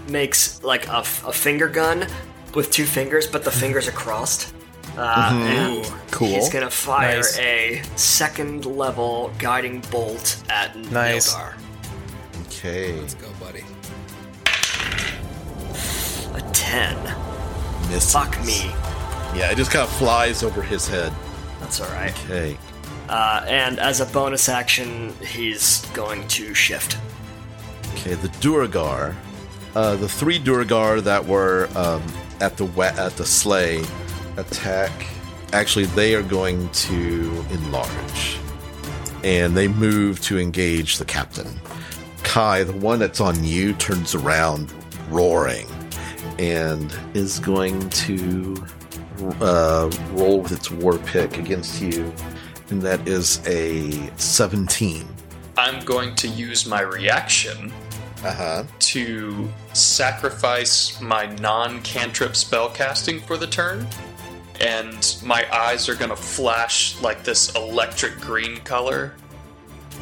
[SPEAKER 3] makes like a, f- a finger gun with two fingers, but the fingers are crossed. Uh, And
[SPEAKER 2] Cool.
[SPEAKER 3] he's gonna fire
[SPEAKER 6] Nice.
[SPEAKER 3] a second level guiding bolt at
[SPEAKER 6] Nice.
[SPEAKER 3] Nildar.
[SPEAKER 2] Okay,
[SPEAKER 1] Let's go, buddy.
[SPEAKER 3] A ten.
[SPEAKER 2] miss.
[SPEAKER 3] Fuck me.
[SPEAKER 2] Yeah, it just kind of flies over his head.
[SPEAKER 3] That's all right.
[SPEAKER 2] Okay,
[SPEAKER 3] Uh, and as a bonus action, he's going to shift.
[SPEAKER 2] okay. The Duragar, uh, the three Duragar that were um, at the wa- at the sleigh attack. Actually, they are going to enlarge, and they move to engage the captain. Kai, the one that's on you, turns around, roaring, and is going to uh, roll with its war pick against you, and that is a seventeen.
[SPEAKER 4] I'm going to use my reaction
[SPEAKER 2] Uh huh.
[SPEAKER 4] to sacrifice my non cantrip spell casting for the turn, and my eyes are gonna flash like this electric green color,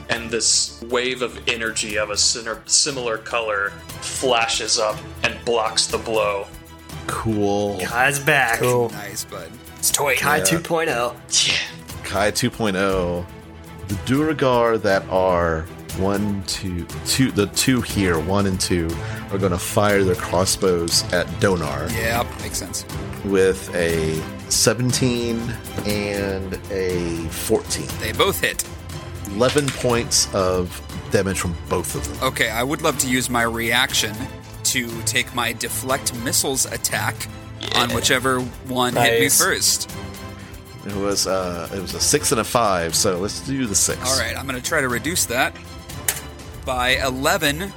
[SPEAKER 4] and this wave of energy of a sin- similar color flashes up and blocks the blow.
[SPEAKER 2] Cool.
[SPEAKER 3] Kai's back.
[SPEAKER 6] Cool.
[SPEAKER 1] Nice, bud.
[SPEAKER 7] It's toy.
[SPEAKER 3] Kai oh. 2.0.
[SPEAKER 2] Kai 2.0, the Duragar that are one, two, two, the two here, one and two, are going to fire their crossbows at Donar
[SPEAKER 1] Yeah, makes sense.
[SPEAKER 2] with a 17 and a 14.
[SPEAKER 1] They both hit.
[SPEAKER 2] 11 points of damage from both of them.
[SPEAKER 1] Okay, I would love to use my reaction to take my deflect missiles attack on whichever one hit me
[SPEAKER 6] Nice.
[SPEAKER 1] first.
[SPEAKER 2] It was uh, it was a six and a five, so let's do the six.
[SPEAKER 1] All right, I'm going to try to reduce that by 11
[SPEAKER 2] Mm.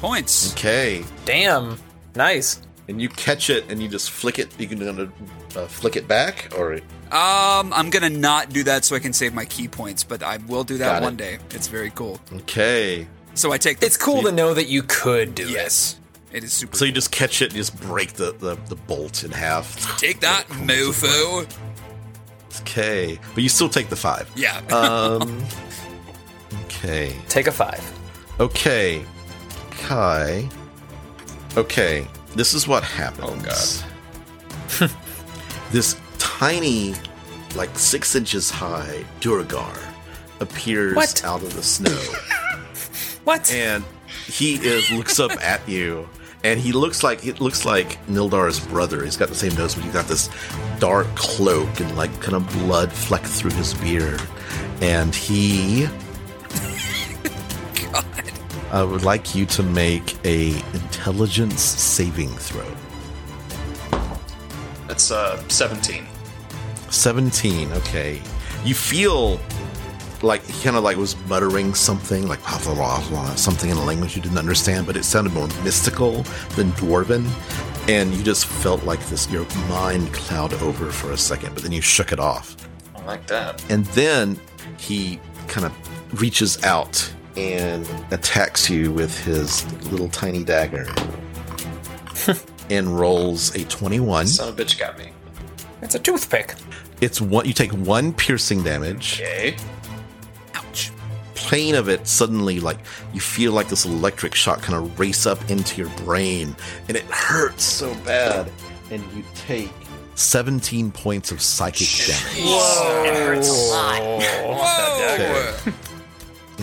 [SPEAKER 1] points.
[SPEAKER 2] Okay.
[SPEAKER 6] Damn. Nice.
[SPEAKER 2] And you catch it and you just flick it. You can gonna, uh, flick it back, or
[SPEAKER 1] Um, I'm going to not do that so I can save my key points, but I will do that
[SPEAKER 2] Got it.
[SPEAKER 1] one day. It's very cool.
[SPEAKER 2] okay.
[SPEAKER 1] So I take the
[SPEAKER 6] It's cool to know that you could do it.
[SPEAKER 1] Yes. It is super.
[SPEAKER 2] So you just catch it and just break the, the, the bolt in half.
[SPEAKER 1] Take that, mofo.
[SPEAKER 2] Okay. But you still take the five.
[SPEAKER 1] Yeah.
[SPEAKER 2] Um, okay.
[SPEAKER 6] Take a five.
[SPEAKER 2] Okay. Kai. Okay. This is what happens. Oh, God. this tiny, like six inches high Duragar appears
[SPEAKER 6] What?
[SPEAKER 2] out of the snow.
[SPEAKER 6] What?
[SPEAKER 2] and he is looks up at you and he looks like it looks like Nildar's brother. He's got the same nose, but he's got this dark cloak and like kind of blood flecked through his beard. And he I would like you to make a intelligence saving throw.
[SPEAKER 4] That's uh, 17.
[SPEAKER 2] 17 okay you feel like he kind of like was muttering something like blah, blah, blah, blah, something in a language you didn't understand but it sounded more mystical than dwarven and you just felt like this your mind cloud over for a second but then you shook it off
[SPEAKER 4] I like that.
[SPEAKER 2] and then he kind of reaches out and attacks you with his little tiny dagger and rolls a 21
[SPEAKER 4] Son of a bitch got me.
[SPEAKER 6] It's a toothpick.
[SPEAKER 2] it's one you take one piercing damage
[SPEAKER 4] Okay.
[SPEAKER 1] Ouch.
[SPEAKER 2] pain of it suddenly like you feel like this electric shock kind of race up into your brain and it hurts so bad and you take 17 points of psychic damage
[SPEAKER 3] It hurts a lot.
[SPEAKER 1] Whoa.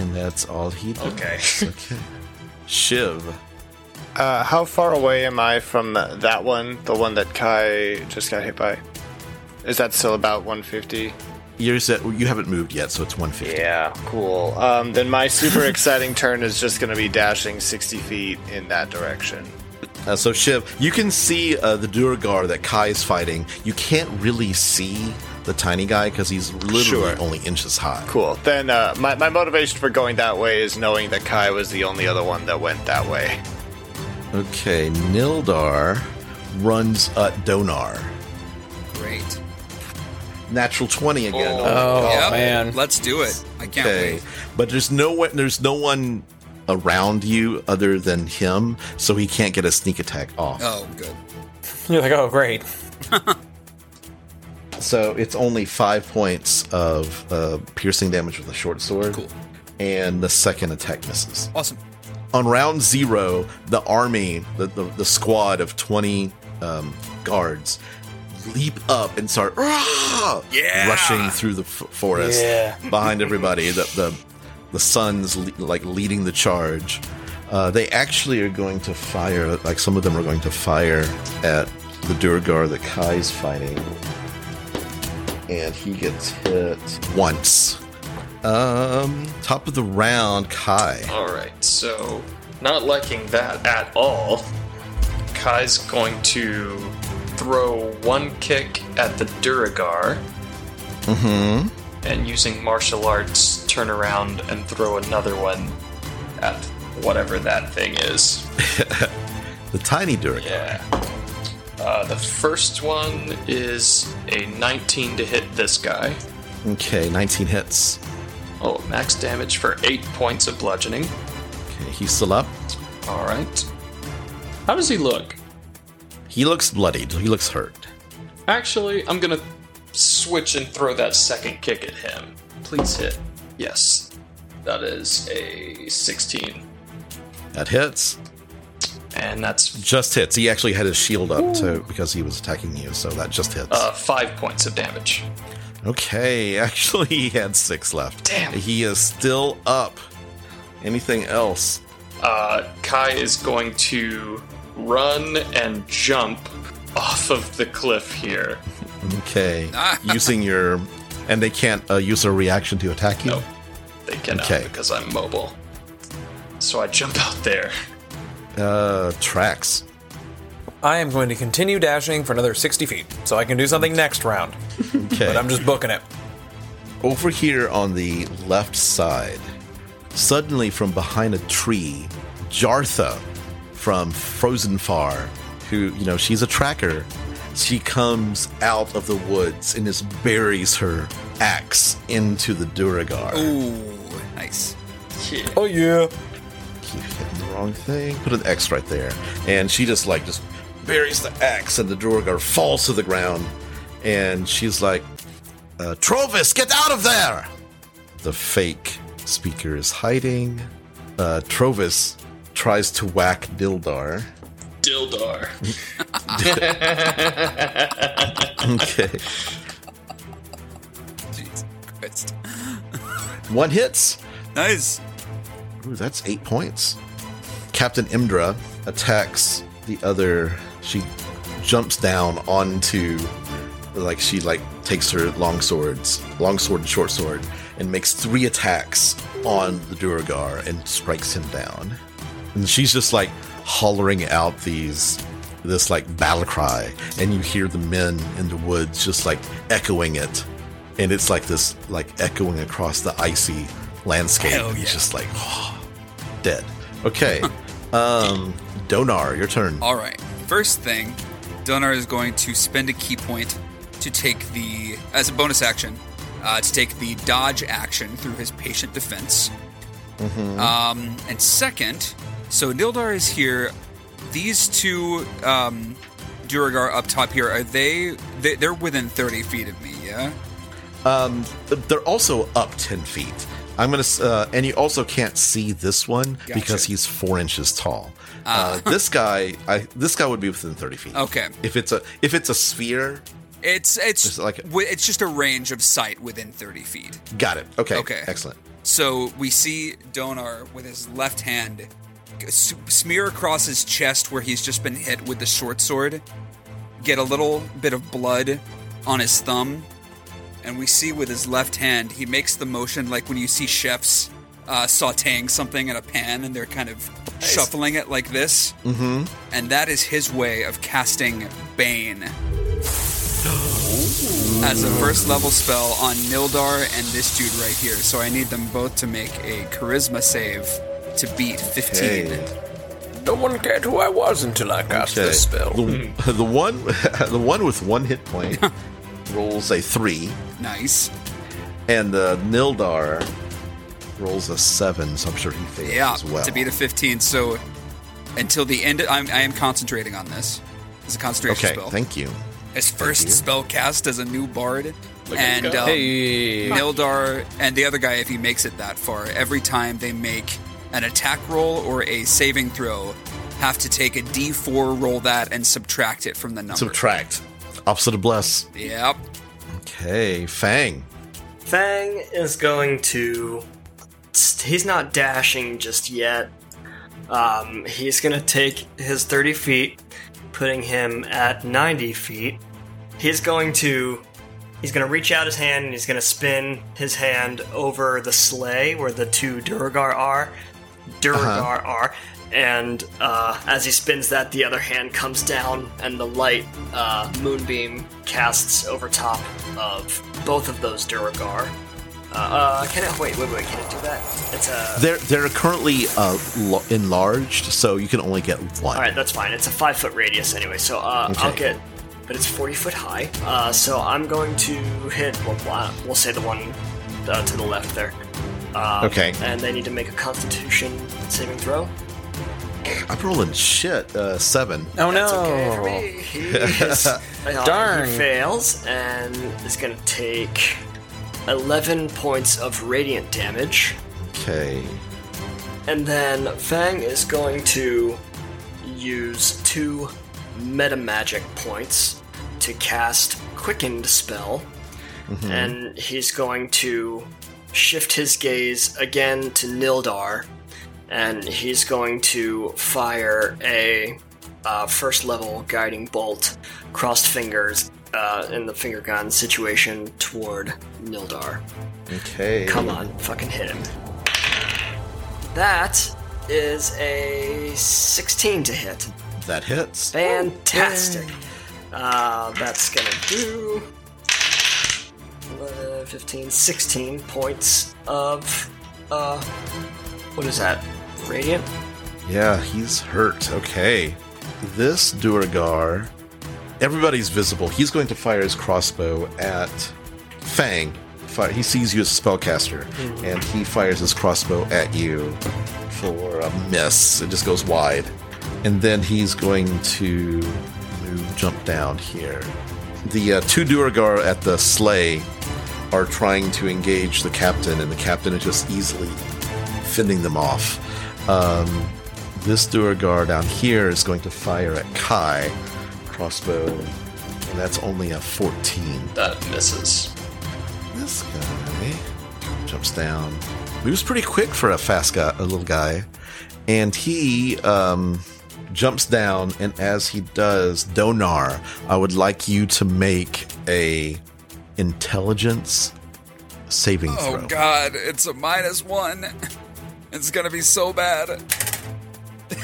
[SPEAKER 2] and that's all he does
[SPEAKER 4] Okay.
[SPEAKER 2] okay shiv
[SPEAKER 5] Uh, how far away am I from the, that one? The one that Kai just got hit by? Is that still about 150?
[SPEAKER 2] you're set, you haven't moved yet so it's 150
[SPEAKER 5] Yeah, cool. Um, then my super exciting turn is just going to be dashing 60 feet in that direction.
[SPEAKER 2] uh, so shiv you can see uh, the durgar that kai is fighting you can't really see the tiny guy because he's literally
[SPEAKER 5] Sure.
[SPEAKER 2] only inches high
[SPEAKER 5] Cool. Then uh, my, my motivation for going that way is knowing that Kai was the only other one that went that way.
[SPEAKER 2] Okay, Nildar runs at Donar.
[SPEAKER 1] Great.
[SPEAKER 2] Natural 20 again.
[SPEAKER 1] Oh.
[SPEAKER 6] Oh,
[SPEAKER 1] Yep.
[SPEAKER 6] man.
[SPEAKER 1] Let's do it. I can't
[SPEAKER 2] Okay,
[SPEAKER 1] wait.
[SPEAKER 2] but there's no one. There's no one around you other than him, so he can't get a sneak attack off.
[SPEAKER 1] Oh, good.
[SPEAKER 6] You're like, oh, great.
[SPEAKER 2] So it's only five points of uh, piercing damage with a short sword,
[SPEAKER 1] Cool.
[SPEAKER 2] and the second attack misses.
[SPEAKER 1] Awesome.
[SPEAKER 2] On round zero, the army, the the, the squad of twenty um, guards, leap up and start "Rah!"
[SPEAKER 1] Yeah.
[SPEAKER 2] rushing through the f- forest.
[SPEAKER 6] Yeah.
[SPEAKER 2] behind everybody. The the the sun's le- like leading the charge. Uh, they actually are going to fire. Like some of them are going to fire at the Durgar that Kai's fighting, and he gets hit once. Um, top of the round, Kai.
[SPEAKER 4] Alright, so not liking that at all, Kai's going to throw one kick at the Duragar. And using martial arts, turn around and throw another one at whatever that thing is.
[SPEAKER 2] The tiny Durgar.
[SPEAKER 4] Yeah. Uh, the first one is a 19 to hit this guy.
[SPEAKER 2] Okay, 19 hits.
[SPEAKER 4] Oh, max damage for 8 points of bludgeoning.
[SPEAKER 2] Okay, he's still up.
[SPEAKER 4] Alright. How does he look?
[SPEAKER 2] He looks bloodied. He looks hurt.
[SPEAKER 4] Actually, I'm gonna switch and throw that second kick at him. Please hit. Yes. That is a 16.
[SPEAKER 2] That hits.
[SPEAKER 4] And that's
[SPEAKER 2] Just hits. He actually had his shield up, so because he was attacking you, so that just hits.
[SPEAKER 4] uh, 5 points of damage.
[SPEAKER 2] Okay, actually, he had six left.
[SPEAKER 4] Damn.
[SPEAKER 2] He is still up. Anything else?
[SPEAKER 4] Uh, Kai is going to run and jump off of the cliff here.
[SPEAKER 2] Okay. Using your. And they can't uh, use a reaction to attack you?
[SPEAKER 4] No, they cannot
[SPEAKER 2] Okay.
[SPEAKER 4] because I'm mobile. So I jump out there.
[SPEAKER 2] Uh, tracks.
[SPEAKER 6] I am going to continue dashing for another 60 feet, so I can do something next round.
[SPEAKER 2] Okay.
[SPEAKER 6] But I'm just booking it.
[SPEAKER 2] Over here on the left side, suddenly from behind a tree, Jartha from Frozenfar, who, you know, she's a tracker, she comes out of the woods and just buries her axe into the Duragar.
[SPEAKER 1] Ooh, nice.
[SPEAKER 6] Oh, yeah.
[SPEAKER 2] keep hitting the wrong thing. Put an X right there. And she just like just buries the axe and the Durgar falls to the ground. And she's like, uh, Trovis, get out of there! The fake speaker is hiding. Uh, Trovis tries to whack Dildar.
[SPEAKER 4] Dildar.
[SPEAKER 2] Okay.
[SPEAKER 1] Jesus Christ.
[SPEAKER 2] One hits.
[SPEAKER 1] Nice.
[SPEAKER 2] Ooh, that's eight points. Captain Imdra attacks the other. She jumps down onto, like she like takes her long swords, long sword and short sword, and makes three attacks on the Duragar and strikes him down. And she's just like hollering out these, this like battle cry, and you hear the men in the woods just like echoing it, and it's like this like echoing across the icy landscape.
[SPEAKER 1] Hell
[SPEAKER 2] and It's
[SPEAKER 1] yeah.
[SPEAKER 2] just like dead. Okay. um Donar, your turn.
[SPEAKER 1] All right. First thing, Donar is going to spend a key point to take the as a bonus action uh, to take the dodge action through his patient defense.
[SPEAKER 2] Mm-hmm.
[SPEAKER 1] Um, and second, so Nildar is here. These two um, Duragar up top here are they, they? They're within thirty feet of me. Yeah.
[SPEAKER 2] Um they're also up 10 feet. I'm going to uh, and you also can't see this one because he's 4 inches tall. Uh, this guy I this guy would be within 30 feet.
[SPEAKER 1] Ah. Okay.
[SPEAKER 2] If it's a if it's a sphere,
[SPEAKER 1] It's it's
[SPEAKER 2] Just like a-
[SPEAKER 1] wi- it's just a range of sight within thirty feet.
[SPEAKER 2] got it. Okay.
[SPEAKER 1] Okay.
[SPEAKER 2] Excellent.
[SPEAKER 1] So we see Donar with his left hand s- smear across his chest where he's just been hit with the short sword, get a little bit of blood on his thumb, and we see with his left hand he makes the motion like when you see chefs uh, sauteing something in a pan and they're kind of shuffling it like this. Mm-hmm. And that is his way of casting Bane. As a first level spell on Nildar and this dude right here, so I need them both to make a charisma save to beat 15.
[SPEAKER 2] Hey.
[SPEAKER 6] No one cared who I was until I cast
[SPEAKER 2] Okay.
[SPEAKER 6] this spell.
[SPEAKER 2] The, the one, the one with one hit point rolls a three,
[SPEAKER 1] Nice.
[SPEAKER 2] and the Nildar rolls a seven. So I'm sure he fails
[SPEAKER 1] Yeah,
[SPEAKER 2] as well.
[SPEAKER 1] to beat a 15. So until the end, I'm, I am concentrating on this. It's a concentration
[SPEAKER 2] okay,
[SPEAKER 1] spell.
[SPEAKER 2] thank you.
[SPEAKER 1] His first
[SPEAKER 2] you.
[SPEAKER 1] spell cast as a new bard. and
[SPEAKER 4] go.
[SPEAKER 1] um,
[SPEAKER 6] Hey,
[SPEAKER 1] Nildar and the other guy, if he makes it that far, every time they make an attack roll or a saving throw, have to take a d4, roll that, and subtract it from the number.
[SPEAKER 2] Subtract. Opposite of bless.
[SPEAKER 1] Yep.
[SPEAKER 2] Okay, Fang.
[SPEAKER 3] Fang is going to. He's not dashing just yet. Um, he's going to take his 30 feet, putting him at 90 feet. He's going to. He's going to reach out his hand and he's going to spin his hand over the sleigh where the two Durgar are.
[SPEAKER 2] Uh-huh.
[SPEAKER 3] Durgar are. And uh, as he spins that, the other hand comes down and the light uh, moonbeam casts over top of both of those Durgar. Uh, uh, can it? Wait, wait, wait. Can it do that? It's a.
[SPEAKER 2] They're they're currently uh, lo- enlarged, so you can only get one.
[SPEAKER 3] All right, that's fine. It's a five foot radius anyway, so uh, I'll
[SPEAKER 2] Okay.
[SPEAKER 3] get. But it's forty foot high, uh, so I'm going to hit. Well, blah, we'll say the one uh, to the left there. Um,
[SPEAKER 2] Okay.
[SPEAKER 3] And they need to make a Constitution saving throw.
[SPEAKER 2] I'm rolling shit. Uh, seven.
[SPEAKER 6] oh
[SPEAKER 3] That's
[SPEAKER 6] no!
[SPEAKER 3] okay for me. He is, uh,
[SPEAKER 6] Darn.
[SPEAKER 3] He fails and is going to take eleven points of radiant damage.
[SPEAKER 2] Okay.
[SPEAKER 3] And then Fang is going to use two meta magic points to cast Quickened Spell. And he's going to shift his gaze again to Nildar. And he's going to fire a uh, first level guiding bolt, crossed fingers uh, in the finger gun situation toward Nildar.
[SPEAKER 2] Okay.
[SPEAKER 3] Come on, fucking hit him. That is a 16 to hit.
[SPEAKER 2] That hits.
[SPEAKER 3] Fantastic. Uh, that's gonna do 11, 15, 16 points of. Uh, what is that? Radiant?
[SPEAKER 2] Yeah, he's hurt. Okay. This Durgar, everybody's visible. He's going to fire his crossbow at Fang. Fire. He sees you as a spellcaster, and he fires his crossbow at you for a miss. It just goes wide. And then he's going to move, jump down here. The uh, two Durgar at the sleigh are trying to engage the captain, and the captain is just easily fending them off. Um, this Durgar down here is going to fire at Kai, crossbow, and that's only a 14.
[SPEAKER 4] That misses.
[SPEAKER 2] This guy jumps down, moves pretty quick for a fast guy, a little guy, and he um, jumps down. And as he does, Donar, I would like you to make a intelligence saving
[SPEAKER 1] Oh,
[SPEAKER 2] throw.
[SPEAKER 1] God. It's a minus one. It's going to be so bad.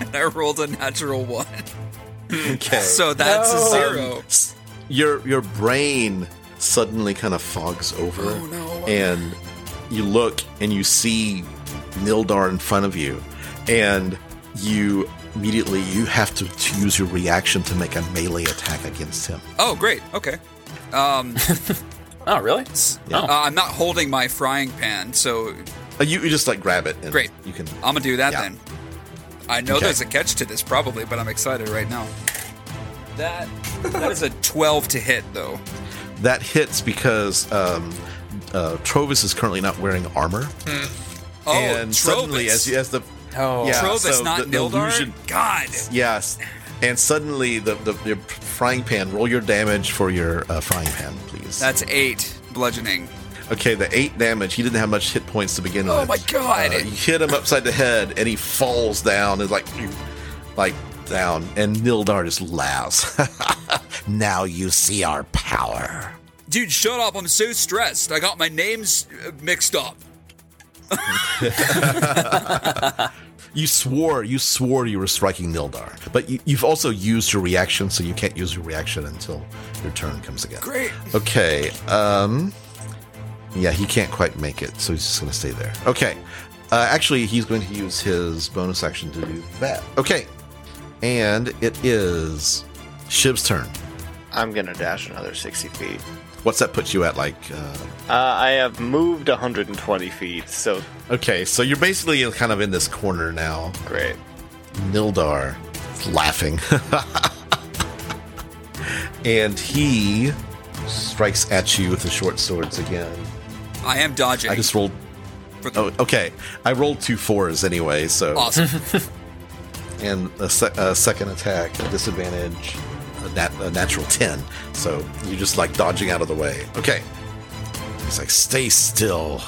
[SPEAKER 1] and I rolled a natural one.
[SPEAKER 2] Okay.
[SPEAKER 1] So that's a zero.
[SPEAKER 2] your your brain suddenly kind of fogs over
[SPEAKER 1] Oh, no.
[SPEAKER 2] and you look and you see Nildar in front of you and you immediately you have to, to use your reaction to make a melee attack against him.
[SPEAKER 1] Oh, great. Okay. Um,
[SPEAKER 6] Oh really?
[SPEAKER 1] uh, I'm not holding my frying pan, so
[SPEAKER 2] Uh, You, you just like grab it and
[SPEAKER 1] Great.
[SPEAKER 2] you can
[SPEAKER 1] I'm gonna do that
[SPEAKER 2] Yeah.
[SPEAKER 1] then. I know
[SPEAKER 2] Okay.
[SPEAKER 1] there's a catch to this probably, but I'm excited right now. That that is a 12 to hit though.
[SPEAKER 2] that hits because um uh, Trovis is currently not wearing armor,
[SPEAKER 1] Oh,
[SPEAKER 2] and suddenly,
[SPEAKER 1] Trovis.
[SPEAKER 2] as, you- as the
[SPEAKER 6] Oh.
[SPEAKER 2] yeah,
[SPEAKER 1] Trovis,
[SPEAKER 2] so
[SPEAKER 1] not
[SPEAKER 2] the- the
[SPEAKER 1] Nildar.
[SPEAKER 2] illusion-
[SPEAKER 1] God,
[SPEAKER 2] Yes. And suddenly, the, the your frying pan. Roll your damage for your uh, frying pan, please.
[SPEAKER 1] that's eight bludgeoning.
[SPEAKER 2] okay, the eight damage. He didn't have much hit points to begin
[SPEAKER 1] Oh
[SPEAKER 2] with.
[SPEAKER 1] my God.
[SPEAKER 2] Uh, you hit him upside the head, and he falls down and like, you- like down. And Nildar just laughs. now you see our power.
[SPEAKER 1] Dude, shut up! I'm so stressed. I got my names uh, mixed up.
[SPEAKER 2] You swore, you swore you were striking Nildar, but you, you've also used your reaction, so you can't use your reaction until your turn comes again.
[SPEAKER 1] Great.
[SPEAKER 2] Okay. Um. Yeah, he can't quite make it, so he's just gonna stay there. Okay. Uh, actually, he's going to use his bonus action to do that. Okay. And it is Shiv's turn.
[SPEAKER 5] I'm gonna dash another 60 feet.
[SPEAKER 2] What's that put you at? Like, uh,
[SPEAKER 5] Uh, I have moved 120 feet, so
[SPEAKER 2] okay, so you're basically in- kind of in this corner now.
[SPEAKER 5] great.
[SPEAKER 2] Nildar is laughing. and he strikes at you with the short swords again.
[SPEAKER 1] I am dodging.
[SPEAKER 2] I just rolled.
[SPEAKER 1] for the-
[SPEAKER 2] Oh, okay. I rolled two fours anyway, so.
[SPEAKER 1] Awesome.
[SPEAKER 2] and a, se- a second attack, a disadvantage, a, nat- a natural 10. So you're just like dodging out of the way. Okay. He's like, stay still.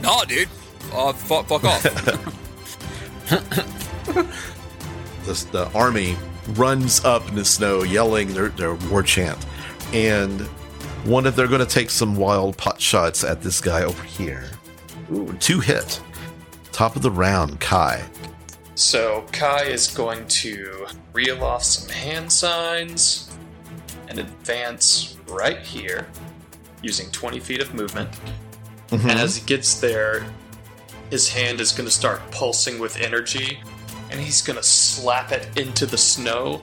[SPEAKER 1] nah, dude. Oh, fuck, fuck off.
[SPEAKER 2] This, the army runs up in the snow, yelling their, their war chant. And one of they're going to take some wild pot shots at this guy over here. Ooh, two hit. Top of the round, Kai.
[SPEAKER 4] So Kai is going to reel off some hand signs and advance right here using 20 feet of movement. And as he gets there, his hand is going to start pulsing with energy and he's going to slap it into the snow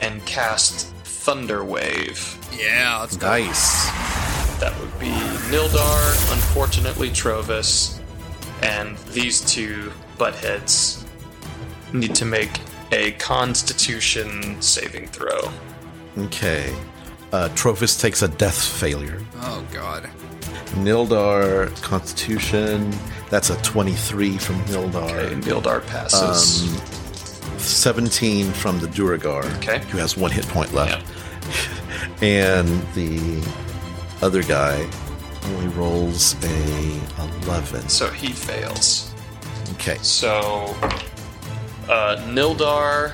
[SPEAKER 4] and cast Thunder Wave.
[SPEAKER 1] yeah, let's go.
[SPEAKER 2] Nice.
[SPEAKER 4] That would be Nildar, unfortunately Trovis, and these two butt heads need to make a constitution saving throw.
[SPEAKER 2] Okay. Uh, Trophus takes a death failure.
[SPEAKER 1] Oh, God.
[SPEAKER 2] Nildar Constitution. That's a 23 from
[SPEAKER 4] Okay,
[SPEAKER 2] Nildar.
[SPEAKER 4] Nildar passes.
[SPEAKER 2] 17 from the Duragar,
[SPEAKER 4] Okay.
[SPEAKER 2] who has one hit point left. And the other guy only rolls a 11.
[SPEAKER 4] so he fails.
[SPEAKER 2] Okay.
[SPEAKER 4] So uh, Nildar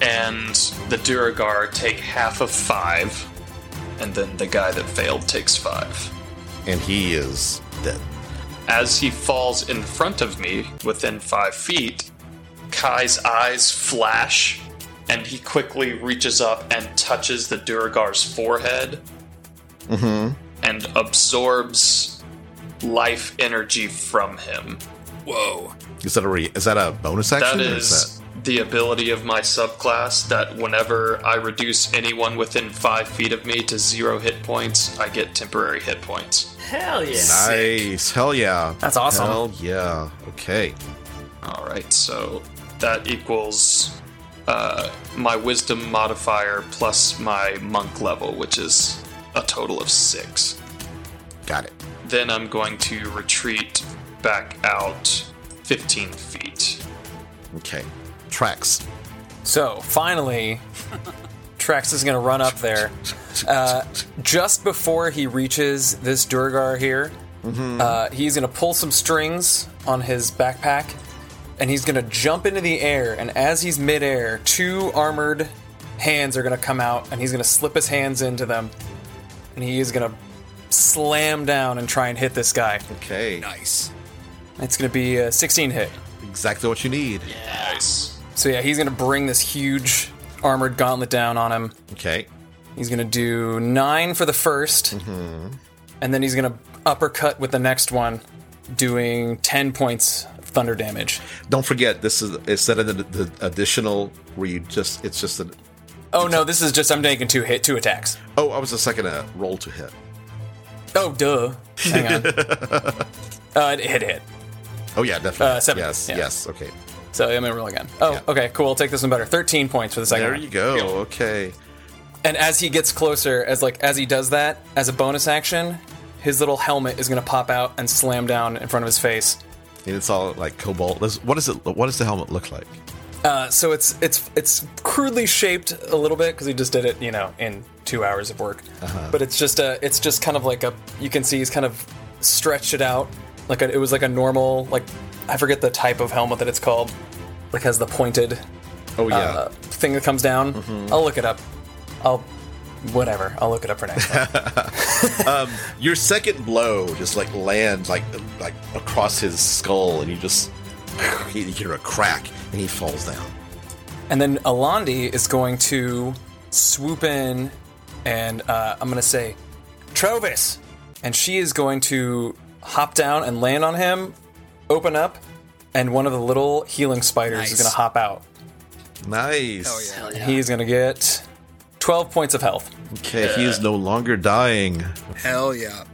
[SPEAKER 4] and the Duragar take half of five, and then the guy that failed takes five.
[SPEAKER 2] And he is dead.
[SPEAKER 4] As he falls in front of me, within five feet, Kai's eyes flash, and he quickly reaches up and touches the Duragar's forehead and absorbs life energy from him.
[SPEAKER 1] Whoa.
[SPEAKER 2] Is that a re- is that a bonus action?
[SPEAKER 4] That
[SPEAKER 2] or
[SPEAKER 4] is the ability of my subclass that whenever I reduce anyone within five feet of me to zero hit points, I get temporary hit points.
[SPEAKER 3] Hell yeah.
[SPEAKER 2] that- nice. Hell yeah.
[SPEAKER 7] That's awesome.
[SPEAKER 2] Hell yeah. Okay.
[SPEAKER 4] All right, so that equals uh, my wisdom modifier plus my monk level, which is a total of six.
[SPEAKER 2] Got it.
[SPEAKER 4] Then I'm going to retreat back out 15 feet.
[SPEAKER 2] Okay. Tracks.
[SPEAKER 6] So finally, Trax is going to run up there. Uh, just before he reaches this Durgar here, uh, he's going to pull some strings on his backpack and he's going to jump into the air. And as he's midair, two armored hands are going to come out and he's going to slip his hands into them. And he is going to slam down and try and hit this guy.
[SPEAKER 2] Okay.
[SPEAKER 1] Nice.
[SPEAKER 6] It's going to be a 16 hit.
[SPEAKER 2] Exactly what you need.
[SPEAKER 4] Nice.
[SPEAKER 6] So yeah, he's going to bring this huge armored gauntlet down on him.
[SPEAKER 2] Okay.
[SPEAKER 6] He's gonna do nine for the 1st
[SPEAKER 2] Mm-hmm.
[SPEAKER 6] and then he's gonna uppercut with the next one, doing ten points of thunder damage.
[SPEAKER 2] Don't forget, this is instead of the, the additional where you just it's just an
[SPEAKER 6] Oh no, this is just I'm taking two hit two attacks.
[SPEAKER 2] oh I was a second uh, roll to hit.
[SPEAKER 6] Oh duh. Hang on. uh, it hit hit.
[SPEAKER 2] Oh yeah, definitely.
[SPEAKER 6] Uh, seven,
[SPEAKER 2] Yes,
[SPEAKER 6] yeah.
[SPEAKER 2] yes. Okay,
[SPEAKER 6] So I'm gonna roll again. Oh,
[SPEAKER 2] Yeah.
[SPEAKER 6] okay, cool. I'll take this one better. Thirteen points for the second.
[SPEAKER 2] there
[SPEAKER 6] one.
[SPEAKER 2] you go. Okay,
[SPEAKER 6] And as he gets closer, as like as he does that, as a bonus action, his little helmet is gonna pop out and slam down in front of his face.
[SPEAKER 2] and it's all like cobalt. This- What is it? What does the helmet look like?
[SPEAKER 6] Uh, so it's it's it's crudely shaped a little bit because he just did it, you know, in two hours of work. But it's just a, it's just kind of like a, you can see he's kind of stretched it out, like a, it was like a normal, like I forget the type of helmet that it's called, like has the pointed
[SPEAKER 2] Oh yeah,
[SPEAKER 6] uh, thing that comes down. I'll look it up. I'll, whatever. I'll look it up for next time.
[SPEAKER 2] your second blow just like lands like like across his skull, and you just you hear a crack, and he falls down.
[SPEAKER 6] and then Alandi is going to swoop in, and uh, I'm going to say, Trovis, and she is going to hop down and land on him, open up, and one of the little healing spiders is
[SPEAKER 1] Nice.
[SPEAKER 6] going to hop out.
[SPEAKER 2] Nice.
[SPEAKER 1] Oh yeah.
[SPEAKER 3] Hell yeah.
[SPEAKER 6] He's going to get 12 points of health.
[SPEAKER 2] Okay, he is no longer dying.
[SPEAKER 1] Hell yeah.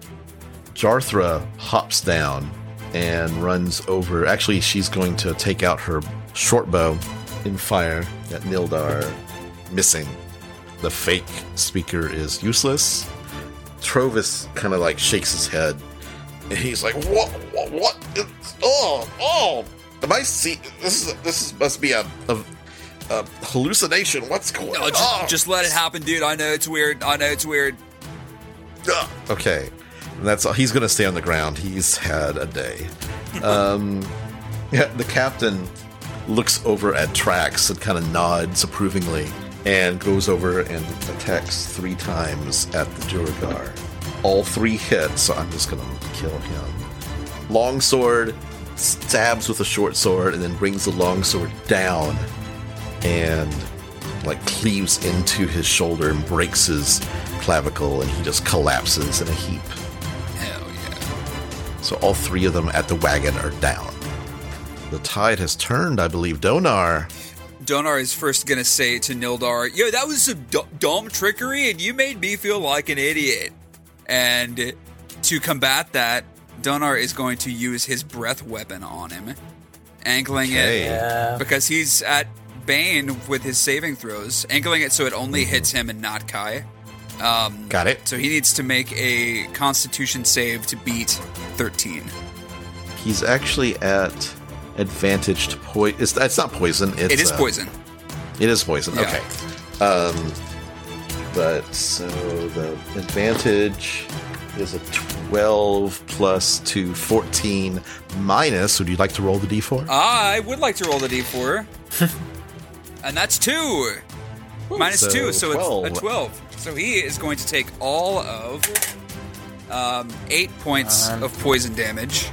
[SPEAKER 2] Jarthra hops down and runs over. Actually, she's going to take out her short bow and fire at Nildar, missing. The fake speaker is useless. Trovis kind of like shakes his head, and he's like, "What? What? what? It's, oh, oh! Am I see? This is this is, must be a, a, a hallucination. What's going
[SPEAKER 1] No,
[SPEAKER 2] on?
[SPEAKER 1] just, Oh, just let it happen, dude. I know it's weird. I know it's weird.
[SPEAKER 2] Ugh. Okay, And that's all. He's going to stay on the ground. He's had a day. Um, yeah, the captain looks over at Trax and kind of nods approvingly, and goes over and attacks three times at the Duragar. All three hit, so I'm just going to kill him. Long sword stabs with a short sword, and then brings the long sword down, and like cleaves into his shoulder and breaks his clavicle and he just collapses in a heap.
[SPEAKER 1] Hell yeah.
[SPEAKER 2] So all three of them at the wagon are down. The tide has turned, I believe. Donar.
[SPEAKER 1] Donar is first gonna say to Nildar, "Yo, that was some d- dumb trickery, and you made me feel like an idiot." And to combat that, Donar is going to use his breath weapon on him, angling
[SPEAKER 2] Okay.
[SPEAKER 1] it because he's at Bane with his saving throws, angling it so it only hits him and not Kai. Um,
[SPEAKER 2] Got it.
[SPEAKER 1] So he needs to make a Constitution save to beat thirteen.
[SPEAKER 2] He's actually at advantaged poison. It's, it's not poison. It's,
[SPEAKER 1] It is
[SPEAKER 2] uh,
[SPEAKER 1] poison.
[SPEAKER 2] It is poison.
[SPEAKER 1] Yeah.
[SPEAKER 2] Okay. Um, but so the advantage is a 12 plus to 14 minus. Would you like to roll the d4?
[SPEAKER 1] I would like to roll the d4. and that's two. Minus
[SPEAKER 2] so
[SPEAKER 1] two, so it's
[SPEAKER 2] 12.
[SPEAKER 1] a 12. So he is going to take all of um, eight points
[SPEAKER 2] Uh,
[SPEAKER 1] of poison damage.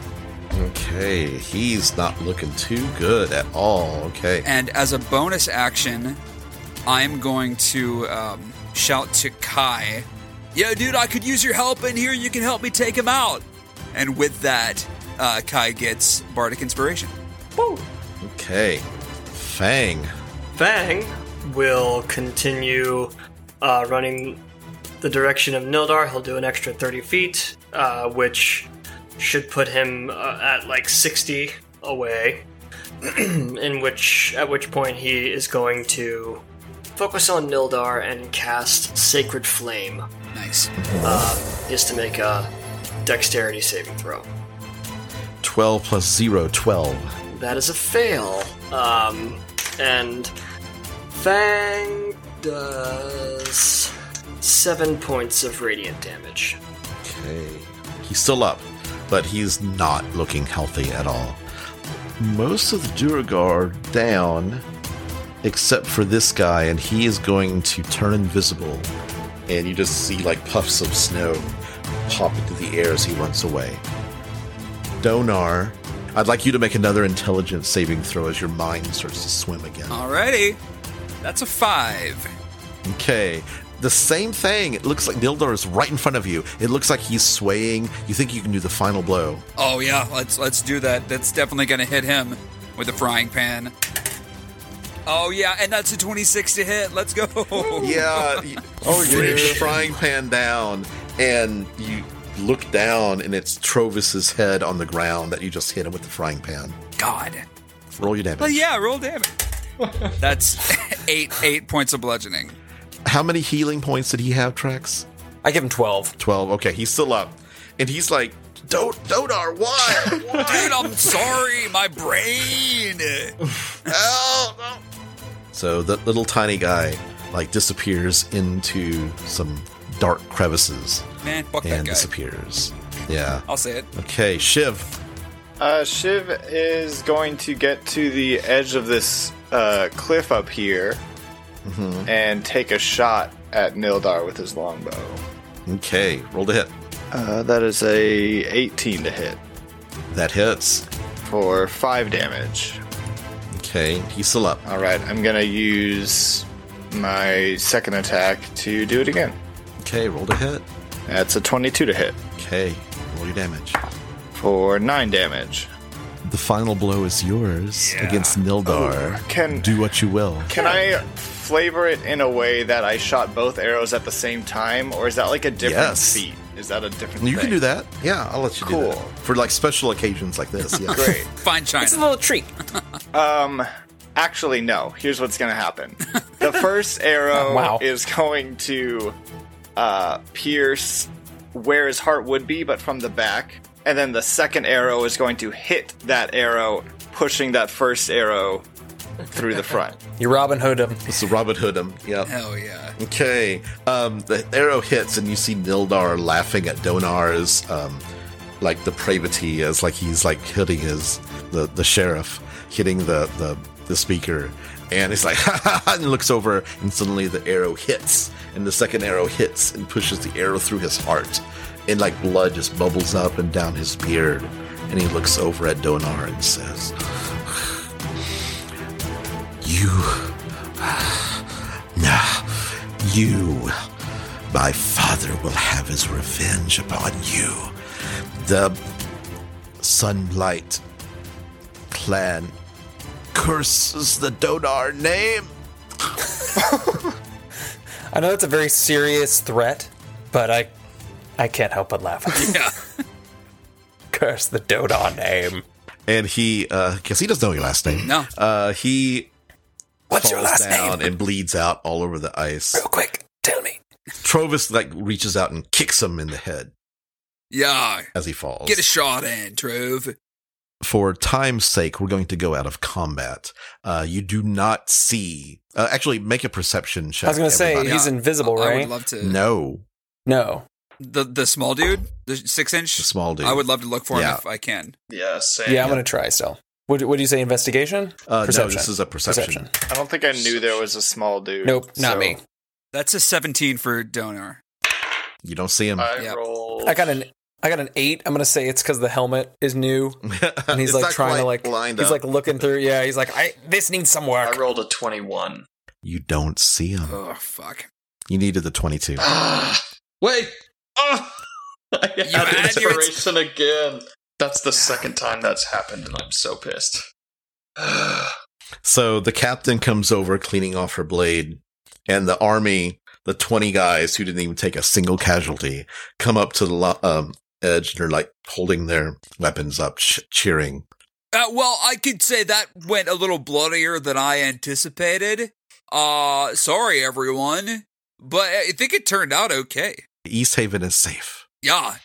[SPEAKER 2] Okay, he's not looking too good at all. Okay.
[SPEAKER 1] And as a bonus action, I'm going to um, shout to Kai, Yo, dude, I could use your help in here. You can help me take him out. And with that, uh, Kai gets Bardic Inspiration.
[SPEAKER 2] Okay. Fang.
[SPEAKER 3] Fang will continue uh, running the direction of Nildar. He'll do an extra 30 feet, uh, which should put him uh, at like 60 away. in which, at which point, he is going to focus on Nildar and cast Sacred Flame,
[SPEAKER 1] Nice.
[SPEAKER 3] just to make a dexterity saving throw.
[SPEAKER 2] 12 plus 0, 12.
[SPEAKER 3] That is a fail. Um, and Fang does seven points of radiant damage.
[SPEAKER 2] Okay. He's still up, but he's not looking healthy at all. Most of the Duragar are down, except for this guy, and he is going to turn invisible. And you just see like puffs of snow pop into the air as he runs away. Donar, I'd like you to make another intelligence saving throw as your mind starts to swim again.
[SPEAKER 1] Alrighty. That's a five.
[SPEAKER 2] Okay. The same thing. It looks like Nildar is right in front of you. It looks like he's swaying. You think you can do the final blow.
[SPEAKER 1] Oh yeah, let's let's do that. That's definitely gonna hit him with a frying pan. Oh yeah, and that's a 26 to hit. Let's go.
[SPEAKER 2] Yeah. oh, you're frying pan down, and you look down, and it's Trovis's head on the ground that you just hit him with the frying pan.
[SPEAKER 1] God.
[SPEAKER 2] Roll your
[SPEAKER 1] But
[SPEAKER 2] damage.
[SPEAKER 1] yeah, roll damage. That's eight eight points of bludgeoning.
[SPEAKER 2] How many healing points did he have, Trax?
[SPEAKER 6] I give him 12.
[SPEAKER 2] 12. Okay, he's still up. And he's like, Don't, Donar, why?
[SPEAKER 1] Dude, I'm sorry, my brain.
[SPEAKER 2] So the little tiny guy like disappears into some dark crevices
[SPEAKER 1] Man, fuck that
[SPEAKER 2] and
[SPEAKER 1] guy.
[SPEAKER 2] disappears. Yeah.
[SPEAKER 1] I'll say it.
[SPEAKER 2] Okay, Shiv.
[SPEAKER 5] Uh, Shiv is going to get to the edge of this uh, cliff up here and take a shot at Nildar with his longbow.
[SPEAKER 2] Okay, roll to hit.
[SPEAKER 5] Uh, that is a 18 to hit
[SPEAKER 2] That hits.
[SPEAKER 5] for 5 damage.
[SPEAKER 2] Okay, he's still up.
[SPEAKER 5] All right, I'm going to use my second attack to do it again.
[SPEAKER 2] Okay, roll to hit.
[SPEAKER 5] That's a 22 to hit
[SPEAKER 2] Okay, roll your damage.
[SPEAKER 5] for 9 damage.
[SPEAKER 2] The final blow is yours
[SPEAKER 1] Yeah.
[SPEAKER 2] against Nildar.
[SPEAKER 5] Ooh, Oh, can-
[SPEAKER 2] do what you will.
[SPEAKER 5] Can I flavor it in a way that I shot both arrows at the same time, or is that like a different
[SPEAKER 2] Yes.
[SPEAKER 5] feat? Is that a different?
[SPEAKER 2] You can
[SPEAKER 5] thing?
[SPEAKER 2] do that. Yeah, I'll let you do
[SPEAKER 5] Cool.
[SPEAKER 2] that for like special occasions like this. Yeah.
[SPEAKER 5] Great.
[SPEAKER 1] Fine
[SPEAKER 7] It's a
[SPEAKER 1] China.
[SPEAKER 7] little treat.
[SPEAKER 5] Um, actually, no. Here's what's gonna happen. The first arrow
[SPEAKER 6] Wow.
[SPEAKER 5] is going to uh, pierce where his heart would be, but from the back, and then the second arrow is going to hit that arrow, pushing that first arrow through the front.
[SPEAKER 6] You Robin Hood him.
[SPEAKER 2] It's the Robin Hood 'em. Yeah.
[SPEAKER 1] Hell yeah.
[SPEAKER 2] Okay. Um, the arrow hits, and you see Nildar laughing at Donar's um, like depravity as like he's like hitting his the the sheriff hitting the the, the speaker, and he's like ha ha ha, and looks over, and suddenly the arrow hits, and the second arrow hits and pushes the arrow through his heart, and like blood just bubbles up and down his beard, and he looks over at Donar and says. You now, you, my father, will have his revenge upon you. The Sunlight Clan curses the Donar name.
[SPEAKER 6] I know that's a very serious threat, but I I can't help but laugh.
[SPEAKER 1] Yeah.
[SPEAKER 6] Curse the Dodon name.
[SPEAKER 2] And he, because he doesn't know your last name.
[SPEAKER 1] No.
[SPEAKER 2] Uh, he
[SPEAKER 6] What's your
[SPEAKER 2] falls
[SPEAKER 6] last
[SPEAKER 2] down
[SPEAKER 6] name?
[SPEAKER 2] and bleeds out all over the ice.
[SPEAKER 6] Real quick, tell me.
[SPEAKER 2] Trovis, like, reaches out and kicks him in the head
[SPEAKER 1] Yeah.
[SPEAKER 2] as he falls.
[SPEAKER 1] Get a shot in, Trove.
[SPEAKER 2] for time's sake, we're going to go out of combat. Uh, you do not see. Uh, actually, make a perception check.
[SPEAKER 6] I was gonna say
[SPEAKER 2] everybody.
[SPEAKER 6] he's
[SPEAKER 1] Yeah.
[SPEAKER 6] invisible,
[SPEAKER 1] I
[SPEAKER 6] right?
[SPEAKER 1] would love to.
[SPEAKER 2] no,
[SPEAKER 6] no.
[SPEAKER 1] The the small dude, the six inch.
[SPEAKER 2] the small dude.
[SPEAKER 1] I would love to look for him
[SPEAKER 2] Yeah.
[SPEAKER 1] if I can.
[SPEAKER 4] Yeah, same.
[SPEAKER 6] Yeah, I'm gonna try still. What what do you say? Investigation?
[SPEAKER 2] Uh, no,
[SPEAKER 6] perception.
[SPEAKER 2] this is a perception.
[SPEAKER 6] Perception.
[SPEAKER 5] I don't think I knew there was a small dude.
[SPEAKER 6] Nope, not
[SPEAKER 5] so-
[SPEAKER 6] me.
[SPEAKER 1] That's a 17 for Donar.
[SPEAKER 2] You don't see him.
[SPEAKER 4] I
[SPEAKER 1] Yeah.
[SPEAKER 4] roll.
[SPEAKER 6] I got an I got an eight. I'm gonna say it's because the helmet is new, and he's
[SPEAKER 2] Uh, It's
[SPEAKER 6] like
[SPEAKER 2] not
[SPEAKER 6] trying to
[SPEAKER 2] quite
[SPEAKER 6] like
[SPEAKER 2] lined
[SPEAKER 6] he's
[SPEAKER 2] up.
[SPEAKER 6] like looking through. Yeah, he's like I
[SPEAKER 7] This needs some
[SPEAKER 4] I
[SPEAKER 7] work.
[SPEAKER 4] rolled a twenty-one.
[SPEAKER 2] you don't see him.
[SPEAKER 1] Oh fuck!
[SPEAKER 2] You needed the twenty-two.
[SPEAKER 4] Ah, wait. Oh, I had
[SPEAKER 1] had your-
[SPEAKER 4] inspiration again. That's the second time that's happened, and I'm so pissed.
[SPEAKER 2] So the captain comes over, cleaning off her blade, and the army, the twenty guys who didn't even take a single casualty, come up to the lo- um, edge and are like holding their weapons up, ch- cheering.
[SPEAKER 1] Uh, well, I could say that went a little bloodier than I anticipated. Uh, sorry everyone, but I think it turned out okay.
[SPEAKER 2] East Haven is safe.
[SPEAKER 1] Yeah,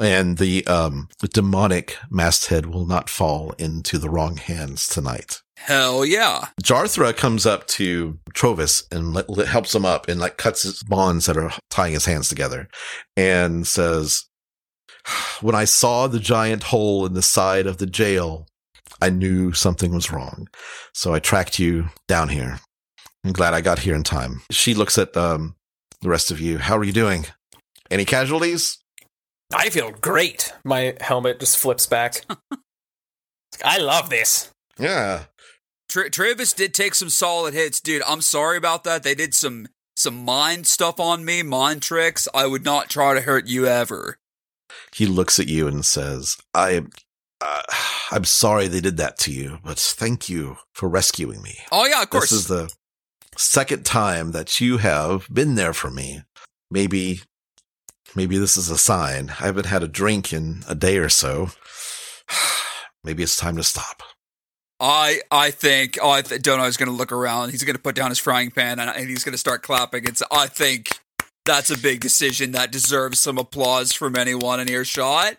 [SPEAKER 2] and the um, demonic masthead will not fall into the wrong hands tonight.
[SPEAKER 1] hell yeah.
[SPEAKER 2] Jarthra comes up to Trovis and le- le- helps him up and like cuts his bonds that are tying his hands together and says, When I saw the giant hole in the side of the jail, I knew something was wrong. So I tracked you down here. I'm glad I got here in time. She looks at um, the rest of you. How are you doing? Any casualties?
[SPEAKER 7] I feel great.
[SPEAKER 6] my helmet just flips back.
[SPEAKER 7] I love this.
[SPEAKER 2] Yeah.
[SPEAKER 1] Tra- Travis did take some solid hits, dude. I'm sorry about that. They did some some mind stuff on me, mind tricks. I would not try to hurt you ever.
[SPEAKER 2] he looks at you and says, "I, uh, I'm sorry they did that to you, but thank you for rescuing me.
[SPEAKER 1] Oh yeah, of course.
[SPEAKER 2] This is the second time that you have been there for me. Maybe, maybe this is a sign. I haven't had a drink in a day or so. maybe it's time to stop."
[SPEAKER 1] I I think oh, I th- don't know. He's going to look around. He's going to put down his frying pan and, and he's going to start clapping. It's I think that's a big decision that deserves some applause from anyone in earshot.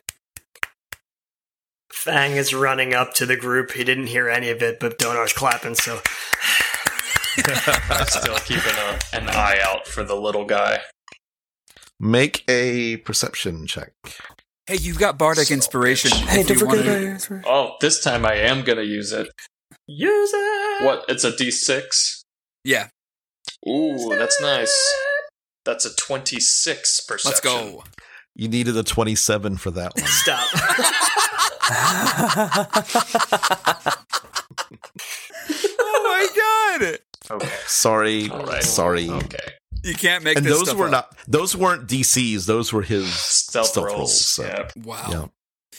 [SPEAKER 3] Fang is running up to the group. He didn't hear any of it, but Donar's clapping, so
[SPEAKER 4] I'm still keeping a, an eye out for the little guy.
[SPEAKER 2] Make a perception check.
[SPEAKER 1] Hey, you've got bardic
[SPEAKER 4] So
[SPEAKER 1] inspiration.
[SPEAKER 4] bitch.
[SPEAKER 1] Hey, don't forget
[SPEAKER 4] Oh, this time I am gonna use it.
[SPEAKER 3] use it.
[SPEAKER 4] What? It's a D6.
[SPEAKER 1] Yeah,
[SPEAKER 4] Ooh, that's nice. That's a 26 perception.
[SPEAKER 1] let's go.
[SPEAKER 2] You needed a 27 for that one.
[SPEAKER 3] Stop.
[SPEAKER 1] Oh my god!
[SPEAKER 4] Okay.
[SPEAKER 2] Sorry,
[SPEAKER 4] All right.
[SPEAKER 2] sorry.
[SPEAKER 4] Okay.
[SPEAKER 1] You can't make
[SPEAKER 2] And
[SPEAKER 1] this
[SPEAKER 2] those
[SPEAKER 1] stuff
[SPEAKER 2] were
[SPEAKER 1] up.
[SPEAKER 2] not; those weren't DCs. Those were his
[SPEAKER 4] Stealth,
[SPEAKER 2] Stealth
[SPEAKER 4] rolls.
[SPEAKER 2] rolls, so-
[SPEAKER 4] Yep.
[SPEAKER 1] Wow.
[SPEAKER 2] Yeah.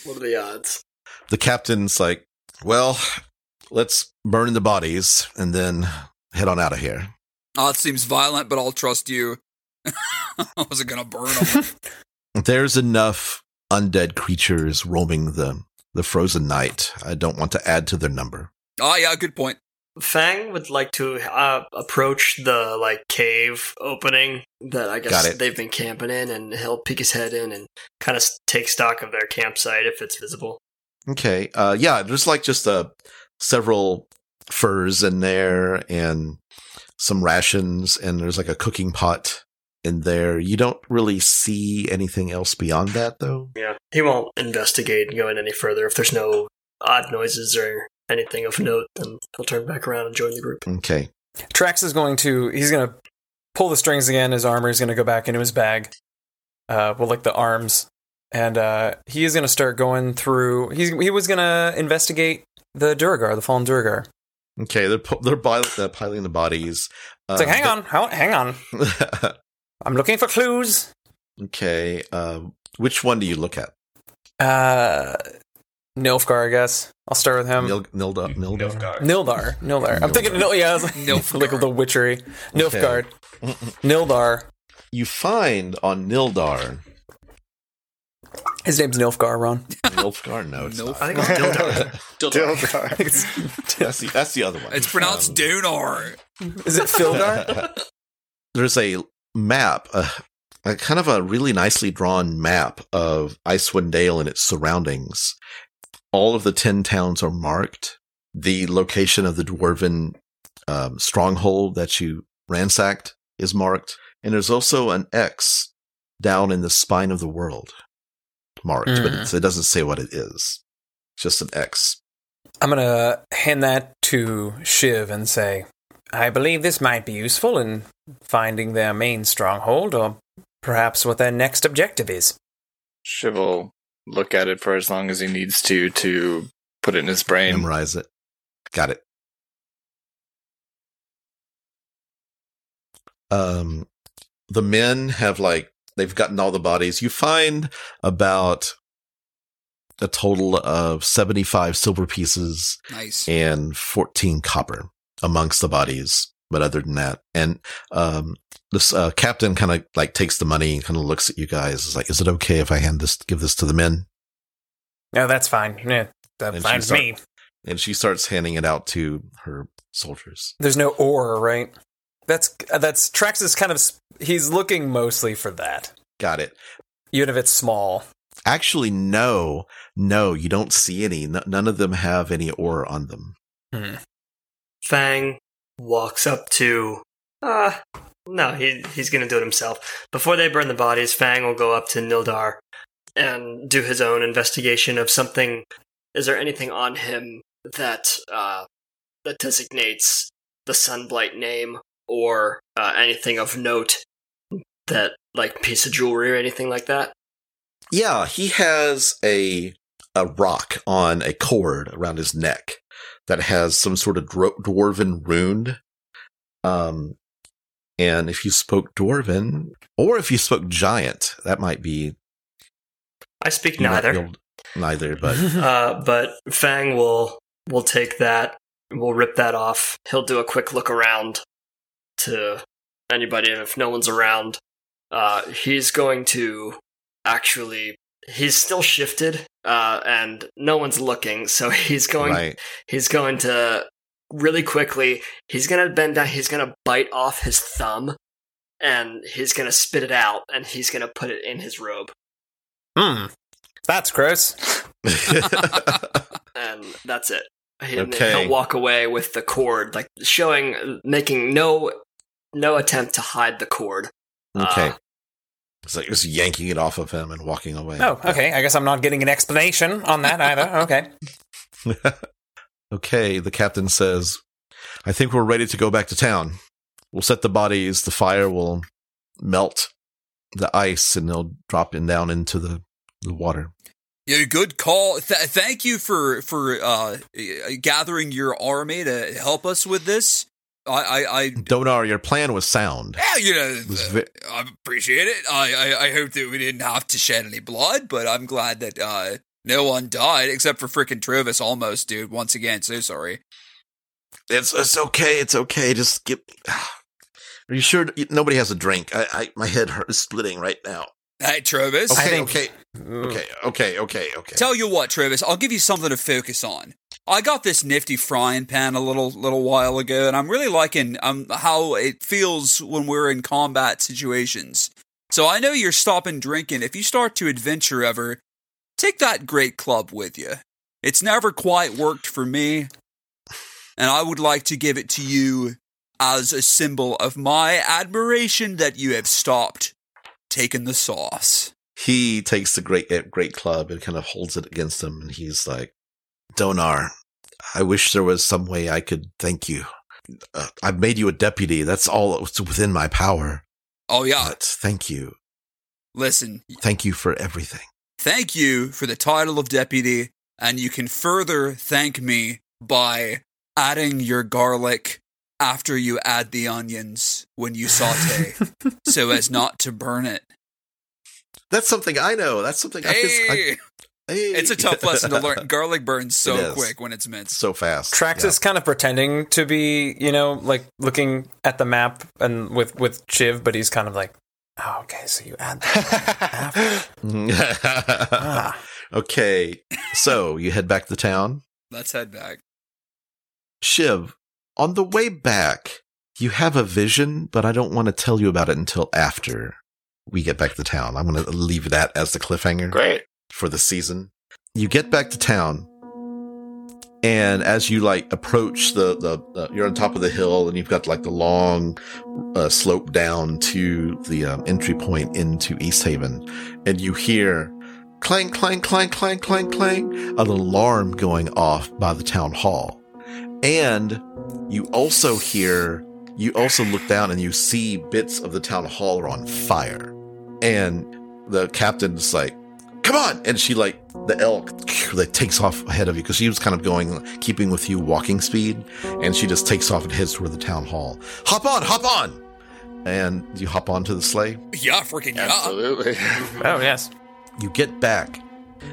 [SPEAKER 3] what are the odds?
[SPEAKER 2] the captain's like, Well, let's burn the bodies and then head on out of here.
[SPEAKER 1] Oh, it seems violent, but I'll trust you. I wasn't gonna burn them.
[SPEAKER 2] There's enough undead creatures roaming the, the frozen night. I don't want to add to their number.
[SPEAKER 1] oh yeah, good point.
[SPEAKER 3] Fang would like to uh, approach the like cave opening that I
[SPEAKER 2] Got
[SPEAKER 3] guess
[SPEAKER 2] it.
[SPEAKER 3] they've been camping in, and he'll peek his head in and kind of take stock of their campsite if it's visible.
[SPEAKER 2] Okay. Uh, yeah, there's like just uh, several furs in there and some rations, and there's like a cooking pot in there. You don't really see anything else beyond that, though.
[SPEAKER 3] Yeah, he won't investigate and go in any further if there's no odd noises or anything of note. Then he'll turn back around and join the group.
[SPEAKER 2] Okay.
[SPEAKER 6] Trax is going to he's going to pull the strings again. His armor is going to go back into his bag. Uh, well, like the arms, and uh, he is going to start going through. He's he was going to investigate the Durgar, the fallen Durgar.
[SPEAKER 2] Okay. They're pu- they're bi- uh, piling the bodies. Um,
[SPEAKER 6] It's
[SPEAKER 2] Uh,
[SPEAKER 6] like, hang on, hang hang on.
[SPEAKER 2] on.
[SPEAKER 6] I'm looking for clues.
[SPEAKER 2] okay. Uh, which one do you look at?
[SPEAKER 6] Uh, Nilfgaard, I guess. I'll start with him.
[SPEAKER 1] Um,
[SPEAKER 2] Nil- Nilda- Nildar.
[SPEAKER 6] Nildar, Nildar. I'm thinking, no, yeah, I was like,
[SPEAKER 1] Nilfgaard.
[SPEAKER 6] like the witchery. Nilfgaard, Nildar.
[SPEAKER 2] You find on Nildar.
[SPEAKER 6] His name's Nilfgaard, Ron.
[SPEAKER 2] Nilfgaard? No, it's
[SPEAKER 1] Nilf-
[SPEAKER 2] not.
[SPEAKER 3] I think it's Dildar.
[SPEAKER 4] Dildar.
[SPEAKER 5] Dildar.
[SPEAKER 6] It's-
[SPEAKER 2] That's the, that's the other one.
[SPEAKER 1] It's pronounced
[SPEAKER 2] Um,
[SPEAKER 1] Dunar.
[SPEAKER 6] Is it Fildar?
[SPEAKER 2] There's a map, a, a kind of a really nicely drawn map of Icewind Dale and its surroundings. All of the ten towns are marked. The location of the dwarven um, stronghold that you ransacked is marked, and there's also an X down in the spine of the world marked, but
[SPEAKER 6] Mm.
[SPEAKER 2] it's, it doesn't say what it is. It's just an X.
[SPEAKER 6] I'm gonna hand that to Shiv and say, I believe this might be useful in finding their main stronghold, or perhaps what their next objective is.
[SPEAKER 5] Shiv will look at it for as long as he needs to to put it in his brain.
[SPEAKER 2] Memorize it. Got it. Um, the men have like they've gotten all the bodies. You find about a total of seventy-five silver pieces
[SPEAKER 1] Nice.
[SPEAKER 2] and 14 copper amongst the bodies. But other than that, and um, this uh, captain kind of like takes the money and kind of looks at you guys. Is like, is it okay if I hand this, give this to the men?
[SPEAKER 6] No, that's fine. Yeah, that
[SPEAKER 2] And
[SPEAKER 6] finds
[SPEAKER 2] she's not-
[SPEAKER 6] me.
[SPEAKER 2] And she starts handing it out to her soldiers.
[SPEAKER 6] There's no or, right? That's that's Trax is kind of s- he's looking mostly for that,
[SPEAKER 2] Got it.
[SPEAKER 6] even if it's small.
[SPEAKER 2] Actually, no, no, you don't see any. N- none of them have any ore on them.
[SPEAKER 3] Fang walks up to. Uh, no, he he's gonna do it himself. Before they burn the bodies, Fang will go up to Nildar and do his own investigation of something. Is there anything on him that uh, that designates the Sunblight name or uh, anything of note that like piece of jewelry or anything like that?
[SPEAKER 2] Yeah, he has a a rock on a cord around his neck that has some sort of dro- dwarven rune. Um, and if you spoke dwarven, or if you spoke giant, that might be
[SPEAKER 3] I speak
[SPEAKER 2] you might
[SPEAKER 3] neither.
[SPEAKER 2] be able- Neither, but
[SPEAKER 3] uh, but Fang will will take that. We'll rip that off. He'll do a quick look around to anybody, and if no one's around, uh, he's going to actually. He's still shifted, uh, and no one's looking, so he's going.
[SPEAKER 2] right.
[SPEAKER 3] He's going to really quickly. He's gonna bend down. He's gonna bite off his thumb, and he's gonna spit it out, and he's gonna put it in his robe.
[SPEAKER 6] Hmm. That's gross.
[SPEAKER 3] and that's it. He, okay.
[SPEAKER 2] Okay.
[SPEAKER 3] He'll walk away with the cord, like showing, making no no attempt to hide the cord.
[SPEAKER 2] okay.
[SPEAKER 3] Uh,
[SPEAKER 2] It's like just yanking it off of him and walking away.
[SPEAKER 6] Oh, okay. I guess I'm not getting an explanation on that either. Okay.
[SPEAKER 2] okay, the captain says, I think we're ready to go back to town. We'll set the bodies, the fire will melt the ice, and they'll drop in down into the, the water.
[SPEAKER 1] Yeah, good call. Th- thank you for for uh, gathering your army to help us with this. I, I, I
[SPEAKER 2] Donar, your plan was sound.
[SPEAKER 1] yeah, you know,
[SPEAKER 2] It was ve-
[SPEAKER 1] I appreciate it. I, I, I hope that we didn't have to shed any blood, but I'm glad that uh, No one died except for freaking Travis almost, dude. Once again, so sorry.
[SPEAKER 2] It's it's okay. It's okay. Just get. Are you sure nobody has a drink? I, I my head hurt, is splitting right now.
[SPEAKER 1] Hey, Travis.
[SPEAKER 2] Okay,
[SPEAKER 7] think-
[SPEAKER 2] okay,
[SPEAKER 6] Mm.
[SPEAKER 2] okay, okay, okay, okay.
[SPEAKER 1] Tell you what, Travis, I'll give you something to focus on. I got this nifty frying pan a little little while ago, and I'm really liking um how it feels when we're in combat situations. So I know you're stopping drinking. If you start to adventure ever, take that great club with you. It's never quite worked for me, and I would like to give it to you as a symbol of my admiration that you have stopped taking the sauce.
[SPEAKER 2] he takes the great uh, great club and kind of holds it against him, and he's like, "Donar, I wish there was some way I could thank you. Uh, I've made you a deputy. That's all that's within my power.
[SPEAKER 1] Oh yeah,
[SPEAKER 2] But thank you,
[SPEAKER 1] listen,
[SPEAKER 2] thank you for everything."
[SPEAKER 1] thank you for the title of deputy, and you can further thank me by adding your garlic after you add the onions when you saute so as not to burn it.
[SPEAKER 2] That's something I know. That's something I,
[SPEAKER 1] Hey!
[SPEAKER 2] I-
[SPEAKER 1] It's a tough lesson to learn. Garlic burns
[SPEAKER 2] It
[SPEAKER 1] so
[SPEAKER 2] is.
[SPEAKER 1] quick when it's minced.
[SPEAKER 2] so fast.
[SPEAKER 6] Trax
[SPEAKER 2] Yeah.
[SPEAKER 6] is kind of pretending to be, you know, like looking at the map and with with Chiv, but he's kind of like, oh, okay, so you add that. ah,
[SPEAKER 2] okay, so you head back to town.
[SPEAKER 1] Let's head back.
[SPEAKER 2] Shiv, on the way back, you have a vision, but I don't want to tell you about it until after we get back to town. I'm going to leave that as the cliffhanger
[SPEAKER 5] Great.
[SPEAKER 2] for the season. You get back to town, and as you like approach the the, the you're on top of the hill, and you've got like the long uh, slope down to the um, entry point into East Haven, and you hear clang clang clang clang clang clang an alarm going off by the town hall, and you also hear you also look down and you see bits of the town hall are on fire, and the captain's like come on and she like the elk like takes off ahead of you because she was kind of going keeping with you walking speed and she just takes off and heads toward the town hall hop on hop on and you hop onto the sleigh
[SPEAKER 1] Yeah, freaking yeah.
[SPEAKER 5] Absolutely.
[SPEAKER 6] oh yes,
[SPEAKER 2] you get back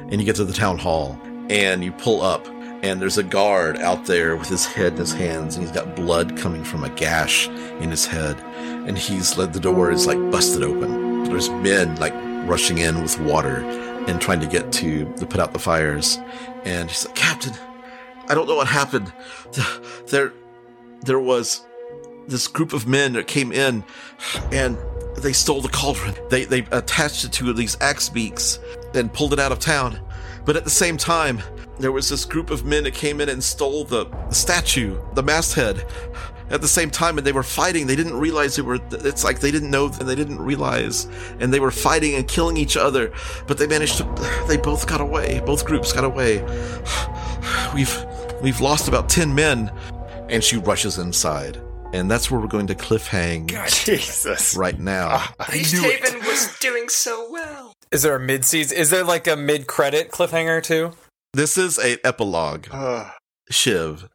[SPEAKER 2] and you get to the town hall and you pull up and there's a guard out there with his head in his hands and he's got blood coming from a gash in his head and he's let the door is like busted open there's men like rushing in with water and trying to get to to put out the fires and he's like captain i don't know what happened there there was this group of men that came in and they stole the cauldron. They they attached it to these axe beaks and pulled it out of town. But at the same time, there was this group of men that came in and stole the statue, the masthead. At the same time, and they were fighting. They didn't realize they were. It's like they didn't know, and they didn't realize, and they were fighting and killing each other. But they managed to. They both got away. Both groups got away. We've we've lost about ten men. And she rushes inside, and that's where we're going to cliffhang
[SPEAKER 5] Jesus.
[SPEAKER 2] right now.
[SPEAKER 3] East Haven was doing so well.
[SPEAKER 6] is there a mid season? Is there like a mid credit cliffhanger too?
[SPEAKER 2] This is a epilogue.
[SPEAKER 5] Ugh.
[SPEAKER 2] Shiv,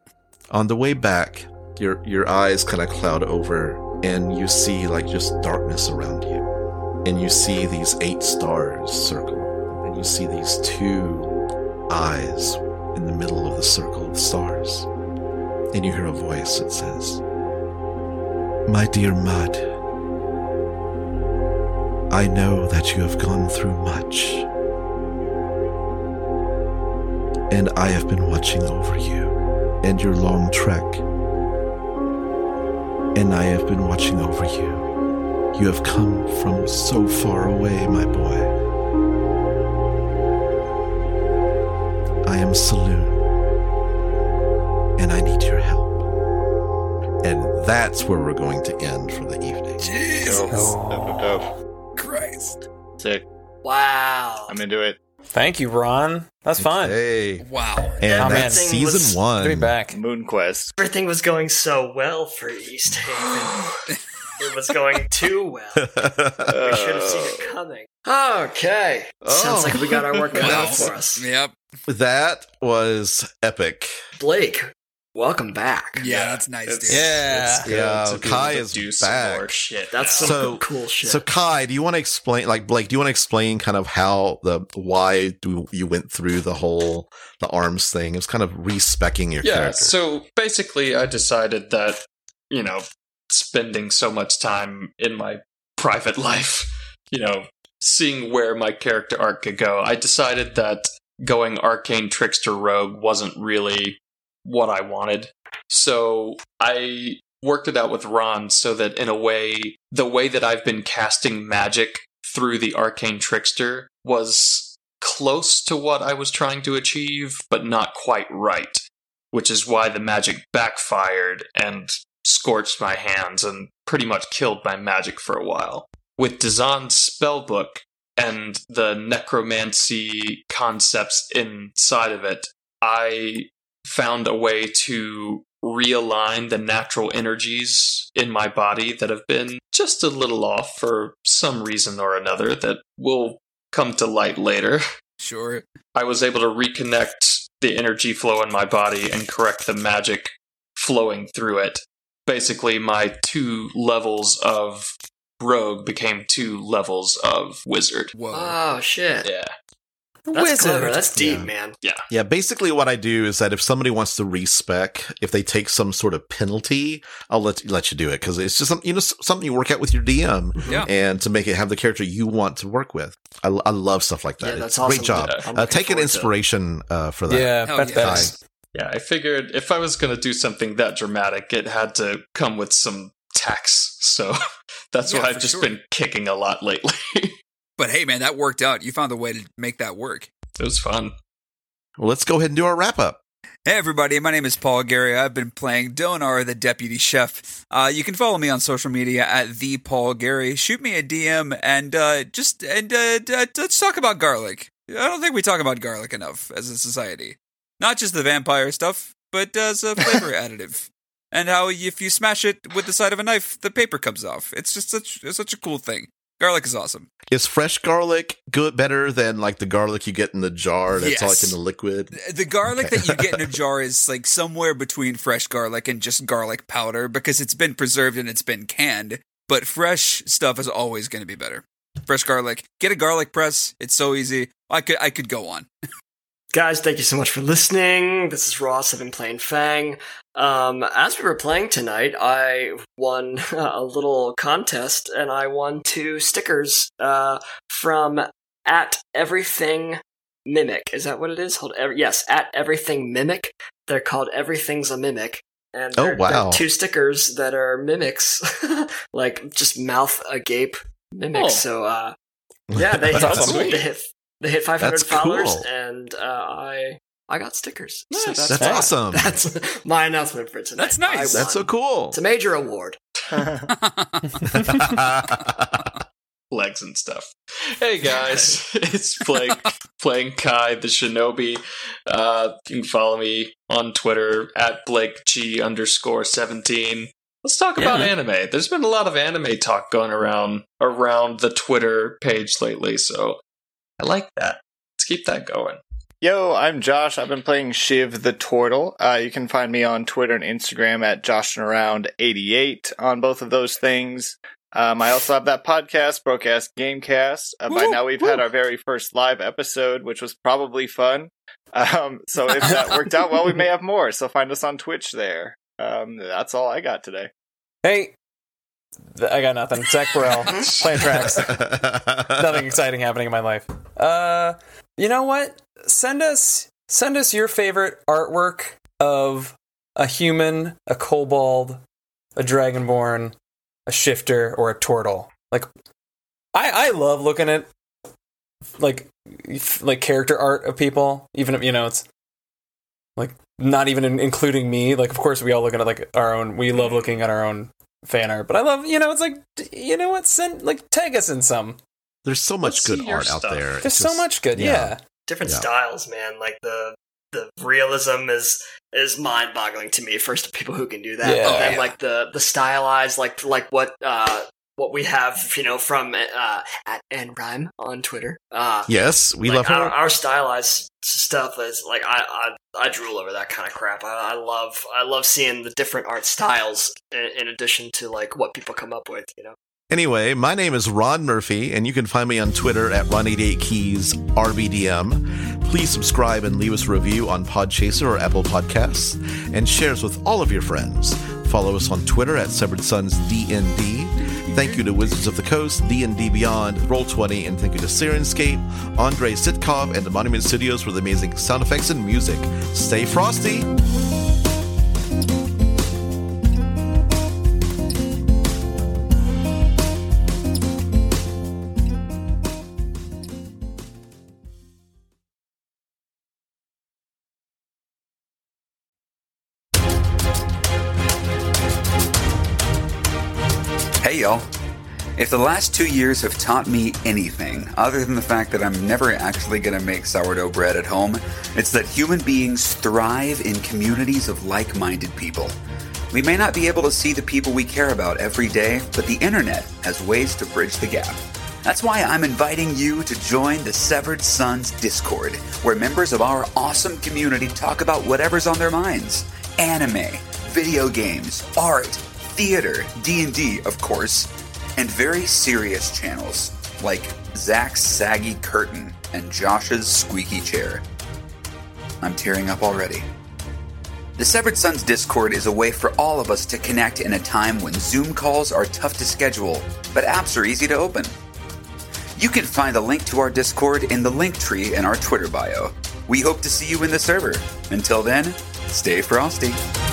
[SPEAKER 2] on the way back, your your eyes kind of cloud over, and you see like just darkness around you, and you see these eight stars circle, and you see these two eyes in the middle of the circle of stars, and you hear a voice that says, "My dear Mud, I know that you have gone through much." and I have been watching over you and your long trek. And I have been watching over you. You have come from so far away, my boy. I am Saloon, and I need your help. And that's where we're going to end for the evening.
[SPEAKER 1] Jesus
[SPEAKER 5] Dope. Dope, dope,
[SPEAKER 1] Christ.
[SPEAKER 5] dope. Sick.
[SPEAKER 3] Wow.
[SPEAKER 5] I'm into it.
[SPEAKER 6] Thank you, Ron. That's fun.
[SPEAKER 2] Hey.
[SPEAKER 1] Wow.
[SPEAKER 2] And
[SPEAKER 6] Oh, man.
[SPEAKER 2] that's season
[SPEAKER 3] Let's-
[SPEAKER 2] one.
[SPEAKER 6] to be back.
[SPEAKER 5] Moon Quest.
[SPEAKER 3] Everything was going so well for East Haven. it was going too well. We should have
[SPEAKER 5] Uh,
[SPEAKER 3] seen it coming. Okay. Sounds
[SPEAKER 2] Oh.
[SPEAKER 3] like we got our work cut out
[SPEAKER 1] Wow.
[SPEAKER 3] for us.
[SPEAKER 1] Yep.
[SPEAKER 2] that was epic.
[SPEAKER 3] Blake, Welcome back.
[SPEAKER 1] Yeah, that's nice,
[SPEAKER 4] it's-
[SPEAKER 1] dude.
[SPEAKER 6] Yeah.
[SPEAKER 4] it's good
[SPEAKER 2] Yeah,
[SPEAKER 4] to be
[SPEAKER 2] Kai
[SPEAKER 4] able to
[SPEAKER 2] is
[SPEAKER 4] do some
[SPEAKER 2] back.
[SPEAKER 4] more shit.
[SPEAKER 3] That's some
[SPEAKER 2] So-
[SPEAKER 3] cool shit.
[SPEAKER 2] So Kai, do you want to explain, like Blake, do you want to explain kind of how the why do you went through the whole the arms thing? It was kind of respecking your
[SPEAKER 4] yeah
[SPEAKER 2] character.
[SPEAKER 4] so basically i decided that you know spending so much time in my private life you know seeing where my character arc could go i decided that going arcane trickster rogue wasn't really what i wanted so i worked it out with ron so that in a way the way that i've been casting magic through the arcane trickster was close to what i was trying to achieve but not quite right which is why the magic backfired and scorched my hands and pretty much killed my magic for a while. With Dazan's spellbook and the necromancy concepts inside of it, I found a way to realign the natural energies in my body that have been just a little off for some reason or another that will come to light later.
[SPEAKER 1] Sure.
[SPEAKER 4] I was able to reconnect the energy flow in my body and correct the magic flowing through it. Basically, my two levels of rogue became two levels of wizard.
[SPEAKER 1] Whoa.
[SPEAKER 3] oh shit.
[SPEAKER 4] Yeah.
[SPEAKER 3] That's clever.
[SPEAKER 6] Wizard.
[SPEAKER 3] That's deep,
[SPEAKER 2] Yeah.
[SPEAKER 3] man.
[SPEAKER 2] Yeah, basically what I do is that if somebody wants to respec, if they take some sort of penalty, I'll let let you do it because it's just some, you know s- something you work out with your DM
[SPEAKER 1] Yeah.
[SPEAKER 2] and to make it have the character you want to work with. I, l- I love stuff like that.
[SPEAKER 3] Yeah, that's
[SPEAKER 2] It's a
[SPEAKER 3] awesome.
[SPEAKER 2] Great job.
[SPEAKER 4] Yeah.
[SPEAKER 3] I'm
[SPEAKER 2] Uh,
[SPEAKER 3] looking
[SPEAKER 2] take an
[SPEAKER 3] forward to it.
[SPEAKER 2] inspiration uh, for that.
[SPEAKER 6] Yeah,
[SPEAKER 1] Hell
[SPEAKER 6] that's
[SPEAKER 1] yeah.
[SPEAKER 6] better.
[SPEAKER 2] Nice.
[SPEAKER 4] Yeah, I figured if I was going to do something that dramatic, it had to come with some tax. So that's
[SPEAKER 1] Yeah,
[SPEAKER 4] what
[SPEAKER 1] for
[SPEAKER 4] I've just
[SPEAKER 1] sure.
[SPEAKER 4] been kicking a lot lately.
[SPEAKER 1] But hey, man, that worked out. You found a way to make that work.
[SPEAKER 4] it was fun.
[SPEAKER 2] Well, let's go ahead and do our wrap up.
[SPEAKER 1] Hey, everybody. My name is Paul Gary. I've been playing Donar, the deputy chef. Uh, you can follow me on social media at the Paul Gary. Shoot me a DM and uh, just and uh, d- let's talk about garlic. I don't think we talk about garlic enough as a society. Not just the vampire stuff, but as a flavor additive. And how if you smash it with the side of a knife, the paper comes off. It's just such it's such a cool thing. Garlic is awesome.
[SPEAKER 2] Is fresh garlic good better than like the garlic you get in the jar
[SPEAKER 1] Yes.
[SPEAKER 2] that's like in the liquid?
[SPEAKER 1] Th- The garlic
[SPEAKER 2] Okay.
[SPEAKER 1] that you get in a jar is like somewhere between fresh garlic and just garlic powder because it's been preserved and it's been canned. But fresh stuff is always going to be better. Fresh garlic. Get a garlic press. It's so easy. I could I could go on.
[SPEAKER 3] Guys, thank you so much for listening. This is Ross. I've been playing Fang. Um, as we were playing tonight, I won a little contest, and I won two stickers uh, from at everything mimic. Is that what it is? Hold ev- yes, at everything mimic. They're called everything's a mimic, and
[SPEAKER 2] Oh,
[SPEAKER 3] they're, they're
[SPEAKER 2] wow.
[SPEAKER 3] two stickers that are mimics, like just mouth agape mimics.
[SPEAKER 4] Oh.
[SPEAKER 3] So uh, yeah, they
[SPEAKER 2] That's
[SPEAKER 3] hit,
[SPEAKER 4] awesome.
[SPEAKER 3] they hit they hit 500
[SPEAKER 2] That's
[SPEAKER 3] followers,
[SPEAKER 2] cool.
[SPEAKER 3] and uh, I I got stickers. So
[SPEAKER 4] Nice.
[SPEAKER 3] that's
[SPEAKER 2] That's
[SPEAKER 3] fun.
[SPEAKER 2] awesome.
[SPEAKER 3] That's my announcement for tonight.
[SPEAKER 1] That's nice.
[SPEAKER 3] I won.
[SPEAKER 2] That's so cool.
[SPEAKER 3] It's a major award.
[SPEAKER 4] legs and stuff. Hey guys, it's playing playing Kai the Shinobi. Uh, you can follow me on Twitter at Blake G underscore seventeen. Let's talk about anime. There's been a lot of anime talk going around around the Twitter page lately, so I like that. Let's keep that going.
[SPEAKER 5] Yo, I'm Josh. I've been playing Shiv the Turtle. Uh, you can find me on Twitter and Instagram at JoshinAround88 on both of those things. Um, I also have that podcast, Brocast Gamecast. Uh, by
[SPEAKER 1] Woo,
[SPEAKER 5] now, we've
[SPEAKER 1] woo.
[SPEAKER 5] had our very first live episode, which was probably fun. Um, so if that worked out well, we may have more. So find us on Twitch there. Um, that's all I got today.
[SPEAKER 6] Hey, Th- I got nothing. Zach Burrell playing tracks. nothing exciting happening in my life. Uh, you know what? Send us send us your favorite artwork of a human, a kobold, a dragonborn, a shifter, or a turtle. Like, I I love looking at like f- like character art of people. Even if you know it's like not even in, including me. Like, of course, we all look at it like our own. We love looking at our own fan art, but I love you know it's like d- you know what send like tag us in some.
[SPEAKER 2] There's so
[SPEAKER 4] Let's
[SPEAKER 2] much
[SPEAKER 4] see
[SPEAKER 2] good
[SPEAKER 4] your
[SPEAKER 2] art out
[SPEAKER 4] stuff.
[SPEAKER 2] there.
[SPEAKER 6] There's
[SPEAKER 2] It's
[SPEAKER 6] so
[SPEAKER 2] just-
[SPEAKER 6] much good.
[SPEAKER 2] yeah.
[SPEAKER 6] Yeah.
[SPEAKER 3] Different
[SPEAKER 2] Yeah.
[SPEAKER 3] styles, man. Like the the realism is is mind boggling to me. First, people who can do that,
[SPEAKER 6] Yeah.
[SPEAKER 3] and then
[SPEAKER 1] Yeah.
[SPEAKER 3] like the the stylized, like like what uh, what we have, you know, from uh, at Nrhyme on Twitter. Uh,
[SPEAKER 2] Yes, we
[SPEAKER 3] like,
[SPEAKER 2] love her.
[SPEAKER 3] our, our stylized stuff is like I, I I drool over that kind of crap. I, I love I love seeing the different art styles in, in addition to like what people come up with. You know,
[SPEAKER 2] Anyway, my name is Ron Murphy, and you can find me on Twitter at Ron88Keys RBDM. Please subscribe and leave us a review on Podchaser or Apple Podcasts, and share us with all of your friends. Follow us on Twitter at Severed Sons DND. Thank you to Wizards of the Coast, D&D Beyond, Roll20, and thank you to Sirenscape, Andre Sitkov, and the Monument Studios for the amazing sound effects and music. Stay frosty!
[SPEAKER 1] Hey, y'all. If the last two years have taught me anything, other than the fact that I'm never actually going to make sourdough bread at home, it's that human beings thrive in communities of like minded people. We may not be able to see the people we care about every day, but the internet has ways to bridge the gap. That's why I'm inviting you to join the Severed Sons Discord, where members of our awesome community talk about whatever's on their minds anime, video games, art, theater, D&D, of course, and very serious channels like Zach's saggy curtain and Josh's squeaky chair. I'm tearing up already. The Severed Sons Discord is a way for all of us to connect in a time when Zoom calls are tough to schedule, but apps are easy to open. You can find a link to our Discord in the link tree in our Twitter bio. We hope to see you in the server. Until then, stay frosty.